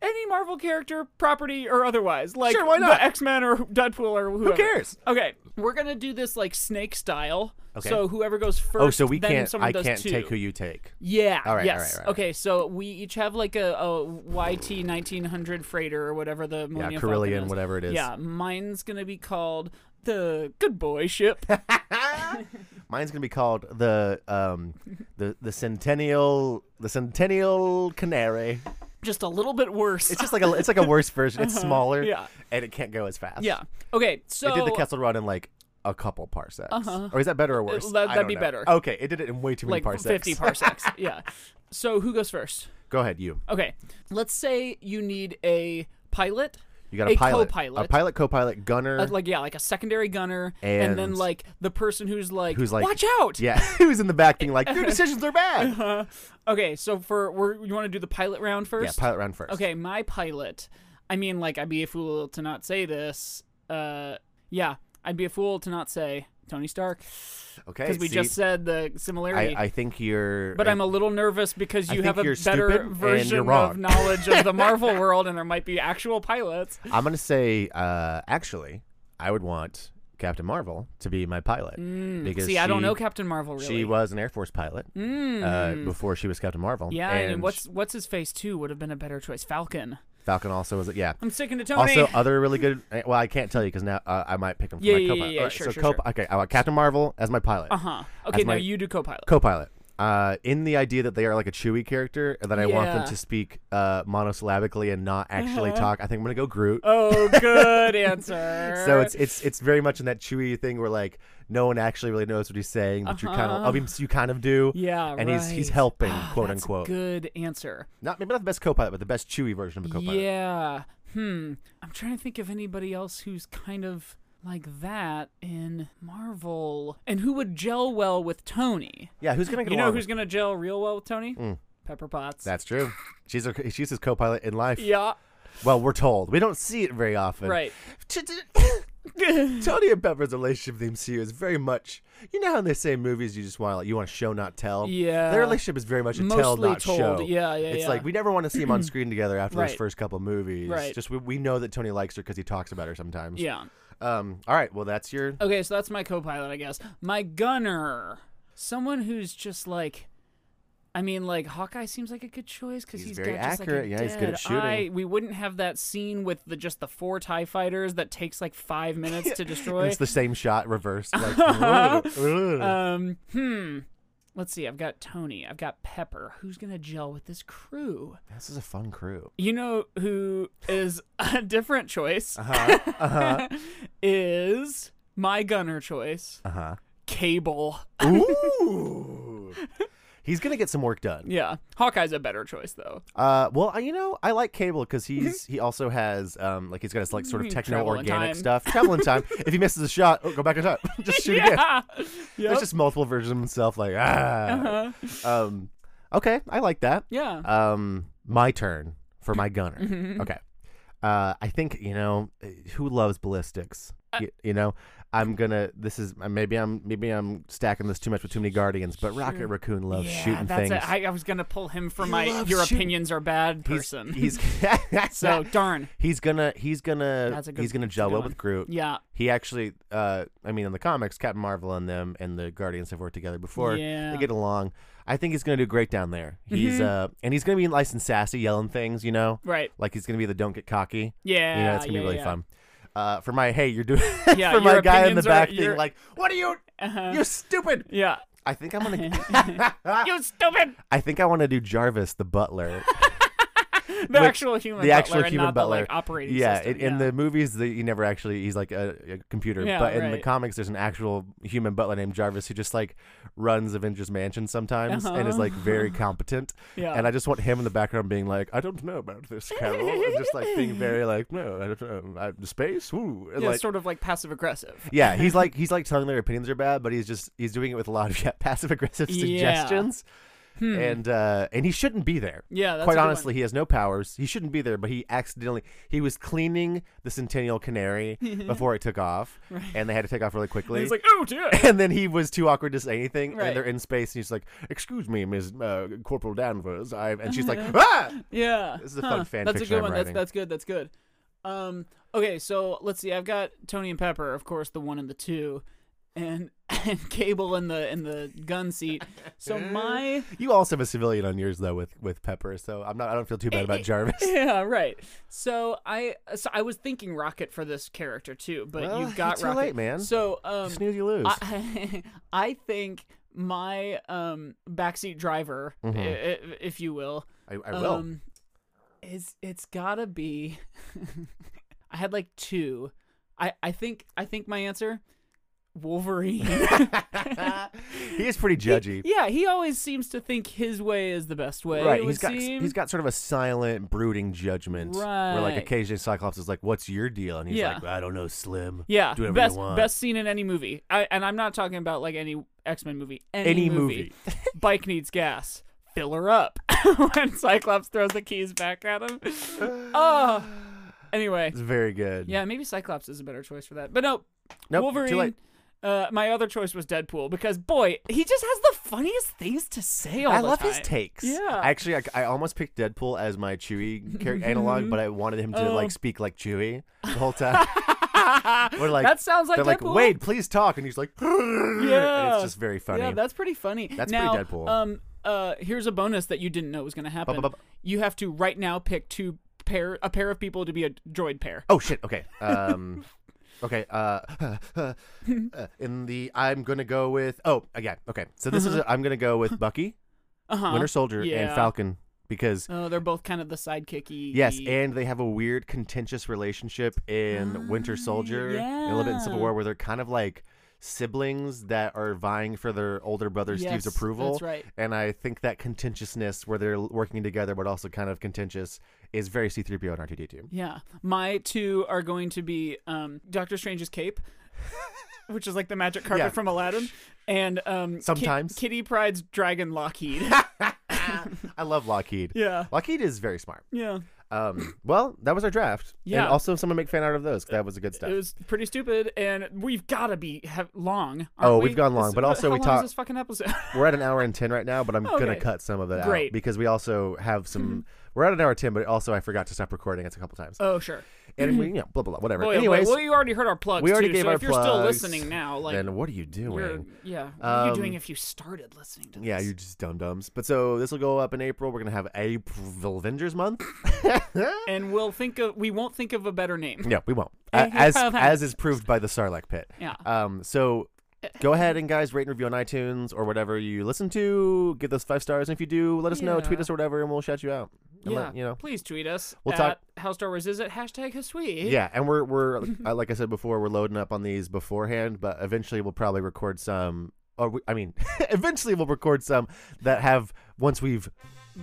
Speaker 2: any Marvel character, property or otherwise, like
Speaker 1: Sure, why not?
Speaker 2: X Men or Deadpool or whoever.
Speaker 1: Who cares?
Speaker 2: Okay, we're gonna do this like snake style.
Speaker 1: Okay.
Speaker 2: So whoever goes first,
Speaker 1: Oh, so we
Speaker 2: then
Speaker 1: can't.
Speaker 2: Someone
Speaker 1: I
Speaker 2: does
Speaker 1: can't
Speaker 2: two.
Speaker 1: take who you take.
Speaker 2: Yeah.
Speaker 1: All right, all
Speaker 2: Yes.
Speaker 1: right, all right.
Speaker 2: Okay. So we each have like a, a YT nineteen hundred freighter or whatever the Millennium Falcon
Speaker 1: Carillion,
Speaker 2: is.
Speaker 1: whatever it is.
Speaker 2: Yeah, mine's gonna be called the Good Boy Ship.
Speaker 1: Mine's gonna be called the um the the centennial the centennial canary.
Speaker 2: Just a little bit worse.
Speaker 1: It's just like a it's like a worse version. It's smaller.
Speaker 2: Uh-huh. yeah.
Speaker 1: And it can't go as fast.
Speaker 2: yeah. Okay. So
Speaker 1: It did the Kessel Run in like a couple parsecs.
Speaker 2: Uh-huh.
Speaker 1: Or is that better or worse?
Speaker 2: that-
Speaker 1: I
Speaker 2: that'd
Speaker 1: don't
Speaker 2: be
Speaker 1: know.
Speaker 2: better.
Speaker 1: Okay, it did it in way too many
Speaker 2: like
Speaker 1: parsecs.
Speaker 2: fifty parsecs. yeah. So who goes first?
Speaker 1: Go ahead, you.
Speaker 2: Okay. Let's say you need a pilot.
Speaker 1: You got a,
Speaker 2: A
Speaker 1: pilot,
Speaker 2: co-pilot.
Speaker 1: a pilot, co-pilot, gunner.
Speaker 2: uh, like yeah, like a secondary gunner, and then
Speaker 1: And-
Speaker 2: like the person who's like,
Speaker 1: Who's like-
Speaker 2: watch out.
Speaker 1: yeah, who's in the back being like, "Your decisions are bad."
Speaker 2: Uh, okay, so for we're, you want to do the pilot round first?
Speaker 1: Yeah, pilot round first.
Speaker 2: Okay, my pilot. I mean, like, I'd be a fool to not say this. Uh, yeah, I'd be a fool to not say Tony Stark
Speaker 1: okay.
Speaker 2: because we
Speaker 1: see,
Speaker 2: just said the similarity.
Speaker 1: I, I think you're.
Speaker 2: but I'm a little nervous because
Speaker 1: I
Speaker 2: you have
Speaker 1: think
Speaker 2: a
Speaker 1: you're stupid
Speaker 2: better
Speaker 1: and
Speaker 2: version
Speaker 1: you're wrong.
Speaker 2: of knowledge of the Marvel world, and there might be actual pilots.
Speaker 1: I'm gonna say, uh, actually, I would want Captain Marvel to be my pilot because
Speaker 2: Mm, See, I don't
Speaker 1: she-
Speaker 2: know Captain Marvel really.
Speaker 1: She was an Air Force pilot uh, before she was Captain Marvel.
Speaker 2: yeah,
Speaker 1: and,
Speaker 2: and, what's what's his face too would have been a better choice. Falcon.
Speaker 1: Falcon also was yeah.
Speaker 2: I'm sticking to Tony.
Speaker 1: Also, other really good. eh, Well, I can't tell you because now uh, I might pick them for
Speaker 2: Yeah,
Speaker 1: my
Speaker 2: yeah,
Speaker 1: co-pilot.
Speaker 2: yeah, yeah,
Speaker 1: All right,
Speaker 2: sure,
Speaker 1: so
Speaker 2: sure,
Speaker 1: co-
Speaker 2: sure.
Speaker 1: Okay, I want Captain Marvel as my pilot.
Speaker 2: uh huh. Okay,
Speaker 1: That's
Speaker 2: now
Speaker 1: my-
Speaker 2: you do co-pilot.
Speaker 1: Co-pilot. Uh, in the idea that they are like a Chewy character, and that I want them
Speaker 2: Yeah. Uh-huh.
Speaker 1: to speak uh, monosyllabically and not actually talk. I think I'm gonna go Groot.
Speaker 2: Oh, good answer.
Speaker 1: So it's it's it's very much in that Chewy thing where like no one actually really knows what he's saying, but you kind
Speaker 2: Uh-huh.
Speaker 1: of I mean you kind of do.
Speaker 2: yeah,
Speaker 1: and he's he's
Speaker 2: right.
Speaker 1: helping,
Speaker 2: Ah,
Speaker 1: quote
Speaker 2: that's a
Speaker 1: unquote.
Speaker 2: Good answer.
Speaker 1: Not maybe not the best co-pilot, but the best Chewy version of a co-pilot.
Speaker 2: Yeah. Hmm. I'm trying to think of anybody else who's kind of like that in Marvel, and who would gel well with Tony.
Speaker 1: Yeah, who's gonna get
Speaker 2: You know
Speaker 1: along Hmm.
Speaker 2: who's
Speaker 1: with-
Speaker 2: gonna gel real well with Tony? Pepper Potts.
Speaker 1: That's true. She's a, she's his co-pilot in life.
Speaker 2: yeah.
Speaker 1: Well, we're told we don't see it very often.
Speaker 2: Right.
Speaker 1: Tony and Pepper's relationship with the MCU is very much. You know how in they say in movies you just want to like you want to show not tell.
Speaker 2: Yeah.
Speaker 1: Their relationship is very much a tell
Speaker 2: Mostly
Speaker 1: not
Speaker 2: told.
Speaker 1: show.
Speaker 2: Yeah, yeah,
Speaker 1: It's
Speaker 2: yeah.
Speaker 1: like we never want to see them on screen together after those
Speaker 2: Right.
Speaker 1: first couple movies.
Speaker 2: Right.
Speaker 1: Just we, we know that Tony likes her because he talks about her sometimes.
Speaker 2: Yeah.
Speaker 1: Um. All right. Well, that's your.
Speaker 2: Okay, so that's my co-pilot, I guess. My gunner, someone who's just like, I mean, like Hawkeye seems like a good choice because
Speaker 1: He's
Speaker 2: he's,
Speaker 1: very
Speaker 2: got just
Speaker 1: accurate.
Speaker 2: Like a
Speaker 1: Yeah, he's good at
Speaker 2: dead
Speaker 1: shooting.
Speaker 2: eye. We wouldn't have that scene with the just the four Tie Fighters that takes like five minutes to destroy.
Speaker 1: It's the same shot reversed. Like, uh,
Speaker 2: um, hmm. Let's see. I've got Tony. I've got Pepper. Who's gonna gel with this crew?
Speaker 1: this is a fun crew.
Speaker 2: You know who is a different choice?
Speaker 1: Uh huh. Uh
Speaker 2: Is my gunner choice
Speaker 1: huh.
Speaker 2: Cable?
Speaker 1: Uh huh. Uh-huh. Ooh. He's gonna get some work done.
Speaker 2: Yeah, Hawkeye's a better choice though.
Speaker 1: Uh, well, I- you know, I like Cable because he's he also has um like he's got his like sort of
Speaker 2: Mm,
Speaker 1: techno
Speaker 2: Mm-hmm. travel in
Speaker 1: organic
Speaker 2: time.
Speaker 1: stuff. Travel in time. if he misses a shot, oh, go back in time. just shoot again.
Speaker 2: yeah. Yep.
Speaker 1: There's just multiple versions of himself. Like ah.
Speaker 2: Uh-huh.
Speaker 1: Um. Okay, I like that.
Speaker 2: Yeah.
Speaker 1: Um. My turn for my gunner.
Speaker 2: Mm-hmm.
Speaker 1: Okay. Uh, I think you know eh, who loves ballistics.
Speaker 2: Uh,
Speaker 1: Y- you know, I'm gonna. This is maybe I'm maybe I'm stacking this too much with too many guardians, but Rocket Raccoon loves
Speaker 2: yeah,
Speaker 1: shooting
Speaker 2: that's
Speaker 1: things.
Speaker 2: it. I, I was gonna pull him for my
Speaker 1: loves
Speaker 2: your
Speaker 1: shooting.
Speaker 2: opinions are bad
Speaker 1: He's-
Speaker 2: person.
Speaker 1: He's,
Speaker 2: so darn.
Speaker 1: He's gonna he's gonna
Speaker 2: That's a good-
Speaker 1: he's gonna
Speaker 2: that's a
Speaker 1: gel
Speaker 2: good
Speaker 1: well
Speaker 2: one.
Speaker 1: with Groot.
Speaker 2: Yeah.
Speaker 1: He actually, uh, I mean, in the comics, Captain Marvel and them and the Guardians have worked together before.
Speaker 2: Yeah. Mm-hmm.
Speaker 1: They get along. I think he's gonna do great down there. He's uh, and he's gonna be nice and sassy, yelling things, you know,
Speaker 2: Right.
Speaker 1: like he's gonna be the don't get cocky.
Speaker 2: Yeah.
Speaker 1: you know, it's gonna
Speaker 2: yeah,
Speaker 1: be really
Speaker 2: yeah.
Speaker 1: fun. Uh, for my hey, you're doing
Speaker 2: Yeah,
Speaker 1: for my
Speaker 2: your
Speaker 1: guy in the
Speaker 2: opinions are-
Speaker 1: back being
Speaker 2: your-
Speaker 1: like, what are you?
Speaker 2: Uh-huh.
Speaker 1: You're stupid.
Speaker 2: Yeah.
Speaker 1: I think I'm gonna.
Speaker 2: You stupid.
Speaker 1: I think I want to do Jarvis the butler.
Speaker 2: The
Speaker 1: Which-
Speaker 2: actual human.
Speaker 1: the
Speaker 2: butler
Speaker 1: actual
Speaker 2: and
Speaker 1: human
Speaker 2: not
Speaker 1: butler
Speaker 2: The, like, operating
Speaker 1: yeah,
Speaker 2: system.
Speaker 1: in- in the movies, the, you never actually he's like a, a computer,
Speaker 2: Yeah,
Speaker 1: but in the
Speaker 2: right.
Speaker 1: comics, there's an actual human butler named Jarvis who just like runs Avengers Mansion sometimes and is like very competent.
Speaker 2: Uh-huh. Yeah.
Speaker 1: And I just want him in the background being like, I don't know about this, Carol, and just like being very like, no, I don't know, I, space, woo, and
Speaker 2: yeah,
Speaker 1: like.
Speaker 2: sort of like passive aggressive.
Speaker 1: yeah, he's like he's like telling their opinions are bad, but he's just he's doing it with a lot of passive aggressive
Speaker 2: Yeah. Hmm.
Speaker 1: suggestions. and uh, and he shouldn't be there.
Speaker 2: Yeah, that's a
Speaker 1: quite
Speaker 2: good one.
Speaker 1: honestly, he has no powers. He shouldn't be there, but he accidentally he was cleaning the Centennial Canary before it took off, and they had to take off really quickly.
Speaker 2: He's like, oh dear.
Speaker 1: and then he was too awkward to say anything,
Speaker 2: Right.
Speaker 1: and they're in space, and he's like, "Excuse me, Ms. Uh, Corporal Danvers," I, and she's like, "Ah!"
Speaker 2: Yeah.
Speaker 1: This is a fun fan
Speaker 2: That's a
Speaker 1: fiction
Speaker 2: good
Speaker 1: I'm
Speaker 2: one.
Speaker 1: writing.
Speaker 2: That's that's good. That's good. Um okay, so let's see. I've got Tony and Pepper, of course, the one and the two, and and Cable in the in the gun seat. So my
Speaker 1: You also have a civilian on yours though with with Pepper, so I'm not. I don't feel too bad about Jarvis.
Speaker 2: Yeah, right. So I so I was thinking Rocket for this character too, but
Speaker 1: Well,
Speaker 2: you've got
Speaker 1: you're too
Speaker 2: Rocket.
Speaker 1: late, man.
Speaker 2: So um
Speaker 1: Snooze, you lose.
Speaker 2: I, I think my um backseat driver,
Speaker 1: Mm-hmm.
Speaker 2: i i- if you will,
Speaker 1: I, I will.
Speaker 2: Um, is it's gotta be? I had like two. I I think I think my answer, Wolverine.
Speaker 1: he is pretty judgy.
Speaker 2: yeah, he always seems to think his way is the best way.
Speaker 1: Right,
Speaker 2: it
Speaker 1: he's
Speaker 2: would
Speaker 1: got
Speaker 2: seem.
Speaker 1: he's got sort of a silent, brooding judgment. Where like
Speaker 2: Right.
Speaker 1: occasionally Cyclops is like, "What's your deal?" and he's
Speaker 2: Yeah.
Speaker 1: like, "I don't know, Slim.
Speaker 2: yeah,
Speaker 1: do whatever
Speaker 2: best
Speaker 1: you want."
Speaker 2: best scene in any movie. I, and I'm not talking about like any X Men movie. Any,
Speaker 1: Any
Speaker 2: movie. Bike needs gas. Fill her up. when Cyclops throws the keys back at him. Oh. Anyway.
Speaker 1: It's very good.
Speaker 2: Yeah, maybe Cyclops is a better choice for that. But no,
Speaker 1: Nope,
Speaker 2: Wolverine.
Speaker 1: Too late.
Speaker 2: Uh, my other choice was Deadpool because boy, he just has the funniest things to say all
Speaker 1: I
Speaker 2: the
Speaker 1: love his
Speaker 2: time.
Speaker 1: takes.
Speaker 2: Yeah.
Speaker 1: Actually, I, I almost picked Deadpool as my Chewie character analog, but I wanted him
Speaker 2: Oh.
Speaker 1: to like speak like Chewie the whole time. We're like
Speaker 2: That sounds like
Speaker 1: they're like,
Speaker 2: Deadpool.
Speaker 1: Wade, please talk, and he's like, and it's just very funny.
Speaker 2: Yeah, that's pretty funny.
Speaker 1: That's pretty
Speaker 2: now,
Speaker 1: Deadpool.
Speaker 2: Um, uh, here's a bonus that you didn't know was going to happen.
Speaker 1: bu- bu-
Speaker 2: You have to right now pick two pair, a pair of people to be a droid pair.
Speaker 1: Oh shit. Okay. Um. okay. Uh, uh, In the I'm gonna go with. Oh yeah. Okay. So this is a, I'm gonna go with Bucky,
Speaker 2: Uh-huh.
Speaker 1: Winter Soldier, and
Speaker 2: Yeah.
Speaker 1: Falcon because.
Speaker 2: Oh, they're both kind of the sidekicky.
Speaker 1: Yes, and they have a weird contentious relationship in Winter Soldier and a little bit in Civil
Speaker 2: Ah, yeah.
Speaker 1: War where they're kind of like siblings that are vying for their older brother
Speaker 2: Yes,
Speaker 1: Steve's approval.
Speaker 2: that's right.
Speaker 1: And I think that contentiousness where they're working together but also kind of contentious is very C3PO and R2D2.
Speaker 2: yeah, my two are going to be um, Doctor Strange's cape, which is like the magic carpet
Speaker 1: Yeah.
Speaker 2: from Aladdin, and um, Ki-
Speaker 1: Sometimes.
Speaker 2: Kitty Pride's dragon Lockheed.
Speaker 1: I love Lockheed.
Speaker 2: yeah,
Speaker 1: Lockheed is very smart.
Speaker 2: yeah.
Speaker 1: Um, well, that was our draft.
Speaker 2: Yeah.
Speaker 1: And also, someone make fan art of those. 'cause That was a good stuff.
Speaker 2: It was pretty stupid, and we've got to be have, long. aren't
Speaker 1: Oh,
Speaker 2: we?
Speaker 1: we've gone long,
Speaker 2: This-
Speaker 1: but also
Speaker 2: how
Speaker 1: we
Speaker 2: long
Speaker 1: talk-
Speaker 2: Is this fucking episode.
Speaker 1: We're at an hour and 10 right now, but I'm going
Speaker 2: Okay.
Speaker 1: to cut some of that out
Speaker 2: Great. Mm-hmm.
Speaker 1: because we also have some. We're at an hour 10, but also I forgot to stop recording it a couple times.
Speaker 2: oh, sure.
Speaker 1: and we, you know, blah, blah, blah, whatever.
Speaker 2: Boy, oh, boy.
Speaker 1: Anyways,
Speaker 2: well, you already heard our plugs.
Speaker 1: we already
Speaker 2: too,
Speaker 1: gave
Speaker 2: so
Speaker 1: our
Speaker 2: if you're still
Speaker 1: plugs,
Speaker 2: listening now, like,
Speaker 1: then what are you
Speaker 2: you're,
Speaker 1: doing?
Speaker 2: yeah, what are you
Speaker 1: Um,
Speaker 2: doing if you started listening to this?
Speaker 1: Yeah, you're just dumb dumbs. But so this will go up in April. We're going to have April Avengers month.
Speaker 2: and we'll think of we won't think of a better name.
Speaker 1: Yeah, we won't.
Speaker 2: Eh,
Speaker 1: A- As
Speaker 2: well,
Speaker 1: as is proved by the Sarlacc pit.
Speaker 2: Yeah.
Speaker 1: Um. So go ahead and guys rate and review on iTunes or whatever you listen to. Give us five stars, and if you do, let us know. Tweet
Speaker 2: Yeah.
Speaker 1: us or whatever, and we'll shout you out. And
Speaker 2: yeah,
Speaker 1: let- you know.
Speaker 2: Please tweet us.
Speaker 1: We'll
Speaker 2: at
Speaker 1: talk-
Speaker 2: How Star Wars is it? Hashtag Haswee.
Speaker 1: Yeah, and we're we're uh, like I said before, we're loading up on these beforehand, but eventually we'll probably record some. Or we, I mean, eventually we'll record some that have once we've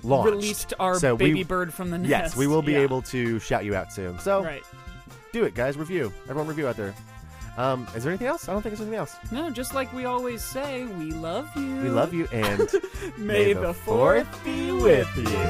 Speaker 1: launched
Speaker 2: Released our
Speaker 1: So we-
Speaker 2: baby bird from the nest.
Speaker 1: Yes, we will be
Speaker 2: Yeah.
Speaker 1: able to shout you out soon. So
Speaker 2: Right.
Speaker 1: do it, guys. Review everyone. Review out there. Um, is there anything else? I don't think there's anything else.
Speaker 2: No, just like we always say, we love you.
Speaker 1: We love you and
Speaker 2: May the fourth be with you.